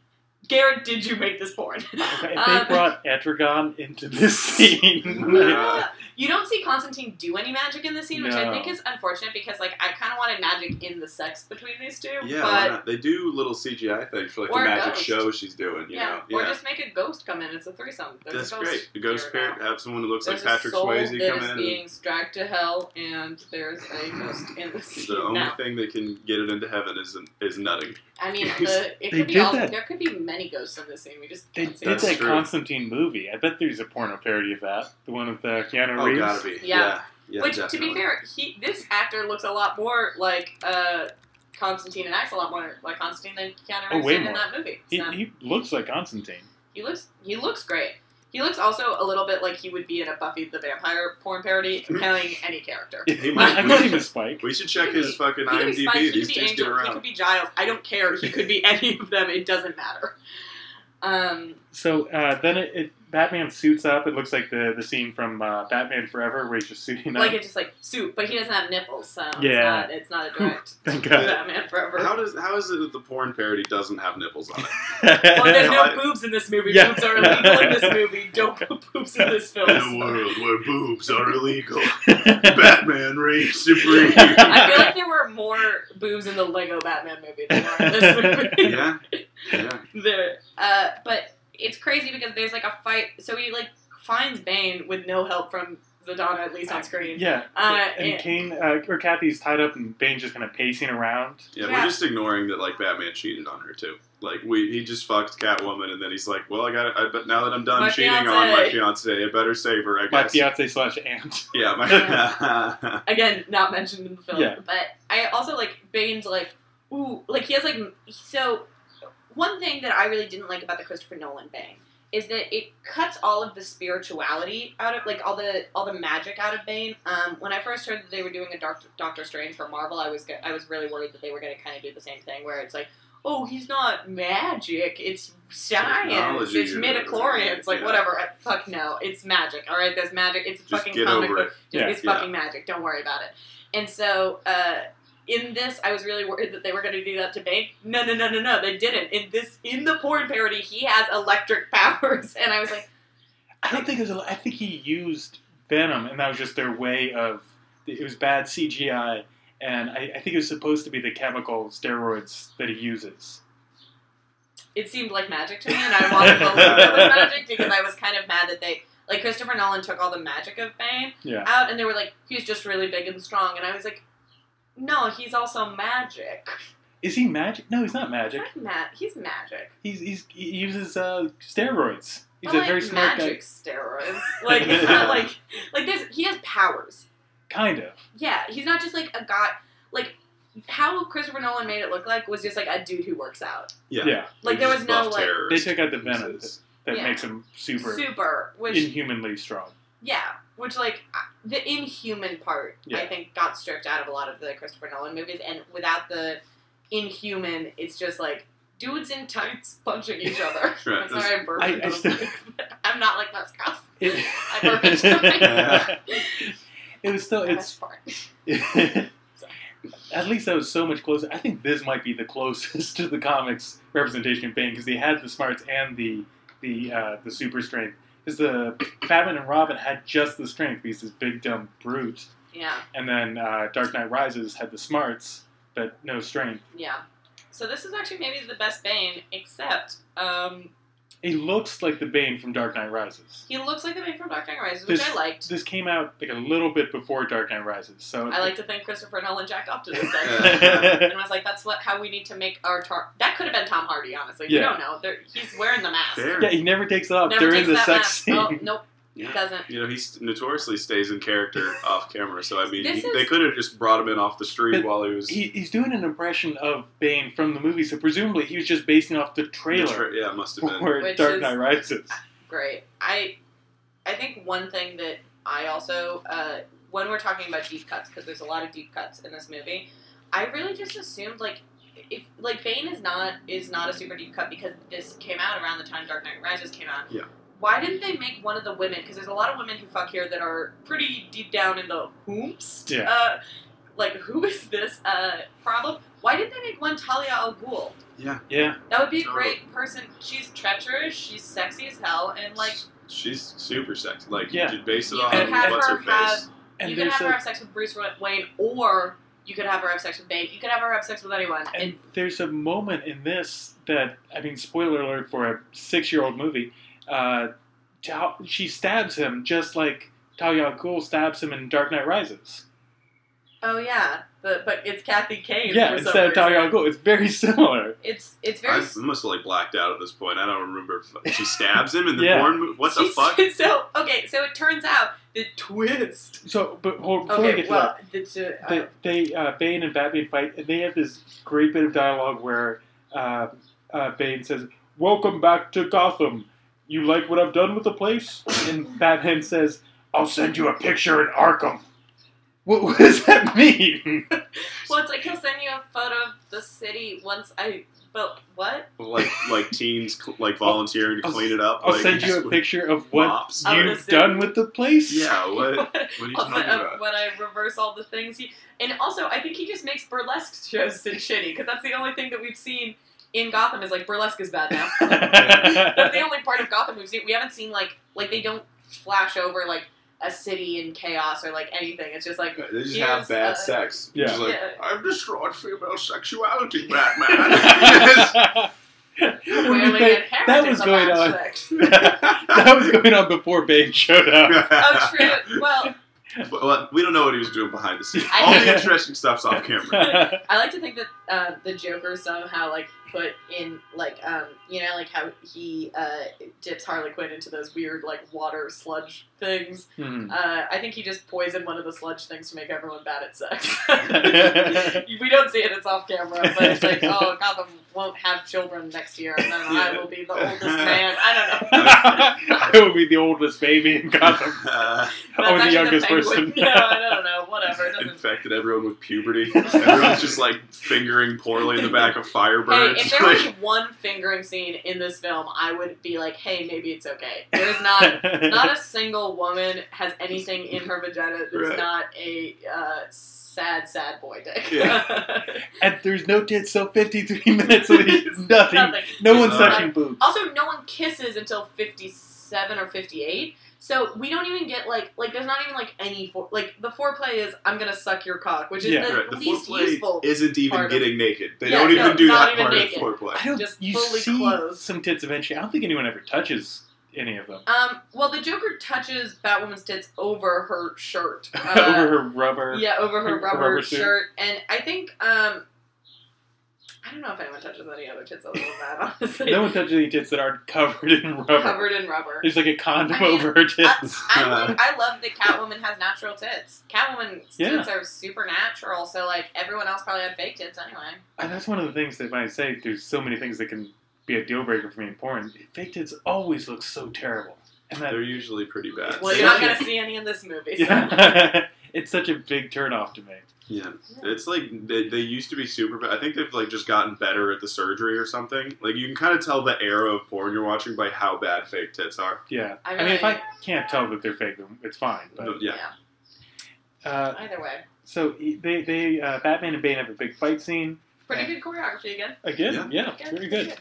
D: Garrett, did you make this porn?
B: Okay, if
D: Um,
B: they brought Etragon into this scene.
C: Yeah.
D: You don't see Constantine do any magic in this scene, which I
B: No.
D: think is unfortunate because like I kind of wanted magic in the sex between these two.
C: Yeah,
D: but
C: why not? they do little CGI things for like the
D: Or a
C: magic
D: ghost.
C: show she's doing. You
D: yeah,
C: know,
D: or
C: yeah,
D: just make a ghost come in. It's a threesome. There's
C: that's
D: a ghost
C: great. A ghost
D: here
C: spirit,
D: now.
C: have someone who looks
D: There's
C: like
D: a
C: Patrick
D: soul
C: Swayze
D: that
C: come
D: is
C: in.
D: being dragged to hell, and there's a ghost in the
C: and
D: scene
C: the only
D: now.
C: thing that can get it into heaven is is nutting.
E: I mean,
B: Because
E: the, it
B: they
E: could be
B: did
E: all,
B: that.
E: there could be many ghosts in this scene. We just
B: They
E: can't see
B: did
C: That's
B: that
C: true.
B: Constantine movie. I bet there's a porno parody of that. The one with uh, Keanu
C: Oh,
B: Reeves.
C: gotta be.
D: Yeah.
C: Yeah. yeah
D: Which,
C: definitely.
D: to be fair, he this actor looks a lot more like uh, Constantine and acts a lot more like Constantine than Keanu
B: Oh,
D: Reeves
B: way
D: did in
B: more.
D: that movie.
B: He,
D: So, he,
B: he looks like Constantine.
D: looks he looks great. He looks also a little bit like he would be in a Buffy the Vampire porn parody, playing any character.
C: He might-
B: I bet he was Spike.
C: we should check his fucking
D: He could be
C: IMDb.
D: Spike, he
C: These
D: could be
C: dudes get
D: Angel, he could
C: around.
D: be Giles. I don't care. He could be any of them. It doesn't matter. Um,
B: So uh, then it, it Batman suits up. It looks like the, the scene from uh, Batman Forever where he's just suiting up.
D: Like it's just like soup, but he doesn't have nipples, so
B: Yeah.
D: it's, not, it's not a direct
B: Thank God.
D: Batman forever.
C: How does how is it that the porn parody doesn't have nipples on it?
D: well, there's
C: Yeah.
D: no boobs in this movie.
B: Yeah.
D: Boobs are illegal in this movie. Don't put boobs in this film.
C: In a world where boobs are illegal, Batman reigns supreme.
D: I feel like there were more boobs in the Lego Batman movie than there were in this movie.
C: yeah, yeah.
D: there. Uh, but it's crazy because there's like a fight. So he like finds Bane with no help from Zatanna, at least on screen.
B: yeah.
D: Uh,
B: and
D: it-
B: Kane uh, or Kathy's tied up and Bane's just kind of pacing around.
C: Yeah,
D: Yeah.
C: we're just ignoring that like Batman cheated on her too. Like we, he just fucked Catwoman, and then he's like, "Well, I got, I but now that I'm done
D: My
C: cheating on my
D: fiancé.
C: fiance, I better save her." I
B: My
C: guess.
B: fiance slash aunt.
C: yeah, my.
D: again not mentioned in the film
B: Yeah.
D: but i also like bane's like ooh like he has like m- so one thing that i really didn't like about the christopher nolan bane is that it cuts all of the spirituality out of like all the all the magic out of bane um, when i first heard that they were doing a doctor, doctor strange for marvel i was go- i was really worried that they were going to kind of do the same thing where it's like Oh, he's not magic. It's science.
C: Technology
D: It's
C: or
D: midichlorians. Like,
C: whatever, yeah.
D: whatever. I- Fuck no. It's magic. All right? There's magic. It's a
C: Just
D: fucking
C: get
D: comic
C: over
D: book
C: it.
D: just
B: Yeah,
D: it's
C: yeah.
D: fucking magic. Don't worry about it. And so uh, in this, I was really worried that they were going to do that to Bane. No, no, no, no, no. They didn't. In this, in the porn parody, he has electric powers, and I was like,
B: I don't think it was. a- I think he used Venom, and that was just their way of. It was bad CGI, and I, I think it was supposed to be the chemical steroids that he uses.
D: it seemed like magic to me, and I wanted to believe it was magic because I was kind of mad that they. Like Christopher Nolan took all the magic of Bane
B: Yeah.
D: out, and they were like, "He's just really big and strong," and I was like, "No, he's also magic.
B: Is he magic? No, he's not
D: He's
B: magic.
D: not ma- he's magic.
B: He's, he's he uses uh, steroids. He's
D: But,
B: a very
D: like,
B: smart
D: magic steroids. Like it's not like like this. He has powers.
B: guy. Kind of.
D: Yeah, he's not just like a guy. Like how Christopher Nolan made it look like was just like a dude who works out.
C: yeah,
B: Yeah.
D: Like there was no like
B: They took out the venom that, that
D: Yeah.
B: makes him super,
D: super, which
B: inhumanly strong.
D: yeah, which like I- the inhuman part I
B: Yeah.
D: think got stripped out of a lot of the Christopher Nolan movies, and without the inhuman, it's just like dudes in tights punching each other. I'm sorry, I'm
B: I- I
D: burping. but I'm
B: still-
D: like- I'm not like Muskow.
B: It,
D: I perfect.
B: it was still it's
D: That's part.
B: At least that was so much closer. I think this might be the closest to the comics representation of Bane because they had the smarts and the the uh, the super strength. Because the Batman and Robin had just the strength. He's this big dumb brute,
D: Yeah.
B: and then uh, Dark Knight Rises had the smarts but no strength.
D: Yeah. So this is actually maybe the best Bane, except um,
B: He looks like the Bane from Dark Knight Rises.
D: he looks like the Bane from Dark Knight Rises, which
B: This-
D: I liked.
B: This came out like a little bit before Dark Knight Rises, so
D: I like to think Christopher Nolan jacked off to this thing.
C: Yeah.
D: and was like, that's what how we need to make our tar- that could have been Tom Hardy, honestly. We
B: Yeah.
D: don't know. There he's wearing the mask.
C: Fair.
B: yeah, he never takes it off
D: Never
B: during
D: takes
B: the
D: that
B: sex
D: mask.
B: scene.
D: Oh nope,
C: Yeah.
D: doesn't.
C: You know, he st- notoriously stays in character off camera, so I mean,
D: This
C: he-
D: is-
C: they could have just brought him in off the street
B: But
C: while he was.
B: He, he's doing an impression of Bane from the movie, so presumably he was just basing off the
C: the
B: trailer
C: tra- yeah, must have been.
B: for
D: Which
B: Dark
D: is-
B: Knight Rises.
D: Great. I I think one thing that I also uh, when we're talking about deep cuts because there's a lot of deep cuts in this movie, I really just assumed like if like Bane is not is not a super deep cut because this came out around the time Dark Knight Rises came out.
C: Yeah.
D: Why didn't they make one of the women? Because there's a lot of women who fuck here that are pretty deep down in the whomst.
B: Yeah.
D: Uh, like who is this uh, problem? Why didn't they make one Talia al Ghul?
C: Yeah.
B: Yeah.
D: That would be a
C: Totally.
D: great person. She's treacherous. She's sexy as hell, and like
C: she's super sexy. Like,
B: Yeah.
C: you base it
D: You
C: on
B: could have
C: what's
D: her
C: her face.
B: And
D: you could
B: there's
D: have
B: a,
D: her have sex with Bruce Wayne, or you could have her have sex with Bane. You could have her have sex with anyone.
B: And there's a moment in this that I mean, spoiler alert for a six-year-old movie. Uh, Tao- she stabs him just like Tao Yao Cool stabs him in Dark Knight Rises.
D: oh yeah, but but it's Kathy Kane.
B: yeah,
D: for some
B: instead of Tao
D: reason.
B: Yao Cool, it's very similar.
D: It's it's very.
C: I must have like blacked out at this point. I don't remember. If, she stabs him in the
B: Yeah.
C: porn movie. What the
D: she's-
C: fuck?
D: So okay, so it turns out the twist.
B: So, but hold, before we
D: Okay,
B: get to that,
D: well, the, the,
B: they, they uh, Bane and Batman fight, and they have this great bit of dialogue where uh, uh, Bane says, "Welcome back to Gotham. You like what I've done with the place?" And Batman says, "I'll send you a picture in Arkham." What, what does that mean?
D: well, it's like he'll send you a photo of the city once I. But what?
C: Like like teens cl- like volunteering to
B: I'll-
C: clean it up.
B: I'll
C: like,
B: send you
C: with
B: a picture of what
C: mops?
D: I'll
B: you've
D: just-
B: done with the place.
C: Yeah. What?
D: What?
C: What are you
D: Also,
C: talking
D: uh,
C: about?
D: when I reverse all the things he, and also I think he just makes burlesque shows and shitty because that's the only thing that we've seen in Gotham is like burlesque is bad now. that's the only part of Gotham we've seen. We haven't seen like like they don't flash over like a city in chaos or like anything. It's just like
C: They just
D: Here's,
C: have bad
D: uh,
C: sex.
B: Yeah.
C: Just like,
D: Yeah.
C: I've destroyed female sexuality, Batman. Yes.
D: wailing and hammering
B: that was
D: is a
B: going
D: bad
B: on.
D: sex.
B: that was going on before Bane showed up.
D: Oh, true. Well,
C: But, well, we don't know what he was doing behind the scenes.
D: I-
C: All the interesting stuff's off camera.
D: I like to think that uh, the Joker somehow like put in like um you know like how he uh, dips Harley Quinn into those weird like water sludge things.
B: Hmm.
D: Uh, I think he just poisoned one of the sludge things to make everyone bad at sex. we don't see it; it's off camera. But it's like, oh, Gotham won't have children next year, and then I will be the oldest man. I don't know.
B: I will be the oldest baby in Gotham.
C: Uh,
D: That's
B: or the
D: actually
B: youngest person.
D: penguin. No, I don't know. Whatever. It doesn't.
C: infected everyone with puberty. Everyone's just like fingering poorly in the back of
D: Hey,
C: Firebirds.
D: if there was
C: Like,
D: one fingering scene in this film, I would be like, "Hey, maybe it's okay." There's not Uh, not a single woman has anything in her vagina that's
C: Right.
D: not a uh, sad, sad boy dick.
C: Yeah.
B: and there's no tits, so 53 minutes of these, nothing.
D: Nothing.
B: No one's
C: Uh,
B: touching boobs.
D: Also, no one kisses until fifty-seven or fifty-eight. So we don't even get like like there's not even like any for, like the foreplay is I'm gonna suck your cock, which is
B: Yeah.
D: the,
C: right, the
D: least
C: foreplay
D: useful.
C: isn't even
D: part of-
C: getting naked. They
D: Yeah,
C: don't even
D: no,
C: do
D: not
C: that
D: even
C: part
D: naked.
C: of foreplay.
B: I don't.
D: just
B: you
D: fully
B: see
D: clothed.
B: some tits eventually. I don't think anyone ever touches any of them
D: um, well, the Joker touches Batwoman's tits over her shirt.
B: over
D: Uh,
B: her rubber.
D: Yeah, over her
B: her
D: rubber,
B: rubber suit.
D: shirt, and I think um, I don't know if anyone touches any other tits other than that. Honestly,
B: No one touches any tits that aren't covered in rubber.
D: covered in rubber.
B: There's like a condom
D: I mean,
B: over her
D: Uh, I,
B: tits.
D: I love, I love that Catwoman has natural tits. Catwoman's
B: Uh, Yeah.
D: tits are supernatural, so like everyone else probably had fake tits anyway.
B: and that's one of the things that when I say there's so many things that can be a deal breaker for me in porn. Fake tits always look so terrible, and that
C: They're usually pretty bad.
D: Well, you're not gonna see any in this movie. So.
B: Yeah. it's such a big turnoff to me.
C: Yeah, it's like they, they used to be super. Bad. I think they've like just gotten better at the surgery or something. Like you can kind of tell the era of porn you're watching by how bad fake tits are.
B: Yeah.
D: I
B: I,
D: really,
B: mean, if I can't tell that they're fake, then it's fine. But
C: yeah,
B: uh,
D: either way,
B: so they, they uh, Batman and Bane have a big fight scene
D: pretty good choreography again.
B: again. Yeah,
D: Yeah,
B: very good.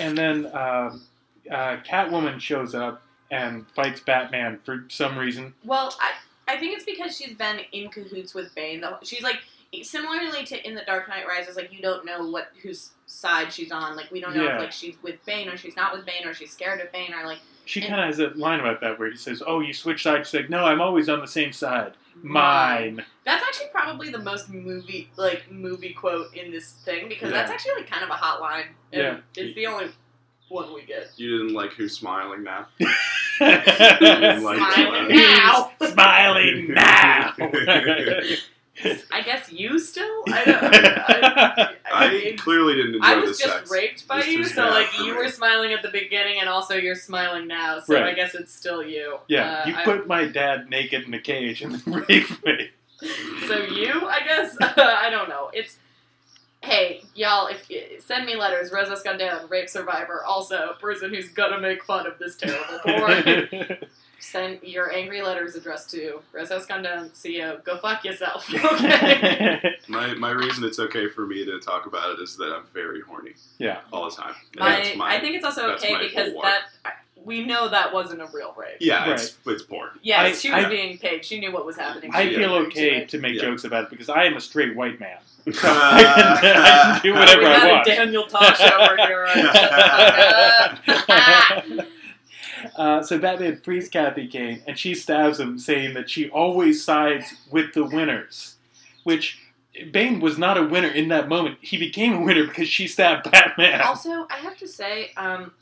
B: And then um, uh, Catwoman shows up and fights Batman for some reason.
D: Well, I, I think it's because she's been in cahoots with Bane. The, she's like similarly to in the Dark Knight Rises, like you don't know what whose side she's on. Like we don't know
B: Yeah.
D: if like she's with Bane or she's not with Bane or she's scared of Bane or like
B: She
D: And-
B: kind of has a line about that where he says, "Oh, you switch sides." She's like, "No, I'm always on the same side. Mine."
D: That's actually probably the most movie like movie quote in this thing because
B: Yeah.
D: that's actually like kind of a hot line. and
B: Yeah.
D: it's the only one we get.
C: you didn't like who's smiling now.
B: Smiling
C: Like,
D: Smiling
C: uh,
D: now.
B: Smiling now.
D: I guess you still. I don't. I, I,
C: I clearly didn't enjoy
D: I
C: the
D: was just
C: sex.
D: raped by
C: This
D: you,
C: was
D: so
C: bad
D: like
C: for
D: you
C: me.
D: were smiling at the beginning, and also you're smiling now. So I
B: Right.
D: guess it's still you.
B: Yeah,
D: Uh,
B: you
D: I-
B: put my dad naked in a cage and then raped me.
D: so you, I guess. I don't know. It's Hey, y'all, if send me letters, Rosa Scandan, rape survivor, also person who's gonna make fun of this terrible porn. send your angry letters addressed to Rosa Scandan, CEO. E Go fuck yourself. Okay.
C: My, my reason it's okay for me to talk about it is that I'm very horny
B: yeah.
C: all the time. And
D: my,
C: that's
D: I think it's also
C: that's
D: okay
C: my
D: because
C: bulwark.
D: that we know that wasn't a real rape.
C: yeah, it's it's porn.
D: Yeah,
B: I-
D: she was
B: I-
D: being paid. She knew what was happening.
B: I
D: She
B: feel
D: agreed to
B: okay
D: it.
B: to make
C: Yeah.
B: jokes about it because I am a straight white man. So I, can, I can do
D: We
B: whatever I
D: got
B: want.
D: a Daniel Tosh over here. Shut the fuck up.
B: Uh, so Batman frees Kathy Kane, and she stabs him, saying that she always sides with the winners. Which Bane was not a winner in that moment. He became a winner because she stabbed Batman.
D: Also, I have to say, um,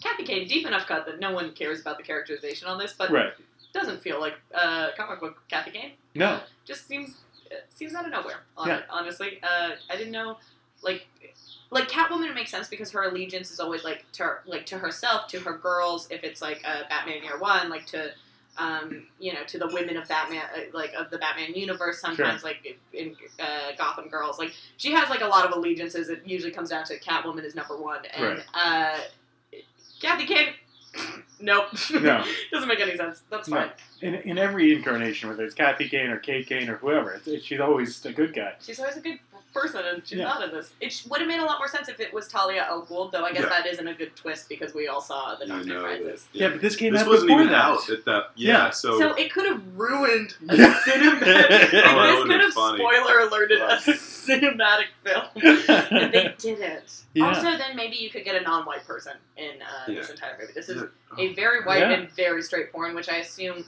D: Kathy Kane, deep enough cut that no one cares about the characterization on this, but
B: right?
D: doesn't feel like uh, comic book Kathy Kane.
B: No.
D: Just seems uh, seems out of nowhere. On
B: Yeah.
D: it, honestly, uh, I didn't know. Like, like Catwoman, it makes sense because her allegiance is always like to her, like to herself, to her girls. If it's like uh, Batman Year One, like to. Um, you know, to the women of Batman, uh, like of the Batman universe, sometimes like in uh, Gotham Girls, like she has like a lot of allegiances. It usually comes down to Catwoman is number one, and uh, Kathy Kane, nope,
B: No.
D: doesn't make any sense. That's
B: No.
D: fine.
B: In, in every incarnation, whether it's Kathy Kane or Kate Kane or whoever, it's, it's- she's always a good guy.
D: She's always a good person, and she's
B: Yeah.
D: not in this. It sh- would have made a lot more sense if it was Talia al Ghul, though. I guess
C: Yeah.
D: that isn't a good twist because we all saw the
C: You
D: Dark Knight
C: know,
D: Rises.
B: Yeah, but this came
C: this
B: out
C: wasn't
B: before
C: even
B: that.
C: out at that. Yeah,
B: Yeah.
C: so,
D: So it could have ruined a
B: Yeah. Oh,
D: cinematic.
C: that
D: this
C: would've
D: could
C: been
D: have
C: funny.
D: spoiler alerted a
C: Right.
D: cinematic film, and they didn't.
B: Yeah.
D: Also, then maybe you could get a non-white person in uh, this
C: Yeah.
D: entire movie. This is
C: Yeah.
D: a very white
B: Yeah.
D: and very straight porn, which I assume.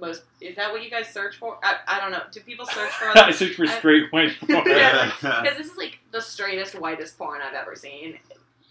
D: Most is that what you guys search for? I, I don't know. Do people search for? on
B: I searched for
D: I-
B: straight white porn.
D: Yeah. Because this is like the straightest, whitest porn I've ever seen.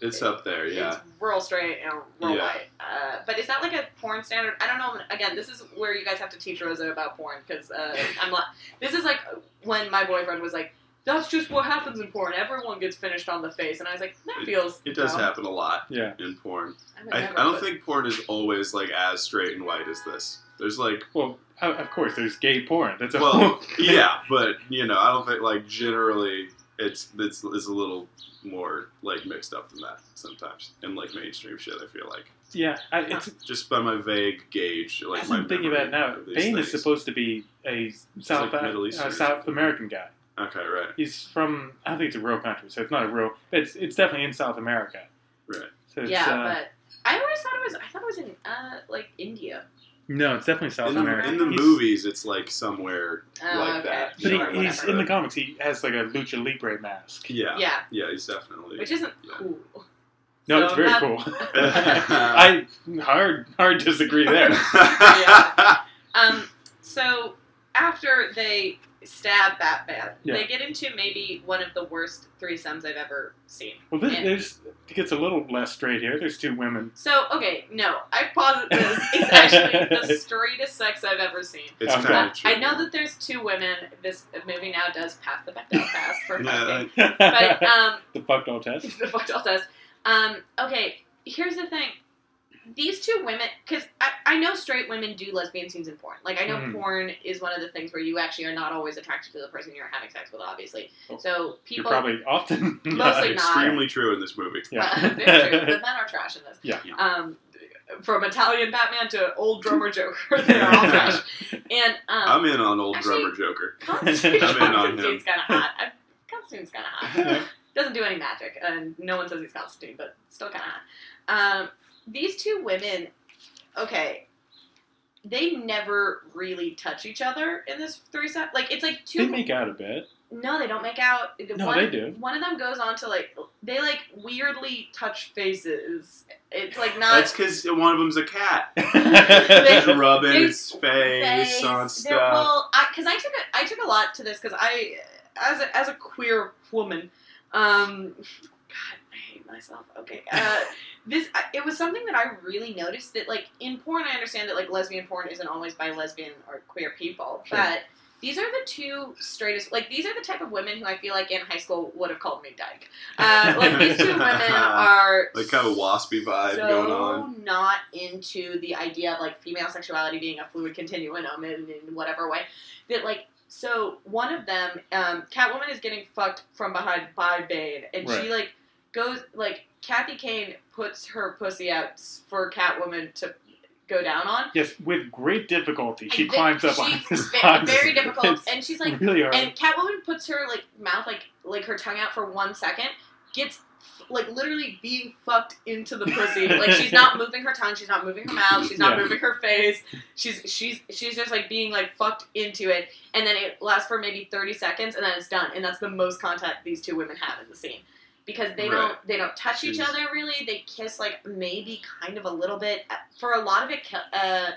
C: it's up there. Yeah,
D: It's real straight and real
C: Yeah.
D: white. Uh, but is that like a porn standard? I don't know. Again, this is where you guys have to teach Rosa about porn because uh, I'm like, this is like when my boyfriend was like, "That's just what happens in porn. Everyone gets finished on the face," and I was like, "That feels."
C: it does
D: no,
C: happen a lot
B: Yeah.
C: in porn.
D: I, would
C: I, I
D: never
C: don't
D: put-
C: think porn is always like as straight and white as this. There's like
B: Well, o- of course, there's gay porn. That's a
C: well, yeah, but you know, I don't think like generally it's it's, it's a little more like mixed up than that sometimes in like mainstream shit. I feel like
B: yeah. I, it's,
C: just by my vague gauge, like
B: as
C: my
B: I'm thinking about
C: memory
B: it now,
C: of these
B: Bane is
C: things.
B: supposed to be a South
C: like
B: Af-
C: Middle
B: uh,
C: Eastern or
B: South
C: something.
B: American guy.
C: okay, right,
B: He's from I don't think it's a real country, so it's not a real. It's it's definitely in South America.
C: right.
B: So it's,
D: yeah,
B: uh,
D: but I always thought it was. I thought it was in uh, like India.
B: no, it's definitely South
C: In,
B: America.
C: in the
B: He's-
C: movies, it's like somewhere
D: Oh,
C: like
D: okay.
C: that.
B: but
C: you
B: he,
C: know,
D: Sure,
B: he's
C: whatever.
B: in the comics. He has like a lucha libre mask.
C: yeah, yeah,
D: Yeah,
C: he's definitely
D: which isn't
C: Yeah.
D: cool.
B: No,
D: So
B: it's very
D: that-
B: cool. I hard hard disagree there.
D: Yeah. Um, so after they stab Batman,
B: Yeah.
D: they get into maybe one of the worst threesomes I've ever seen.
B: Well, this,
D: Yeah.
B: there's it gets a little less straight here. There's two women.
D: So okay, no, I posit this is actually the straightest sex I've ever seen.
C: It's
B: Okay.
C: kind
D: Uh,
C: of true.
D: I know that there's two women. This movie now does pass the Bechdel test for fucking, but
B: the
D: um,
B: fuck doll test.
D: the Bechdel test. Um, okay, here's the thing. These two women, because I, I know straight women do lesbian scenes in porn. Like, I know
B: Mhm.
D: porn is one of the things where you actually are not always attracted to the person you're having sex with, obviously.
B: Oh.
D: So,
B: You're
D: people.
B: probably often
D: Mostly
B: not.
D: not.
C: extremely true in this movie.
D: Uh,
B: Yeah.
D: very true. The men are trash in this.
B: Yeah.
C: Yeah.
D: Um, from Italian Batman to old drummer Joker, they're all trash. And um,
C: I'm in on old
D: actually-
C: drummer Joker.
D: Constantine
C: I'm in on
D: Constantine's
C: him.
D: kind of hot. I, Constantine's kind of hot. doesn't do any magic, and no one says he's Constantine, but still kind of hot. Um, these two women, okay, they never really touch each other in this threesome. Like it's like two.
B: They make out a bit.
D: no, they don't make out. The
B: No,
D: one,
B: they do.
D: One of them goes on to like they like weirdly touch faces. It's like
C: That's
D: not.
C: because one of them's a cat.
D: They-
C: Just rubbing
D: they-
C: its face on
D: Face. They're-
C: stuff.
D: Well, because I, took a, I took a lot to this because I, as a, as a queer woman, um, God, I hate myself. Okay, uh, this I- it was something that I really noticed that like in porn, I understand that like lesbian porn isn't always by lesbian or queer people,
B: Sure.
D: but. These are the two straightest. Like these are the type of women who I feel like in high school would have called me dyke. Uh, like these two women are
C: Like kind of a waspy vibe
D: so
C: going on.
D: not into the idea of like female sexuality being a fluid continuum in, in whatever way that like So one of them, um, Catwoman is getting fucked from behind by Bane, and she
B: Right.
D: like goes like Kathy Kane puts her pussy out for Catwoman to go down on.
B: Yes, with great difficulty, she
D: And ve-
B: climbs up
D: she's
B: on this
D: ve-
B: box.
D: very difficult,
B: It's
D: and she's like,
B: really hard.
D: and Catwoman puts her like mouth like like her tongue out for one second, gets like literally being fucked into the pussy. like she's not moving her tongue, she's not moving her mouth, she's not
B: Yeah.
D: moving her face. She's she's she's just like being like fucked into it, and then it lasts for maybe thirty seconds, and then it's done. And that's the most contact these two women have in the scene. Because they don't they don't touch each
C: She's-
D: other really. They kiss like maybe kind of a little bit. Uh, For a lot of it, Ca- uh,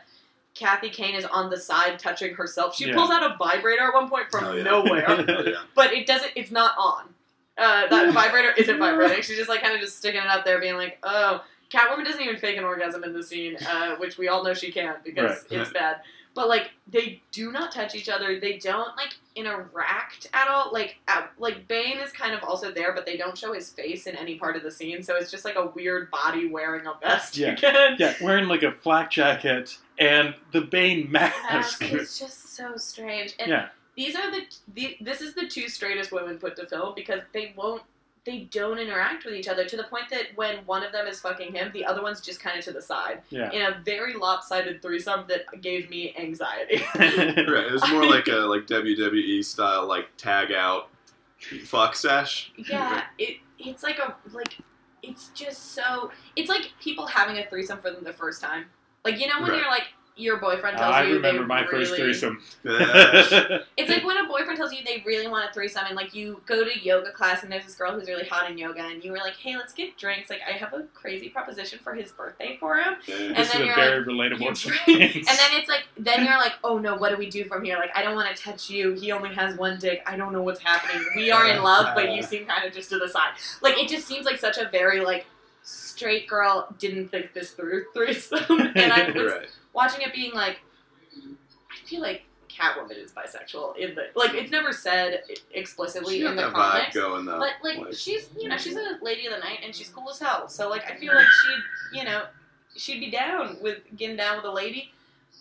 D: Kathy Kane is on the side touching herself. She
B: Yeah.
D: pulls out a vibrator at one point from
C: Hell Oh, yeah.
D: nowhere,
C: Hell yeah.
D: but it doesn't. It's not on. Uh, that vibrator isn't vibrating. She's just like kind of just sticking it up there, being like, "Oh." Catwoman doesn't even fake an orgasm in the scene, uh, which we all know she can because
C: Right.
D: it's bad. But like, they do not touch each other. They don't like interact at all. Like, at, like Bane is kind of also there, but they don't show his face in any part of the scene. So it's just like a weird body wearing a vest
B: Yeah.
D: again.
B: yeah, wearing like a flak jacket and the Bane mask.
D: It's just so strange. And
B: yeah,
D: these are the, the this is the two straightest women put to film because they won't they don't interact with each other to the point that when one of them is fucking him the other one's just kind of to the side
B: yeah.
D: in a very lopsided threesome that gave me anxiety
C: Right, it was more like a like WWE style like tag out fuck sesh.
D: yeah it it's like a like it's just so it's like people having a threesome for them the first time like you know when
C: Right.
D: you're like your boyfriend tells
B: Uh, I
D: you they
B: remember my first
D: really-
B: threesome.
C: Uh,
D: It's like when a boyfriend tells you they really want a threesome, and like you go to yoga class, and there's this girl who's really hot in yoga, and you were like, "Hey, let's get drinks." Like, I have a crazy proposition for his birthday for him,
C: yeah.
B: this is
D: then
B: a
D: you're
B: very
D: you-
B: relatable
D: and
B: experience.
D: then it's like, then you're like, "Oh no, what do we do from here?" Like, I don't want to touch you. He only has one dick. I don't know what's happening. We are in love, but you seem kind of just to the side. Like, it just seems like such a very like straight girl didn't think this through threesome, and I was
C: right.
D: watching it being like, I feel like Catwoman is bisexual in the like it's never said explicitly
C: She
D: in
C: got
D: the
C: that vibe
D: comics,
C: going though.
D: but like
C: Like,
D: she's you know she's a lady of the night and she's cool as hell. So like I feel like she'd you know she'd be down with getting down with a lady.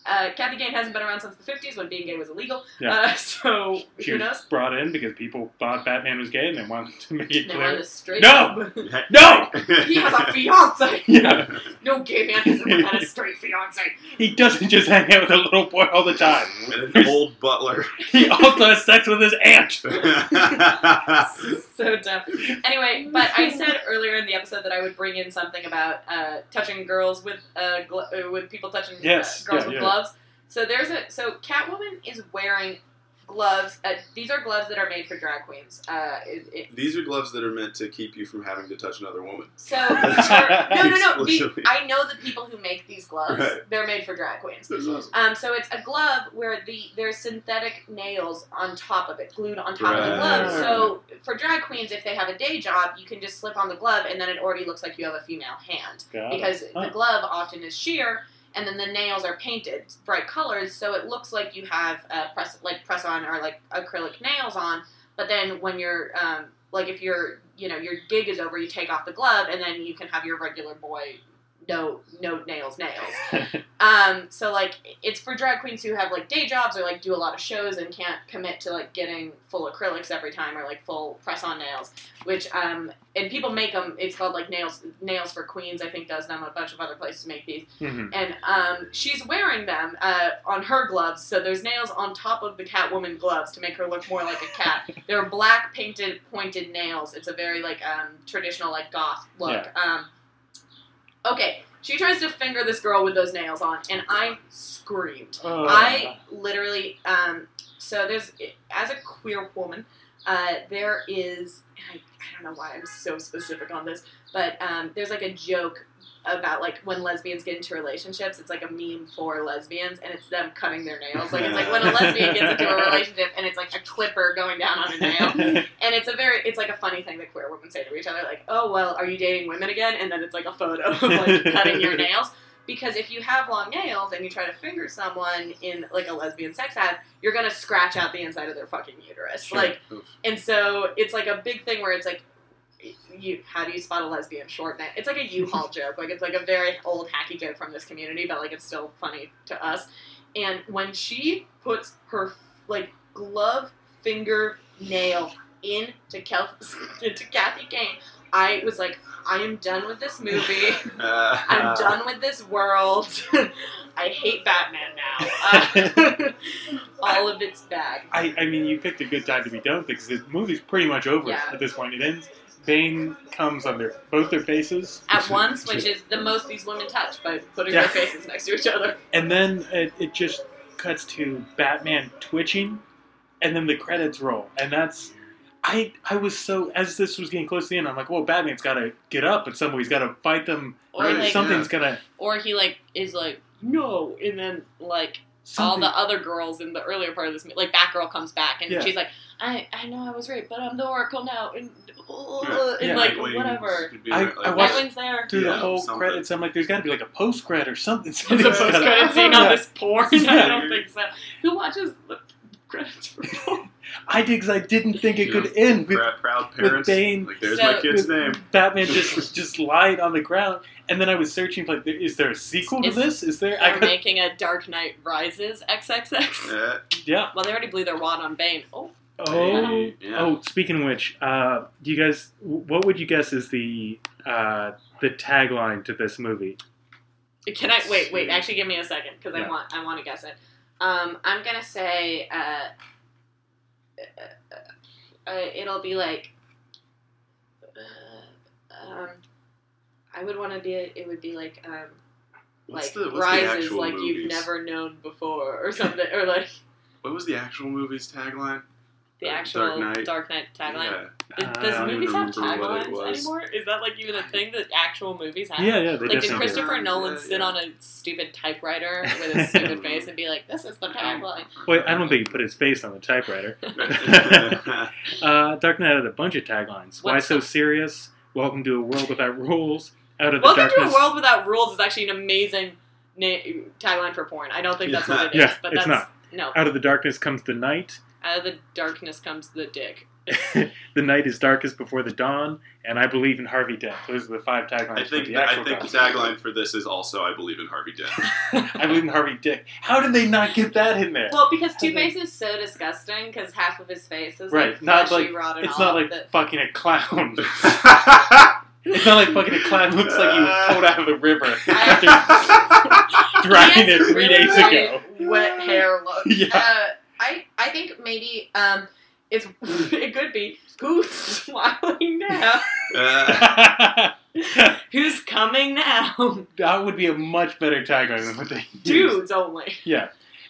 D: Uh, Kathy Kane hasn't been around since the '50s when being gay was illegal.
B: Yeah.
D: Uh, so
B: she
D: who
B: was
D: knows?
B: brought in because people thought Batman was gay and they wanted to make it
D: Now I'm
B: clear.
D: a straight.
B: No! No!
D: he has a fiance.
B: Yeah,
D: No gay man has ever had a straight fiance.
B: he doesn't just hang out with a little boy all the time.
C: And an old butler.
B: He also has sex with his aunt.
D: so dumb. Anyway, but I said earlier in the episode that I would bring in something about uh, touching girls with uh, glo- uh, with people touching uh,
B: Yes,
D: girls
B: yeah,
D: with
B: yeah.
D: gloves. So there's a so Catwoman is wearing gloves. Uh, these are gloves that are made for drag queens. Uh, it, it,
C: These are gloves that are meant to keep you from having to touch another woman.
D: so her- no, no, no. the-
C: Explicitly.
D: I know the people who make these gloves.
C: Right.
D: They're made for drag queens.
C: That's awesome.
D: Um, so it's a glove where the there's synthetic nails on top of it, glued on top of the glove.
B: Right.
D: So for drag queens, if they have a day job, you can just slip on the glove, and then it already looks like you have a female hand
B: Got it.
D: because
B: Huh.
D: the glove often is sheer, and then the nails are painted bright colors, so it looks like you have uh, press like press on or like acrylic nails on. But then when you're um, like if your you know your gig is over, you take off the glove, and then you can have your regular boy no no nails nails. Um, so like it's for drag queens who have like day jobs or like do a lot of shows and can't commit to like getting full acrylics every time or like full press on nails, which um and people make them. It's called like nails nails for queens. I think does them. A bunch of other places make these.
B: Mhm.
D: And um, she's wearing them uh, on her gloves. So there's nails on top of the Catwoman gloves to make her look more like a cat. They're black painted pointed nails. It's a very like um traditional like goth look. Um, okay. She tries to finger this girl with those nails on, and I screamed.
B: Oh.
D: I literally, um, so there's, as a queer woman, uh, there is, and I, I don't know why I'm so specific on this, but um, there's like a joke about like when lesbians get into relationships, it's like a meme for lesbians, and it's them cutting their nails. Like it's like when a lesbian gets into a relationship, and it's like a clipper going down on a nail. And it's a very, it's like a funny thing that queer women say to each other, like, "Oh well, are you dating women again?" And then it's like a photo of like cutting your nails. Because if you have long nails and you try to finger someone in like a lesbian sex act, you're gonna scratch out the inside of their fucking uterus.
B: Sure.
D: Like,
C: Oof.
D: and so it's like a big thing where it's like, you how do you spot a lesbian short neck? It's like a U-Haul joke. Like it's like a very old hacky joke from this community, but like it's still funny to us. And when she puts her like glove finger nail into, Kel- into Kathy Kane. I was like, I am done with this movie.
C: Uh,
D: I'm done with this world. I hate Batman now. Uh, all of it's bad.
B: I, I mean, you picked a good time to be done with it because the movie's pretty much over
D: Yeah.
B: at this point. It ends. Bane comes on their both their faces,
D: At once, which is the most these women touch by putting
B: Yeah.
D: their faces next to each other.
B: and then it, it just cuts to Batman twitching, and then the credits roll, and that's. I, I was so as this was getting close to the end, I'm like, well, Batman's got to get up, and somebody's got to fight them,
D: Or
B: or
D: like-
B: something's gonna.
D: Or he like is like no, and then like all
B: Something,
D: the other girls in the earlier part of this, mo- like Batgirl comes back and
B: Yeah.
D: she's like, I I know I was raped, but I'm the Oracle now, and,
C: Yeah.
D: and
B: Yeah.
D: like
C: Nightwing
D: whatever.
C: could be
B: I-
C: like-
B: I watched-
D: Nightwing's there.
B: through the
C: Yeah,
B: whole
C: something.
B: credits, I'm like, there's got to be like a post credit or something.
D: It's a
B: something's gotta-
D: post credit scene on
B: Yeah.
D: this porn. I
B: Yeah.
D: don't think so. Who watches the credits for porn?
B: I did because I didn't think it could end with
C: Proud, proud
B: with
C: parents.
B: Bane-
C: Like, there's
D: So-
C: my kid's name.
B: Batman just just lying on the ground, and then I was searching like, there- is there a sequel to
D: Is-
B: this? Is there? I
D: They're
B: could,
D: making a Dark Knight Rises XXX.
C: Yeah.
B: yeah.
D: Well, they already blew their wad on Bane. Oh,
B: Oh.
C: Yeah.
B: Oh, speaking of which, uh, do you guys, what would you guess is the uh, the tagline to this movie?
D: can I wait? Wait,
C: Yeah.
D: actually, give me a second because
B: Yeah.
D: I want I want to guess it. Um, I'm gonna say uh, uh, uh, it'll be like. Uh, um, I would want to be. It would be like um,
C: What's
D: like
C: the, what's the
D: rises
C: actual
D: like you've
C: movies?
D: never known before or something or like
C: What was the actual movie's tagline?
D: the
C: Dark
D: actual Dark
C: Knight.
D: Knight, tagline.
C: Yeah.
D: Does,
B: Uh,
D: does
B: I don't
D: movies have
C: remember what it
D: taglines
C: was.
D: anymore? Is that like even a thing that actual movies have?
B: Yeah, yeah, they
D: Like, did
B: definitely do.
D: Christopher
C: Yeah,
D: Nolan
C: yeah,
D: sit
C: yeah.
D: on a stupid typewriter with a stupid face and be like, "This is the tagline"?
B: Wait, I don't think he put his face on the typewriter. Uh, Dark Knight had a bunch of taglines. Why
D: What's
B: so
D: the-
B: serious? Welcome to a world without rules. Out of
D: Welcome
B: the darkness.
D: to a world without rules is actually an amazing na- tagline for porn. I don't think that's what it is,
B: Yeah,
D: but
B: it's
D: that's no.
B: Out of the darkness comes the night.
D: Out of the darkness comes the dick.
B: The night is darkest before the dawn, and I believe in Harvey Dent. Those are the five taglines.
C: I
B: for
C: think
B: the
C: that,
B: actual
C: I think the
B: comic.
C: tagline for this is also I believe in Harvey Dent.
B: I believe in Harvey Dick. How did they not get that in there?
D: Well, because
B: Two
D: Two
B: Face
D: Face is so disgusting because half of his face is
B: Right, like, not
D: not
B: fleshy,
D: like
B: like- It's not like fucking a clown.
C: Looks
B: It's not like fucking a clown looks like he was pulled out of the river after
C: I,
B: driving it three days ago.
D: Wet hair look.
B: Yeah.
D: Uh, I I think maybe um, it's it could be who's smiling now?
C: Uh,
D: Who's coming now?
B: that would be a much better tagline than what they used.
D: Dudes only.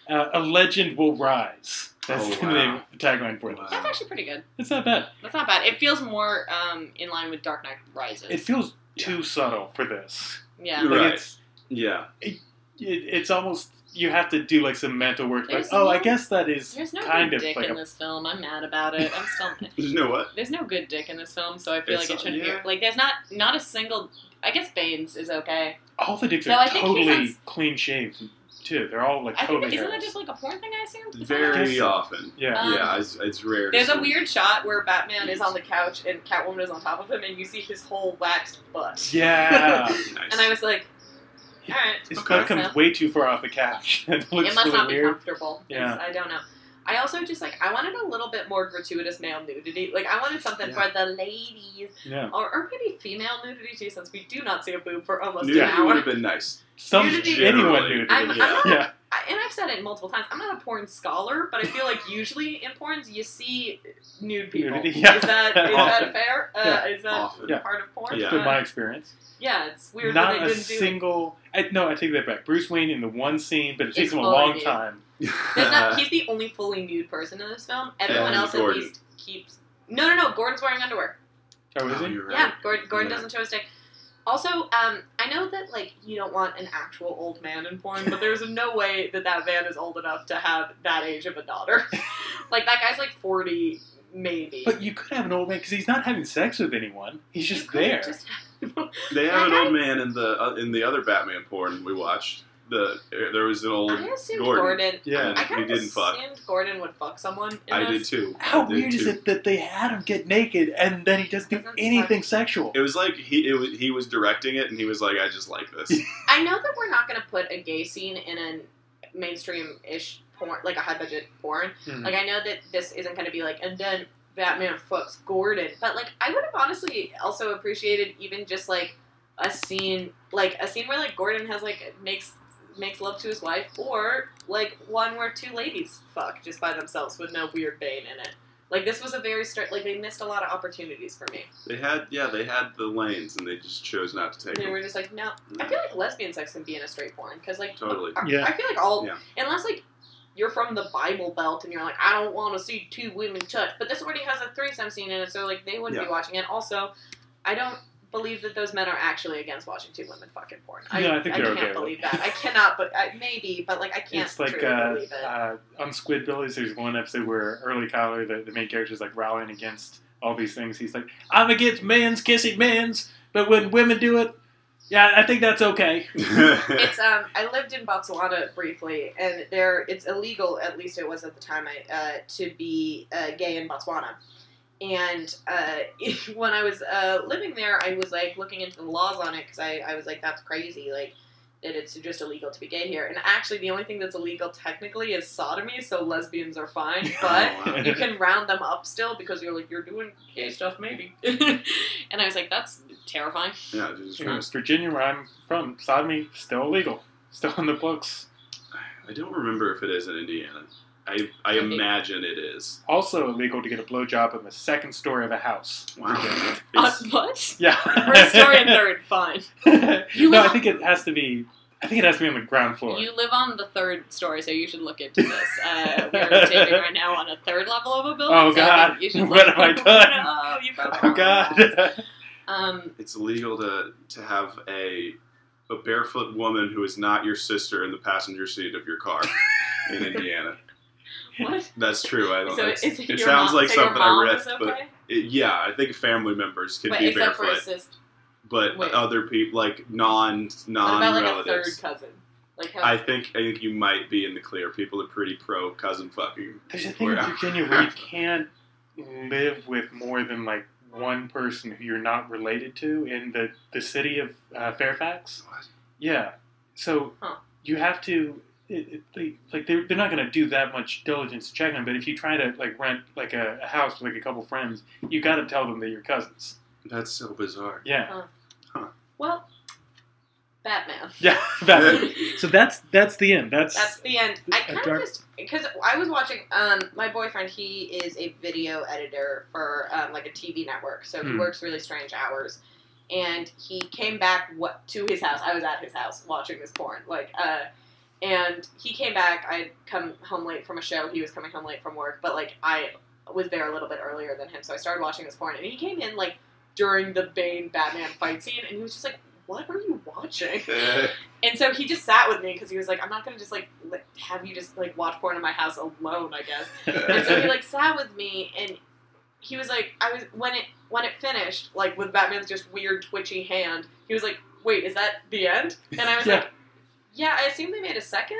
B: Uh, a legend will rise. That's
C: Oh,
B: the
C: wow.
B: name the tagline for this.
D: That's actually pretty good.
B: It's not bad.
D: That's not bad. It feels more um, in line with Dark Knight Rises.
B: It feels too subtle for this.
D: yeah.
C: You're
B: Like
C: right.
B: it's
C: yeah.
B: it, it's almost you have to do like some mental work. Like,
D: There's
B: oh, I
D: no-
B: guess that is
D: There's no
B: kind
D: good
B: of
D: dick
B: like
D: in
B: a
D: this film. I'm mad about it. I'm still.
C: You know what?
D: There's no good dick in this film, so I feel
C: It's-
D: like it shouldn't
C: yeah.
D: be. Like, there's not not a single. I guess Baines is okay.
B: all the dicks
D: No,
B: are
D: I think he's
B: totally
D: on-
B: clean shaved too. They're all like
D: I think
B: totally.
D: isn't that
B: hairless.
D: just like a porn thing? I assumed. Is that
B: I guess
C: Very
B: so.
C: often.
B: yeah.
D: Um,
C: yeah, it's, it's rare. to
D: There's a
C: see.
D: weird shot where Batman is on the couch and Catwoman is on top of him, and you see his whole waxed butt.
B: Yeah.
C: Nice.
D: And I was like, all right,
B: His
C: Okay.
B: butt comes way too far off the couch. it looks
D: it must
B: really
D: not be
B: weird.
D: comfortable.
B: Yeah.
D: It's- I don't know. I also just like I wanted a little bit more gratuitous male nudity. Like I wanted something
C: Yeah.
D: for the ladies,
B: yeah.
D: or, or maybe female nudity too, since we do not see a boob for almost
C: Nudity
D: an
C: would
D: hour.
C: have been nice.
B: Some
D: Nudity-
B: anyone
C: Generally.
B: knew.
D: I'm,
C: Yeah.
D: I'm not
B: yeah.
D: I- and I've said it multiple times, I'm not a porn scholar, but I feel like usually in porns you see nude people.
B: Nudity, yeah.
D: Is that is
B: Often.
D: that fair? Uh,
B: Yeah.
D: Is that
C: Often.
B: Yeah.
D: part of porn?
C: Yeah.
B: Been
D: Uh,
B: my experience.
D: yeah, it's weird
B: not
D: that they
B: a
D: didn't do it.
B: single. I, no, I take that back. Bruce Wayne in the one scene, but it takes
D: It's
B: him a
D: all I
B: long
D: do.
B: time.
D: There's not, he's the only fully nude person in this film. Everyone
C: And
D: else
C: Uh-huh. Gordon.
D: at least keeps. No, no, no. Gordon's wearing underwear.
B: Oh, is
C: Oh,
B: he?
C: you're
D: Yeah,
C: right.
D: Gordon, Gordon
C: Yeah.
D: doesn't show his dick. Also, um, I know that like you don't want an actual old man in porn, but there's no way that that man is old enough to have that age of a daughter. like that guy's like forty, maybe.
B: But you could have an old man because he's not having sex with anyone. He's
D: You
B: just
D: could
B: there.
D: just-
C: They have an
D: Okay.
C: old man in the uh, in the other Batman porn we watched. The there was an old.
D: I assumed
C: Gordon.
D: Gordon.
B: Yeah,
D: I kind
C: he
D: of
C: didn't
D: assumed
C: fuck.
D: Gordon would fuck someone. In
C: I
D: this.
C: did too.
B: How
C: I did
B: weird is
C: too.
B: it that they had him get naked and then he doesn't do
D: Doesn't
B: anything sexual?
C: It was like he it was, he was directing it and he was like, I just like this.
D: I know that we're not going to put a gay scene in a mainstream ish porn, like a high budget porn.
B: Mhm.
D: Like I know that this isn't going to be like, and then Batman fucks Gordon, but like I would have honestly also appreciated even just like a scene, like a scene where like Gordon has like makes makes love to his wife, or like one where two ladies fuck just by themselves with no weird bane in it. Like this was a very strict. Like they missed a lot of opportunities for me.
C: They had, yeah, they had the lanes, and they just chose not to take
D: They
C: them.
D: were just like, no. I feel like lesbian sex can be in a straight porn because like
C: Totally.
D: I-
B: Yeah.
D: I feel like all
C: Yeah.
D: unless like you're from the Bible Belt and you're like, I don't want to see two women touch, but this already has a threesome scene in it, so like they wouldn't
C: Yeah.
D: be watching it. Also, I don't believe that those men are actually against watching two women fucking porn. I,
B: No, I think they're
D: can't
B: okay with
D: believe that. I cannot, but I, maybe, but like I can't
B: It's like
D: truly
B: uh,
D: believe it.
B: uh, on Squidbillies. There's one episode where Early Collar, the, the main character, is like rallying against all these things. He's like, "I'm against men's kissing men's, but when women do it, yeah, I think that's okay."
D: it's um I lived in Botswana briefly, and there it's illegal at least it was at the time I uh, to be uh, gay in Botswana. And uh, when I was uh, living there, I was like looking into the laws on it because I, I was like, that's crazy, like that it's just illegal to be gay here. And actually, the only thing that's illegal technically is sodomy, so lesbians are fine. But
C: Oh, wow.
D: you can round them up still because you're like you're doing gay stuff maybe. and I was like, that's terrifying.
C: yeah, Jesus
B: In
C: Christ.
B: Virginia, where I'm from, sodomy still illegal, still on the books.
C: I don't remember if it is in Indiana. I, I
D: Maybe.
C: imagine it is.
B: Also illegal to get a blowjob on the second story of a house.
C: Wow.
D: Uh,
C: It's-
D: what?
B: Yeah,
D: First story and third, fine. You
B: no, I
D: have-
B: think it has to be. I think it has to be on the ground floor.
D: You live on the third story, so you should look into this. Uh, we're taping right now on a third level of a building.
B: Oh,
D: so I
B: God.
D: think you should
B: What
D: look-
B: have I done?
D: No, you broke
B: oh God.
D: Um,
C: it's illegal to, to have a a barefoot woman who is not your sister in the passenger seat of your car in Indiana.
D: what?
C: That's true. I don't.
D: So
C: it's-
D: is it,
C: it,
D: your
C: sounds
D: mom,
C: like
D: so your
C: something
D: mom
C: I read,
D: is
C: but
D: okay?
C: it- yeah, I think family members can
D: Wait,
C: be
D: except for
C: barefoot,
D: his sister.
C: but
D: wait.
C: other people like non
D: What
C: non
D: about like a third
C: relatives.
D: cousin? Like how?
C: I think I think you might be in the clear. People are pretty pro cousin fucking.
B: There's a thing in
C: Where-
B: Virginia where you can't live with more than like one person who you're not related to in the the city of uh, Fairfax.
C: What?
B: Yeah, so
D: Huh.
B: you have to. It, it, they- like they're, they're not going to do that much diligence to check on, but if you try to like rent like a, a house with like a couple friends, you got to tell them that you're cousins.
C: That's so bizarre.
B: Yeah,
D: well, Batman.
B: yeah. that- so that's that's the end. That's,
D: That's the end. I kind
B: dark-
D: of just because I was watching. Um, my boyfriend, he is a video editor for um, like a TV network, so he
B: Hmm.
D: works really strange hours. And he came back what to his house. I was at his house watching this porn, like, uh, and he came back. I'd come home late from a show. He was coming home late from work, but like I was there a little bit earlier than him, so I started watching this porn. And he came in like during the Bane Batman fight scene, and he was just like, "What were you watching?" And so he just sat with me because he was like, I'm not gonna just like let- have you just like watch porn in my house alone, I guess. And so he like sat with me, and he was like, I was when it when it finished, like with Batman's just weird twitchy hand, he was like, Wait, is that the end? And I was
B: Yeah.
D: like, Yeah, I assume they made a second,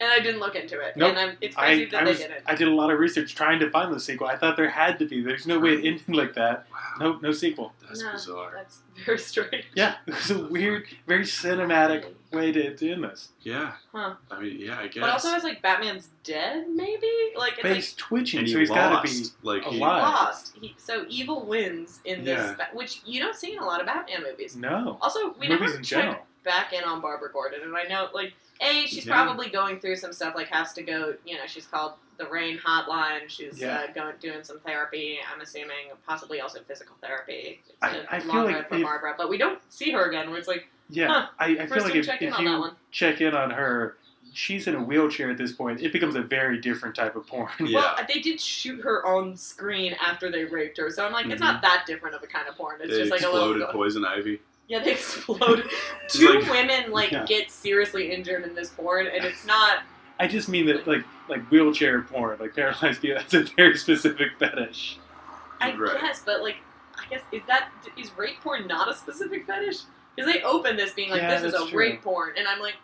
D: and I didn't look into it.
B: Nope.
D: And I'm, it's crazy
B: I,
D: that
B: I,
D: they
B: was,
D: didn't.
B: I did a lot of research trying to find the sequel. I thought there had to be. There's no way it ended like that.
C: Wow,
B: No, no sequel.
C: that's
D: No.
C: bizarre.
D: That's very strange.
B: Yeah, it was a weird, very cinematic way to, to end this.
C: Yeah.
D: Huh.
C: I mean, yeah, I guess.
D: But also, it's like Batman's dead, maybe. Like it's
B: But
D: like
B: he's twitching,
C: and
B: so
C: you
B: he's got to be.
C: lost. Like
B: a
C: he-
B: lot. Right.
D: lost. He, so evil wins in this,
C: Yeah.
D: ba- which you don't see in a lot of Batman movies.
B: No,
D: Also, we
B: Mm. movies
D: never
B: in
D: checked
B: general.
D: back in on Barbara Gordon, and I know like a she's
C: Yeah.
D: probably going through some stuff. Like has to go, you know, she's called the Rain Hotline. She's
B: Yeah.
D: uh, going doing some therapy. I'm assuming possibly also physical therapy. It's
B: I-
D: a
B: I feel
D: long
B: like
D: road for
B: if-
D: Barbara, but we don't see her again. Where it's like
B: Yeah,
D: Huh.
B: I, I feel
D: first
B: like
D: to
B: if,
D: check in
B: if
D: on that
B: you
D: one.
B: check in on her, she's in a wheelchair at this point. It becomes a very different type of porn.
C: Yeah.
D: Well, they did shoot her on screen after they raped her, so I'm like, it's
B: Mm-hmm.
D: not that different of a kind of porn. It's
C: they
D: just like a
C: exploded
D: little.
C: poison ivy.
D: Yeah, they explode. Two
C: like-
D: women like
B: Yeah.
D: get seriously injured in this porn, and it's not.
B: I just mean that, like, like wheelchair porn, like paralyzed people. That's a very specific fetish.
D: I
C: Right.
D: guess, but like, I guess is that is rape porn not a specific fetish? Because they open this being like,
B: Yeah,
D: this is
B: that's
D: a
B: true.
D: rape porn, and I'm like,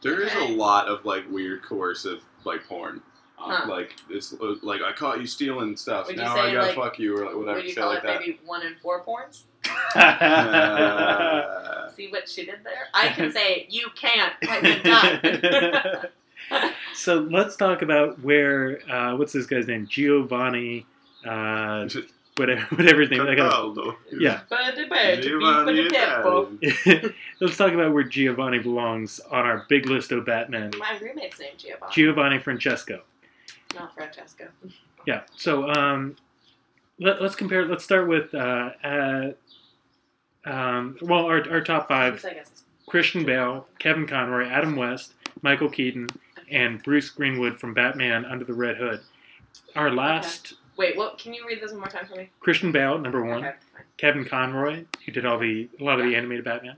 C: There is
D: Okay.
C: a lot of like weird coercive like porn. Uh,
D: Huh.
C: Like it's like I caught you stealing stuff.
D: Would you
C: now
D: say,
C: I gotta
D: like,
C: fuck you or like, whatever
D: what do you
C: shit
D: call
C: like
D: it? Maybe one in four porns.
C: that. Uh,
D: See what she did there? I can say you can't. I did not.
F: So let's talk about where uh, what's this guy's name? Giovanni, uh, whatever, whatever his name. I gotta,
C: Cataldo.
F: Yeah.
D: But the bed, but
C: Giovanni
D: the peppo.
C: Italian.
F: let's talk about where Giovanni belongs on our big list of Batman.
D: My roommate's name Giovanni,
F: Giovanni Francesco.
D: not Francesco.
F: Yeah. So um, let, let's compare. Let's start with uh, uh, um, well, our, our top five:
D: So I guess it's
F: Christian Bale, Kevin Conroy, Adam West, Michael Keaton, and Bruce Greenwood from Batman Under the Red Hood. Our last
D: Wait, what? Can you read this one more time for me?
F: Christian Bale, number one.
D: Okay, fine.
F: Kevin Conroy, who did all the a lot of the animated Batman.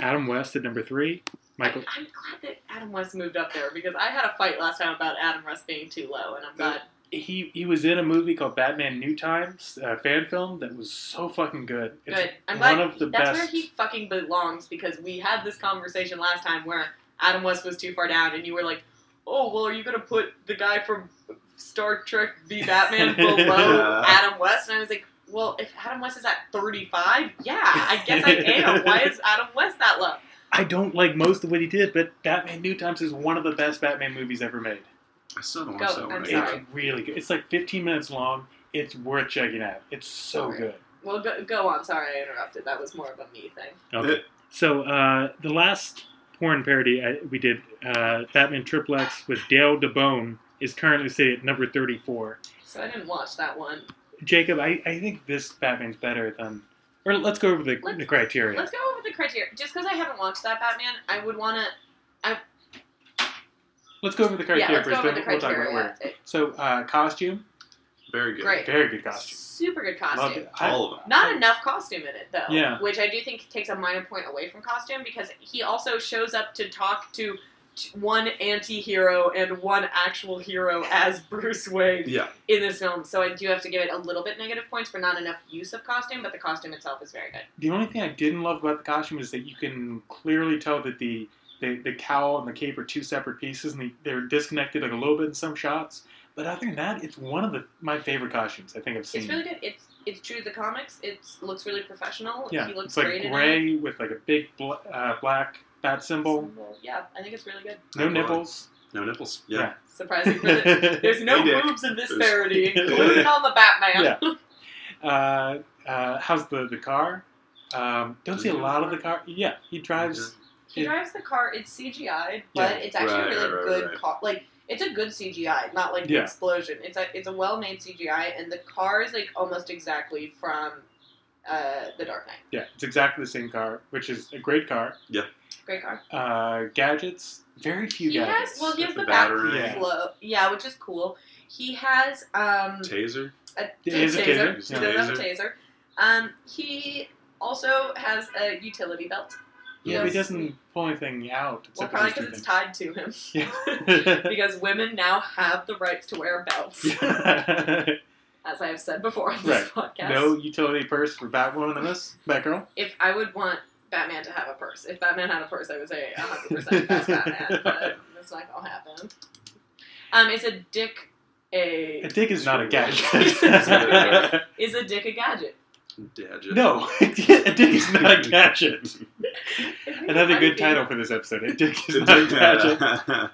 F: Adam West at number three. Michael.
D: I, am glad that Adam West moved up there because I had a fight last time about Adam West being too low, and I'm glad.
B: He he was in a movie called Batman New Times, a fan film that was so fucking good. It's
D: Good. I'm
B: one
D: glad
B: of the
D: that's
B: best.
D: where he fucking belongs because we had this conversation last time where Adam West was too far down, and you were like, "Oh, well, are you gonna put the guy from Star Trek v Batman below
C: Yeah.
D: Adam West?" And I was like, "Well, if Adam West is at 35, yeah, I guess I am. Why is Adam West that low?"
B: I don't like most of what he did, but Batman New Times is one of the best Batman movies ever made.
C: I still don't
D: Go,
C: watch that
D: I'm
C: one.
D: sorry.
B: It's really good. It's like 15 minutes long. It's worth checking out. It's so
D: Sorry.
B: good.
D: Well, go, go on. Sorry, I interrupted. That was more of a me thing.
F: Okay. So uh, the last porn parody I, we did, uh, Batman Triplex with Dale DeBone, is currently sitting at number thirty-four.
D: So I didn't watch that one.
B: Jacob, I, I think this Batman's better than. Or let's go over the,
D: Let's-
B: the criteria.
D: Let's go over the criteria. Just because I haven't watched that Batman, I would want to.
B: Let's go over the criteria
D: Yeah, let's
B: first.
D: go over the
B: then we'll talk about
D: criteria.
B: where. So, uh, costume,
C: Very good.
D: Great.
B: very good costume.
D: Super good costume.
B: Loved it. I-
C: All of them.
D: Not enough costume in it though.
B: Yeah.
D: Which I do think takes a minor point away from costume because he also shows up to talk to t- one anti-hero and one actual hero as Bruce Wayne
C: Yeah.
D: in this film. So I do have to give it a little bit negative points for not enough use of costume, but the costume itself is very good.
B: The only thing I didn't love about the costume is that you can clearly tell that the the, the cowl and the cape are two separate pieces, and they, they're disconnected like a little bit in some shots. But other than that, it's one of the my favorite costumes I think I've seen.
D: It's really good. It's it's true to the comics. It looks really professional.
B: yeah,
D: he looks
B: it's like
D: great in it.
B: gray with like a big bl- uh, black bat symbol,
D: Yeah, I think it's really good.
B: no
C: Black.
B: nipples.
C: No nipples.
B: Yeah.
C: Yeah.
D: Surprising for the, There's no
C: Hey, Dick.
D: boobs in this
C: There's-
D: parody, including on the Batman.
B: Yeah. uh, uh, how's the the car? Um, don't see a lot of the car. Yeah, he drives.
D: He
B: Yeah.
D: drives the car. It's CGI, but it's actually
C: Right,
D: a really
C: right, right,
D: good.
C: right.
D: Co- like it's a good CGI, not like
B: Yeah.
D: an explosion. It's a it's a well made CGI, and the car is like almost exactly from uh, the Dark Knight.
B: Yeah, it's exactly the same car, which is a great car.
D: Great car.
B: Uh, gadgets, very few
D: he
B: gadgets.
D: has well, he has
C: The
D: the, back
C: batarang.
B: Yeah.
D: flow, yeah, which is cool. He has um
C: Taser.
D: a,
B: He has a taser.
D: He does have a taser. Um, he also has a utility belt.
B: Yeah, but he
D: Yes.
B: doesn't pull anything out.
D: Well,
B: except for
D: probably
B: those
D: because
B: two
D: it's tied to him.
B: things.
D: because women now have the rights to wear belts,
B: Yeah.
D: as I have said before on this podcast.
B: no utility purse for Batwoman in this, Batgirl.
D: If I would want Batman to have a purse, if Batman had a purse, I would say 100% that's Batman, but that's not gonna happen. Um, is a dick
B: A
D: a
B: dick is not a gadget.
C: Sure.
D: is a dick a gadget?
C: Dadget.
B: no, a dick is not a gadget.
D: I think
B: Another
D: I'm
B: good
D: being-
B: title for this episode. A dick is
C: It's
B: not a gadget.
C: like-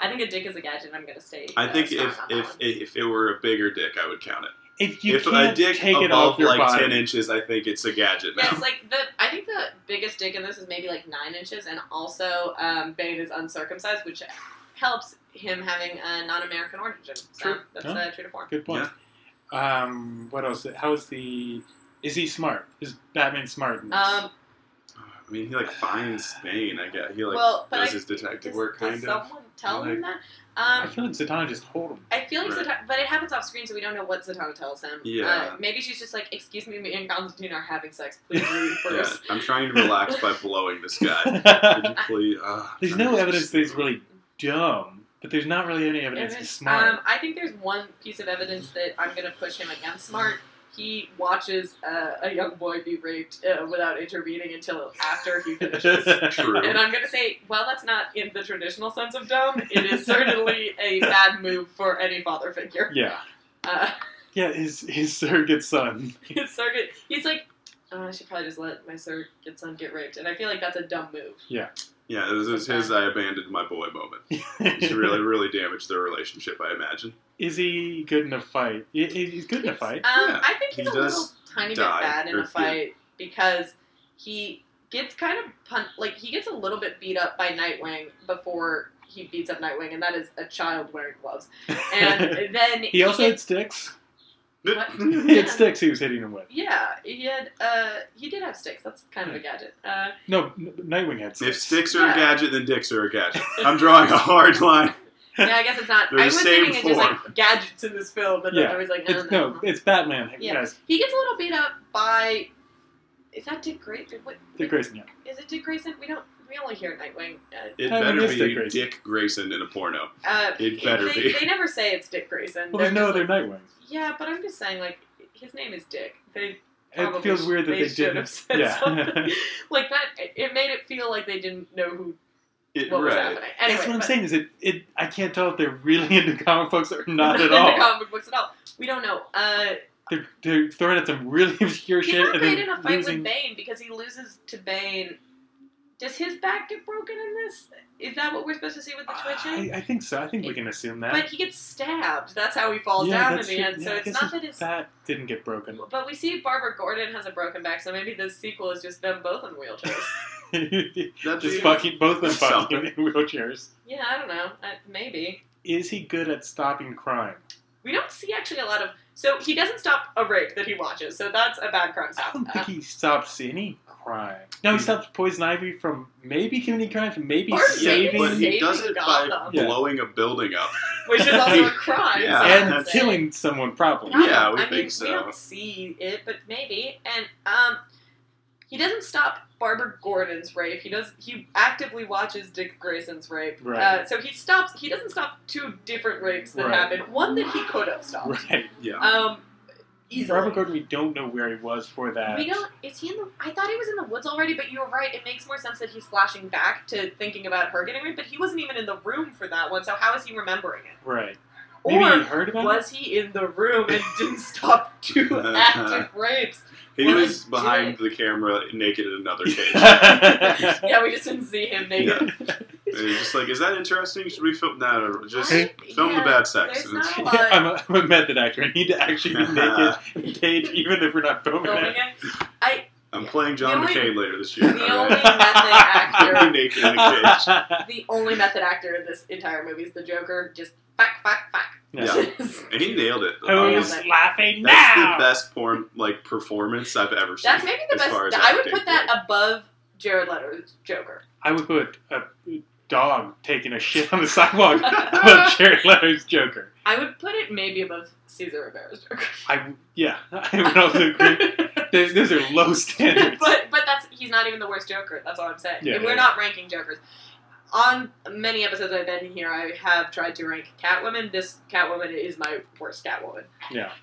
D: I think a dick is a gadget. I'm gonna stay.
C: I
D: uh,
C: think
D: strong
C: if
D: on that
C: if
D: one.
C: if it were a bigger dick, I would count it.
B: If you
C: if
B: can't
C: a dick
B: take it
C: above
B: off your
C: like
B: body,
C: ten inches, I think it's a gadget
D: Yeah,
C: now.
D: it's like the. I think the biggest dick in this is maybe like nine inches, and also um, Bane is uncircumcised, which helps him having a non-American origin. So
C: True.
D: That's
B: Yeah.
D: uh, true to form.
B: Good point. Um, what else? How is the? Is he smart? Is Batman smart? In this?
D: Um,
C: I mean, he like finds Bane. I guess he like
D: well, but
C: does
D: I,
C: his detective
D: does,
C: work kind
D: does
C: of.
D: someone tell him that?
B: I
D: Um,
B: feel like Zatanna just told him.
D: I feel like
C: Right.
D: Zatanna, but it happens off screen, so we don't know what Zatanna tells him.
C: Yeah.
D: Uh, maybe she's just like, "Excuse me, me and Constantine are having sex. Please leave
C: Yeah,
D: first.
C: I'm trying to relax by blowing this guy. Could you please? Uh,
B: There's no evidence that he's really dumb, but there's not really any evidence he's smart.
D: Um, I think there's one piece of evidence that I'm going to push him against Smart. He watches uh, a young boy be raped uh, without intervening until after he finishes.
B: um,
C: True.
D: and I'm going to say, while that's not in the traditional sense of dumb, it is certainly a bad move for any father figure.
B: yeah,
D: Uh,
B: yeah, his his surrogate son.
D: his surrogate, he's like, oh, I should probably just let my surrogate son get raped. And I feel like that's a dumb move.
C: Yeah, it was, it was his I abandoned my boy moment. It's really, really damaged their relationship, I imagine.
B: Is he good in a fight? He- he- He's good in a fight.
D: Um,
C: Yeah,
D: I think
C: he
D: he's a little
C: does
D: tiny
C: die,
D: bit bad in
C: or
D: a
C: he-
D: fight because he gets kind of pun- like he gets a little bit beat up by Nightwing before he beats up Nightwing, and that is a child wearing gloves. And then
B: he also had
D: gets,
B: sticks.
D: What?
B: He had sticks. He was hitting him with.
D: yeah, he had uh, he did have sticks. That's kind of a gadget. Uh,
B: No, N- Nightwing had
C: If
B: sticks.
C: sticks are
D: Yeah.
C: a gadget, then dicks are a gadget. I'm drawing a hard line.
D: yeah, I guess it's not.
C: They're
D: I
C: the
D: was
C: same
D: thinking it's just like gadgets in this film, and then
B: Yeah.
D: I was like, no,
B: It's, no, it's Batman. Hey,
D: Yeah.
B: Guys,
D: he gets a little beat up by. Is that Dick Grayson? What,
B: Dick Grayson. Yeah.
D: Is it Dick Grayson? We don't. We only hear Nightwing. Uh,
C: It
B: I
C: better
B: missed
C: be
B: Dick Grayson.
C: Dick Grayson in a porno.
D: Uh,
C: It better
D: they,
C: be.
D: They never say it's Dick Grayson.
B: Well, there's
D: They're
B: no
D: just
B: other Nightwing.
D: like- yeah, but I'm just saying, like, his name is Dick. They
B: It
D: probably
B: feels
D: sh-
B: weird that
D: they,
B: they,
D: should
B: didn't.
D: have said
B: yeah.
D: something. like that. it- It made it feel like they didn't know who
C: It-
D: what was
C: right.
D: happening. Anyway,
B: That's what I'm
D: but-
B: saying. Is it, it? I can't tell if they're really into comic books or not at
D: the
B: all.
D: comic books at all. We don't know. Uh,
B: They're, they're throwing at some really obscure
D: he's
B: shit.
D: not
B: and
D: great
B: then
D: in a fight
B: losing-
D: with Bane because he loses to Bane. Does his back get broken in this? Is that what we're supposed to see with the twitching?
B: I, I think so. I think we can assume that.
D: but he gets stabbed. That's how he falls
B: Yeah,
D: down in
B: that's
D: the
B: true.
D: end.
B: Yeah,
D: so
B: I
D: it's
B: guess
D: not
B: his
D: that his
B: That didn't get broken.
D: But we see Barbara Gordon has a broken back, so maybe the sequel is just them both in wheelchairs.
C: That'd
B: Just
C: be-
B: fucking both of them fucking
C: Something.
B: in wheelchairs.
D: yeah, I don't know. I, maybe.
B: Is he good at stopping crime?
D: We don't see actually a lot of. So he doesn't stop a rape that he watches, so that's a bad crime
B: I
D: stop.
B: don't think
D: Uh,
B: he stops any crime. No, he
C: Hmm.
B: stops Poison Ivy from maybe committing crime, from maybe
D: Or
B: saving
C: But he
D: Saving
C: does it by
D: Gotham.
B: Yeah.
C: blowing a building up.
D: which is also a crime.
C: Yeah.
D: so
B: and
D: that's it.
B: killing someone, probably.
C: Yeah.
D: I
C: we
D: mean,
C: think
D: We
C: so.
D: don't see it, but maybe. And um, he doesn't stop Barbara Gordon's rape. He does. He actively watches Dick Grayson's rape.
B: Right.
D: Uh, so he stops. He doesn't stop two different rapes that
B: Right.
D: happen. One that he could have stopped.
B: Right.
C: Yeah.
D: Um, easily.
B: Robert Gordon, we don't know where he was for that.
D: We don't. Is he in the? I thought he was in the woods already, but you were right. It makes more sense that he's flashing back to thinking about her getting raped. But he wasn't even in the room for that one. So how is he remembering it?
B: Right. Maybe he
D: Or
B: heard about
D: was he in the room and didn't stop two active rapes?
C: He
D: Well,
C: was
D: did
C: behind the camera naked in another cage.
B: it.
D: Yeah, we just didn't see him naked.
C: Yeah. And he's just like, is that interesting? Should we film that? Just
D: I-
C: film
D: yeah,
C: the bad sex.
D: there's
C: And it's-
D: not
B: I'm, a, I'm a method actor. I need to actually be naked in a cage, even if we're not filming
D: filming
B: it.
D: it.
C: I'm playing John
D: The only-
C: McCain later this year.
D: The
C: all
D: only
C: right?
D: method actor,
C: I'll be naked in a cage.
D: the only method actor in this entire movie is the Joker. Just fuck, fuck, fuck.
C: Yeah. And he nailed it.
D: Who's
C: Honestly.
B: laughing
C: That's the best porn like performance I've ever seen.
D: That's maybe the
C: as
D: best.
C: far as
D: I would
C: acting
D: put that above Jared Leto's Joker.
B: I would put a dog taking a shit on the sidewalk above Jared Leto's Joker.
D: I would put it maybe above Caesar Rivera's Joker.
B: I yeah, I would also agree. Those, those are low standards.
D: but but that's he's not even the worst Joker. That's all I'm saying.
B: Yeah,
D: and we're
B: yeah.
D: not ranking Jokers. On many episodes I've been here, I have tried to rank Catwoman. This Catwoman is my worst Catwoman.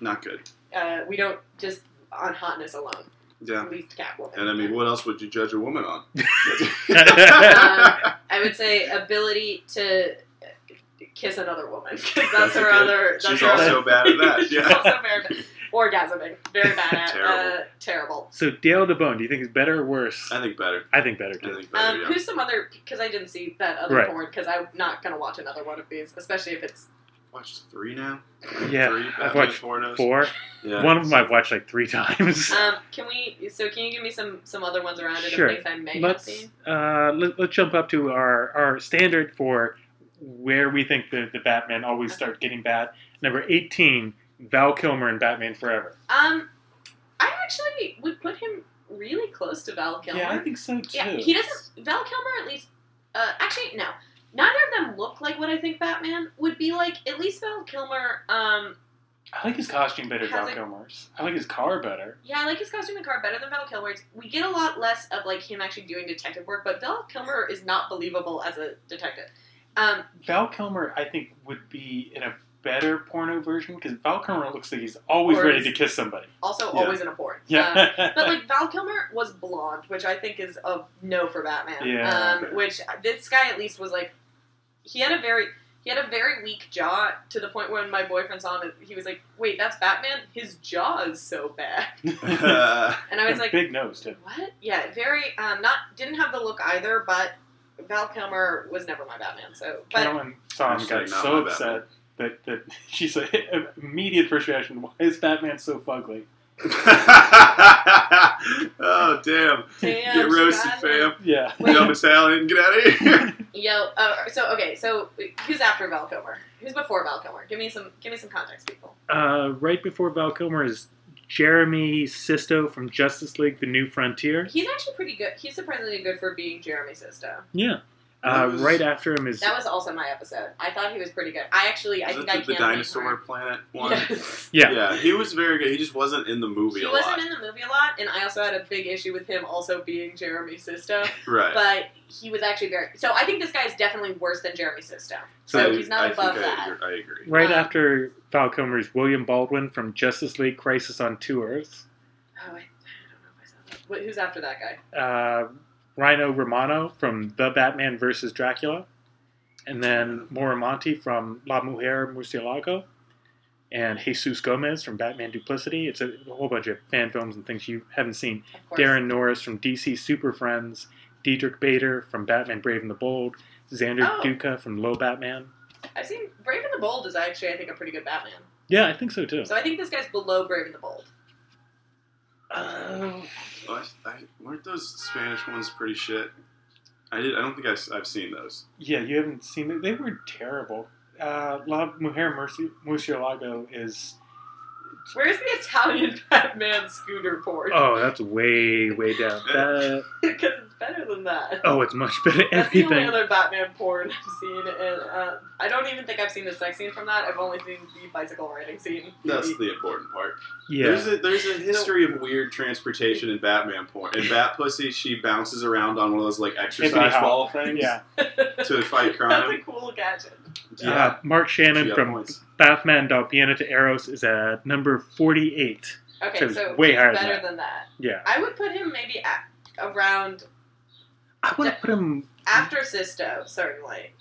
C: Not good.
D: Uh, we don't just on hotness alone.
C: Yeah.
D: Least Catwoman.
C: And I mean, what else would you judge a woman on?
D: Um, I would say ability to kiss another woman. 'cause That's,
C: That's
D: her
C: a good-
D: other. That's
C: She's
D: her
C: also bad at
D: other,
C: that.
D: she's
C: Yeah.
D: also very bad. Orgasming. Very bad at. Uh, terrible.
G: So Dale DeBone, do you think is better or worse?
B: Uh,
C: I think better.
G: I think better.
C: I
G: Too.
C: think better.
D: Um,
C: yeah.
D: Who's some other? Because I didn't see that other
G: Right.
D: porn. Because I'm not gonna watch another one of these, especially if it's.
C: Watched three now.
G: Yeah,
C: Three Batman
G: watched
C: pornos.
G: Four.
C: Yeah.
G: One of them I've watched like three times.
D: Um, can we? So can you give me some some other ones around it
G: Sure.
D: of things I may have
G: let's
D: seen?
G: uh, let, let's jump up to our our standard for where we think the the Batman always start getting bad. Number eighteen, Val Kilmer in Batman Forever.
D: Um, I actually would put him really close to Val Kilmer.
B: yeah, I think so too.
D: Yeah, he doesn't. Val Kilmer, at least. Uh, actually, no. Neither of them look like what I think Batman would be like. At least Val Kilmer. Um,
B: I like his costume better than
D: Has
B: Val
D: it-
B: Kilmer's. I like his car better.
D: yeah, I like his costume and car better than Val Kilmer's. We get a lot less of like him actually doing detective work, but Val Kilmer is not believable as a detective. Um,
B: Val Kilmer, I think, would be in a better porno version because Val Kilmer looks like he's always
D: Or
B: ready
D: is-
B: to kiss somebody.
D: also,
C: Yeah.
D: always in a porn. Um,
B: Yeah,
D: but like Val Kilmer was blonde, which I think is a no for Batman. uh,
B: Yeah.
D: Um, which this guy at least was like, he had a very He had a very weak jaw to the point when my boyfriend saw him, and he was like, "Wait, that's Batman. His jaw is so bad."
C: Uh,
D: And I was
B: A
D: like,
B: big nose too.
D: "What? Yeah, very um, not didn't have the look either, but." Val Kilmer was never my Batman, so but
B: Carolyn saw him, got
C: Hashtag not
B: so
C: my
B: upset that, that she's like, immediate first reaction, why is Batman so fugly?
C: oh damn!
D: Damn,
C: Get
D: she
C: roasted,
D: got
C: fam.
D: him.
B: Yeah.
D: Wait.
C: Dumb Italian, get out of here.
D: Yo, uh, so okay, so who's after Val Kilmer? Who's before Val Kilmer? Give me some, give me some context, people.
B: Uh, right before Val Kilmer is Jeremy Sisto from Justice League: The New Frontier.
D: He's actually pretty good. He's surprisingly good for being Jeremy Sisto.
B: Yeah.
C: That
B: Uh,
C: was-
B: right after him is
D: That was also my episode. I thought he was pretty good. I actually, I
C: Is
D: think I can't.
C: that the, the
D: blame
C: dinosaur
D: her.
C: planet one?
D: Yes.
B: yeah.
C: he was very good. He just wasn't in the movie
D: He
C: a
D: wasn't
C: lot.
D: in the movie a lot, and I also had a big issue with him also being Jeremy Sisto.
C: right.
D: But he was actually very. So I think this guy is definitely worse than Jeremy Sisto. So
C: I-
D: he's not
C: I
D: above
C: think I
D: that.
C: agree- I agree.
B: Right
D: Um,
B: after Val Kilmer is William Baldwin from Justice League: Crisis on Two Earths.
D: Oh, I, I don't know if I saw that. Wait, Who's after that guy?
B: Uh, Rhino Romano from The Batman vs. Dracula, and then Moramonte from La Mujer Murcielago, and Jesus Gomez from Batman Duplicity. It's a whole bunch of fan films and things you haven't seen.
D: Of course.
B: Darren Norris from DC Super Friends, Diedrich Bader from Batman Brave and the Bold, Xander
D: Oh.
B: Duca from Low Batman.
D: I've seen Brave and the Bold is actually I think a pretty good Batman.
B: Yeah, I think so too.
D: So I think this guy's below Brave and the Bold. um,
B: Uh,
C: Oh, I, I, weren't those Spanish ones pretty shit? I did. I don't think I, have seen those.
B: yeah, you haven't seen it. They were terrible. Uh, La Mujer Murci- Murcielago is.
D: Where's the Italian Batman scooter porn?
B: Oh, that's way, way down. That-
D: Because it's better than that.
B: oh, it's much better.
D: That's the only
B: Everything.
D: other Batman porn I've seen, and uh, I don't even think I've seen the sex scene from that. I've only seen the bicycle riding scene.
C: That's the important part. There's
B: Yeah.
C: a there's a history of weird transportation in Batman porn. In Bat Pussy, she bounces around on one of those like exercise
B: hop.
C: ball things
B: Yeah.
C: to fight
D: That's a
C: crime.
D: cool gadget.
C: yeah,
B: Uh, Mark Shannon
C: She got
B: from
C: points.
B: Batman Dal Piano to Eros is at number 48.
D: Okay,
B: So
D: so,
B: it's way
D: he's
B: higher than
D: better
B: that.
D: than that.
B: Yeah.
D: I would put him maybe at, around
B: I want to put him.
D: after Sisto, certainly.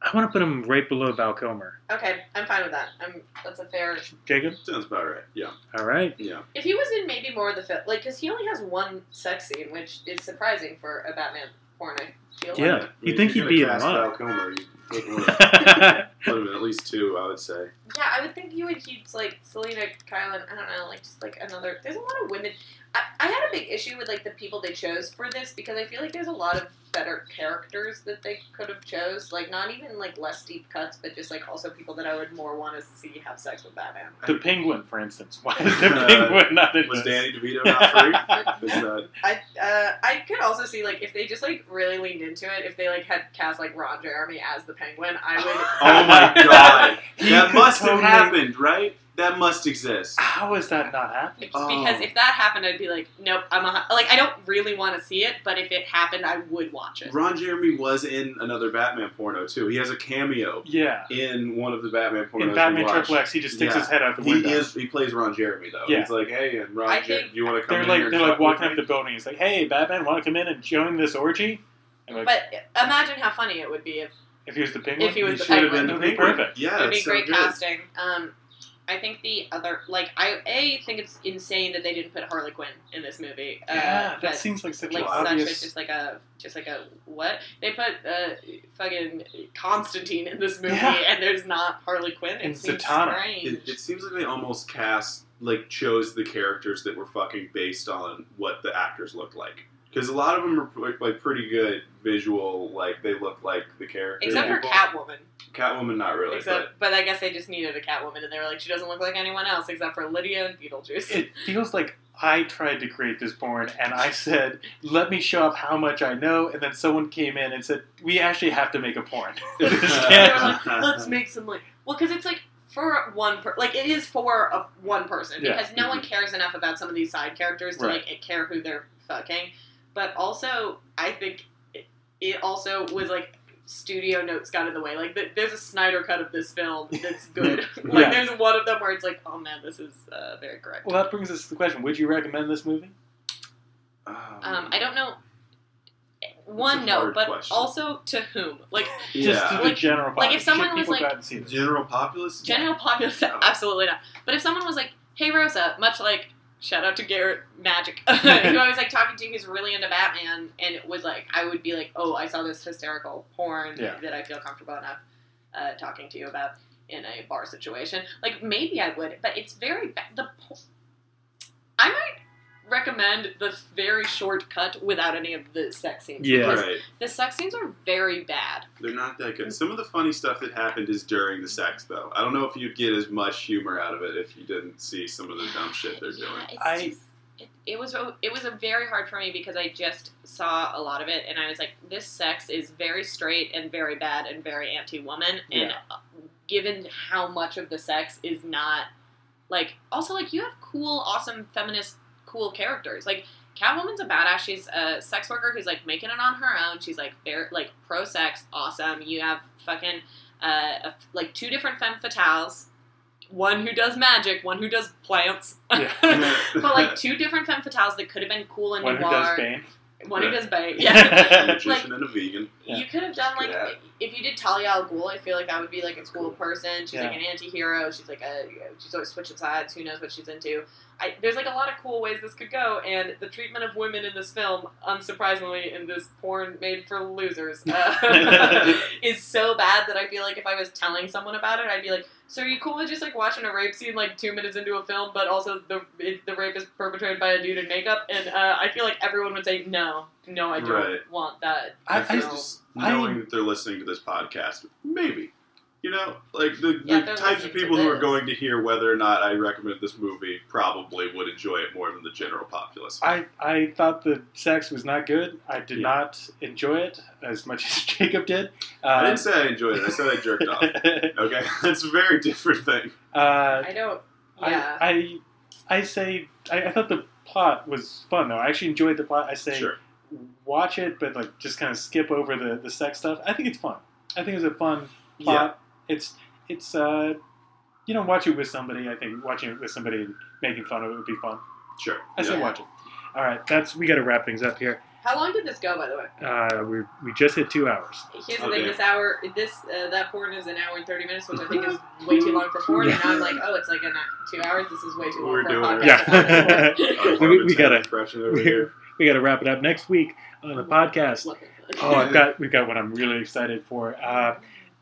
B: I want to put him right below Val Kilmer.
D: Okay, I'm fine with that. I'm that's a fair.
B: Jacob.
C: sounds about right. Yeah,
B: All right.
C: yeah.
D: If he was in maybe more of the film, like because he only has one sex scene, which is surprising for a Batman porn. I feel
B: Yeah,
D: like.
C: I
B: you'd
C: mean,
B: think
C: if you're
B: he'd be
C: gonna
B: in
C: cast
B: line.
C: Val Kilmer, you put him in-
B: yeah,
C: put him in at least two, I would say.
D: Yeah, I would think you would keep like Selena Kylan. I don't know, like just like another. There's a lot of women. I, I had a big issue with like the people they chose for this because I feel like there's a lot of better characters that they could have chose. Like not even like less deep cuts, but just like also people that I would more want to see have sex with Batman.
B: the penguin, for instance. Why is the
C: Uh,
B: penguin not in
C: Was
B: this?
C: Danny DeVito not free? Is that
D: I uh, I could also see like if they just like really leaned into it, if they like had cast like Ron Jeremy as the Penguin, I would.
C: Oh my god.
B: He
C: that
B: could
C: must have
B: totally-
C: happened, right? That must exist.
B: How is that not happening?
C: Oh.
D: Because if that happened, I'd be like, nope, I'm a, like I don't really want to see it, but if it happened, I would watch it.
C: Ron Jeremy was in another Batman porno too. He has a cameo
B: Yeah.
C: in one of the Batman pornos.
B: In Batman
C: we watched.
B: Triple X, he just sticks
C: Yeah.
B: his head out the window.
C: He is he plays Ron Jeremy though.
B: Yeah.
C: He's like, hey, and Ron,
D: I
C: Jer-
D: think-
C: you want to come?
B: They're
C: in here
B: like
C: and
B: they're like
C: fuck with
B: walking up
C: me?
B: the building. He's like, "Hey, Batman, want to come in and join this orgy?" I'm like,
D: But imagine how funny it would be if
B: if he was the penguin,
D: if he was the
B: should have
D: penguin.
B: been the penguin. perfect.
C: Yeah,
D: it would be
C: it's so
D: great
C: good.
D: casting. Um, I think the other like I a think it's insane that they didn't put Harley Quinn in this movie. Uh,
B: yeah, that
D: but,
B: seems like such an
D: like such a,
B: obvious.
D: just like a just like a what they put uh, fucking Constantine in this movie
B: Yeah.
D: and there's not Harley Quinn. It
B: And
D: seems
B: Zatanna.
D: strange.
C: It, it seems like they almost cast like chose the characters that were fucking based on what the actors looked like. Because a lot of them are like, like pretty good visual, like they look like the characters.
D: Except for
C: People-
D: Catwoman.
C: Catwoman, not really.
D: Except, but I guess they just needed a Catwoman, and they were like, she doesn't look like anyone else except for Lydia and Beetlejuice.
B: it feels like I tried to create this porn, and I said, "Let me show off how much I know," and then someone came in and said, "We actually have to make a porn."
C: but-
B: Yeah.
D: let's make some like well because it's like for one per like it is for a one person
B: Yeah. Mm-hmm.
D: because no one cares enough about some of these side characters to
B: Right.
D: like care who they're fucking but also i think it, it also was like studio notes got in the way like th- there's a snyder cut of this film that's good like
B: Yeah.
D: there's one of them where it's like oh man this is uh, very correct
B: Well, that brings us to the question: Would you recommend this movie?
C: Um,
D: um, i don't know eh, one
C: a
D: no,
C: hard
D: but
C: question.
D: also to whom? Like
C: Yeah.
B: Just to the
D: Like-
B: general
D: like
B: populace.
D: if someone
B: Should
D: was
B: people
D: like-
B: go out and see this?
C: General populace?
D: general populace,
C: No.
D: absolutely not. But if someone was like, "Hey Rosa," much like shout out to Garrett Magic, who I was like talking to, who's really into Batman, and it was like I would be like, "Oh, I saw this hysterical porn
B: Yeah.
D: that I feel comfortable enough uh, talking to you about in a bar situation." Like maybe I would, but it's very ba- the. Po- I might recommend the very short cut without any of the sex scenes.
A: Yeah.
D: because
C: Right.
D: the sex scenes are very bad.
C: They're not that good. Some of the funny stuff that happened is during the sex, though. I don't know if you'd get as much humor out of it if you didn't see some of the dumb shit they're doing.
D: Yeah, it's
B: I-
D: just- it, it was it was a very hard for me because I just saw a lot of it and I was like, this sex is very straight and very bad and very anti woman. And
B: Yeah.
D: uh, given how much of the sex is not like, also like you have cool, awesome feminist, cool characters like. Catwoman's a badass. She's a sex worker who's like making it on her own. She's like very like pro sex, awesome. You have fucking uh, a- like two different femme fatales, one who does magic, one who does plants.
B: Yeah.
D: but like two different femme fatales that could have been cool and
B: one who
D: noir.
B: does Bane.
D: One who
C: Right.
D: does bait. Yeah.
C: a
B: Yeah.
C: magician and a vegan.
B: Yeah.
D: You could have done like
C: Get out.
D: if you did Talia al Ghul, I feel like that would be like a cool person. She's like
B: Yeah.
D: an anti-hero. She's like a she's always switching sides. Who knows what she's into? I, there's like a lot of cool ways this could go, and the treatment of women in this film, unsurprisingly, in this porn made for losers, uh, is so bad that I feel like if I was telling someone about it, I'd be like, "So are you cool with just like watching a rape scene like two minutes into a film, but also the it, the rape is perpetrated by a dude in makeup?" And uh, I feel like everyone would say, "No, no, I don't
C: Right.
D: want that."
B: I-
D: you
B: I
D: know?
C: just knowing that they're listening to this podcast, maybe. You know, like the,
D: Yeah,
C: the
D: they're
C: types
D: listening
C: of
D: to
C: people who are
D: this.
C: going to hear whether or not I recommend this movie probably would enjoy it more than the general populace.
B: I, I thought the sex was not good. I did
C: Yeah.
B: not enjoy it as much as Jacob did. Uh,
C: I didn't say I enjoyed it. I said I jerked off. Okay, that's a very different thing.
B: uh,
D: I don't.
B: I-
D: Yeah.
B: I, I say I, I thought the plot was fun though. I actually enjoyed the plot. I say
C: Sure.
B: watch it, but like just kind of skip over the, the sex stuff. I think it's fun. I think it's a fun
C: Yeah.
B: plot. It's it's uh, you know watch it with somebody. I think watching it with somebody and making fun of it would be fun.
C: Sure.
B: I say
C: Yeah.
B: watch it.
A: All right, that's we got to wrap things up here.
D: How long did this go, by the way?
A: Uh, we we just hit two hours.
D: Here's the
C: Okay.
D: thing: this hour, this uh, that porn is an hour and thirty minutes, which I think is way too long for porn. And now I'm like, oh, it's like an, two hours. This is way too long
C: We're
D: for
C: doing
D: a
C: it.
D: podcast.
A: Yeah.
C: Uh,
A: We- we gotta-
C: Depression over
A: We
C: here.
A: got to wrap it up next week on the podcast. Oh, I've got we've got one I'm really excited for. Uh,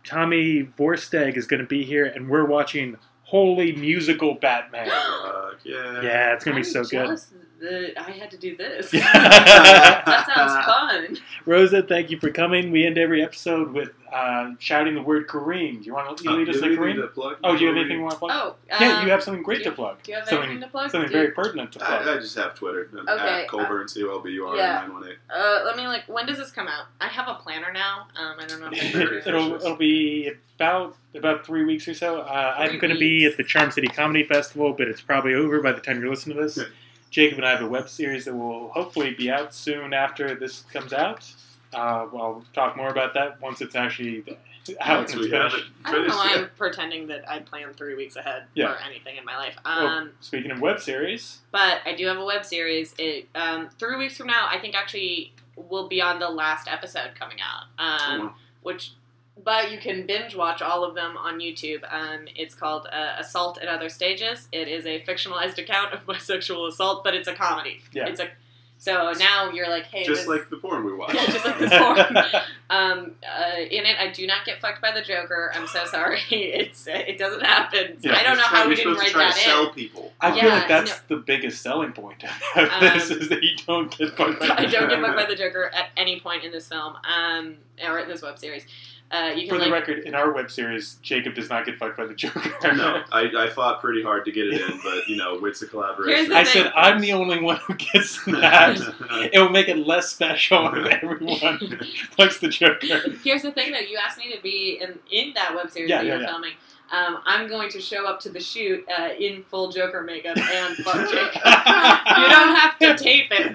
A: Tommy Vorsteg is going to be here, and we're watching Holy Musical Batman.
C: Fuck, yeah.
A: Yeah, it's going to be so
D: I'm
A: good.
D: jealous That I had to do this.
A: Yeah.
D: that sounds fun.
A: Rosa, thank you for coming. We end every episode with
B: With uh, shouting the word Kareem. Do you want to
C: Uh,
B: lead us
C: do
B: in
C: we need
B: Kareem?
C: to plug
B: Oh, do you have
C: before
B: anything you
C: we-
B: want to plug?
D: Oh, um,
B: yeah, you have something great
D: do-
B: to plug.
D: do you have
B: something
D: anything to plug?
B: something
D: Do-
B: very pertinent to plug.
C: I, I just have Twitter.
D: Okay, uh,
C: At Colbert and CLBUR
D: yeah.
C: 918.
D: Uh, let me like. When does this come out? I have a planner now. Um, I don't know. If I'm
C: Very-
B: it'll, it'll be about about three weeks or so. Uh, I'm
D: Three
A: going to be
D: weeks.
A: at the Charm City Comedy Festival, but it's probably over by the time you're listening to this.
C: Yeah.
B: Jacob and I have a web series that will hopefully be out soon after this comes out. Uh, well, I'll talk more about that once it's actually out
C: Once
B: and
C: we have
B: finished.
D: I don't know.
C: finished,
D: why
C: yeah.
D: I'm pretending that I plan three weeks ahead
B: Yeah. Oh.
D: for anything in my life.
B: Well,
D: Um,
B: speaking of web series,
D: but I do have a web series. It um, three weeks from now, I think actually will be on the last episode coming out. Um,
C: Oh, wow.
D: Which, but you can binge watch all of them on YouTube. Um, it's called uh, Assault at Other Stages. It is a fictionalized account of my sexual assault, but it's a comedy.
B: Yeah.
D: It's a so now you're like, hey,
C: Just
D: this-
C: like the porn we watched.
D: Yeah, just like this porn. um, uh, in it, I do not get fucked by the Joker. I'm so sorry. It's it doesn't happen.
B: Yeah,
D: I don't know
C: You're
D: how we didn't write
C: supposed to try
D: that
C: to
D: in.
C: sell people.
B: I feel
D: Yeah, Um,
B: like that's the biggest selling point of this is that you don't get fucked by
D: I don't get fucked by the Joker at any point in this film, um, or in this web series. Uh, you
B: For the
D: can like,
B: record, in our web series, Jacob does not get fucked by the Joker.
C: No, I, I fought pretty hard to get it in, but you know, it's a
D: Here's
C: collaboration.
D: the
B: I said
D: thing.
B: I'm the only one who gets that. it will make it less special if everyone fucks the Joker.
D: here's the thing though. You asked me to be in in that web series
B: Yeah,
D: that
B: yeah,
D: you're
B: yeah.
D: filming. Um, I'm going to show up to the shoot uh, in full Joker makeup and fuck Jake. You don't have to tape it.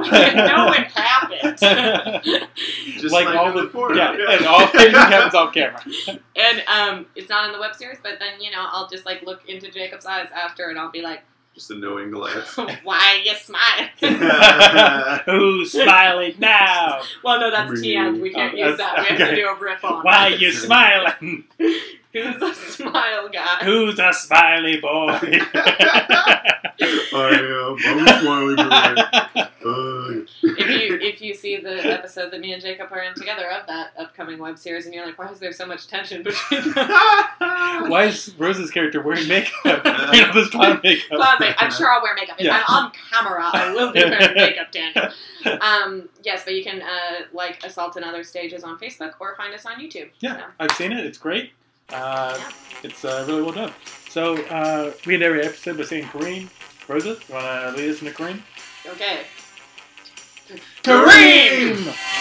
D: no, it happened.
C: Just
B: like,
C: like
B: all
C: in
B: the
C: the porn,
B: yeah,
C: yeah.
B: and all everything happens off camera.
D: and um, it's not in the web series, but then you know I'll just like look into Jacob's eyes after, and I'll be like,
C: Just a knowing glance.
D: "Why you smile?
B: Who's smiling now?
D: Well, no, that's TM. We can't
B: Oh, that's-
D: use that. We have
B: okay.
D: to do a riff on.
B: Why you smiling?
D: Who's a smile guy?
B: Who's a smiley boy?
C: I am. I'm a smiley boy. Uh,
D: if you if you see the episode that me and Jacob are in together of that upcoming web series, and you're like, why is there so much tension between them?
B: Why is Rose's character wearing makeup? you know, this clown makeup.
D: Clown makeup. I'm sure I'll wear makeup. If
B: Yeah.
D: I'm on camera, I will be wearing makeup, Daniel. Um, yes, but you can uh, like Assault and Other Stages on Facebook or find us on YouTube.
B: Yeah,
D: So,
B: I've seen it. It's great. Uh,
D: Yeah.
B: It's uh, really well done. So uh, we end every episode by saying Kareem. Rosa, you want to lead us into Kareem?
D: okay.
C: Kareem!
B: Kareem!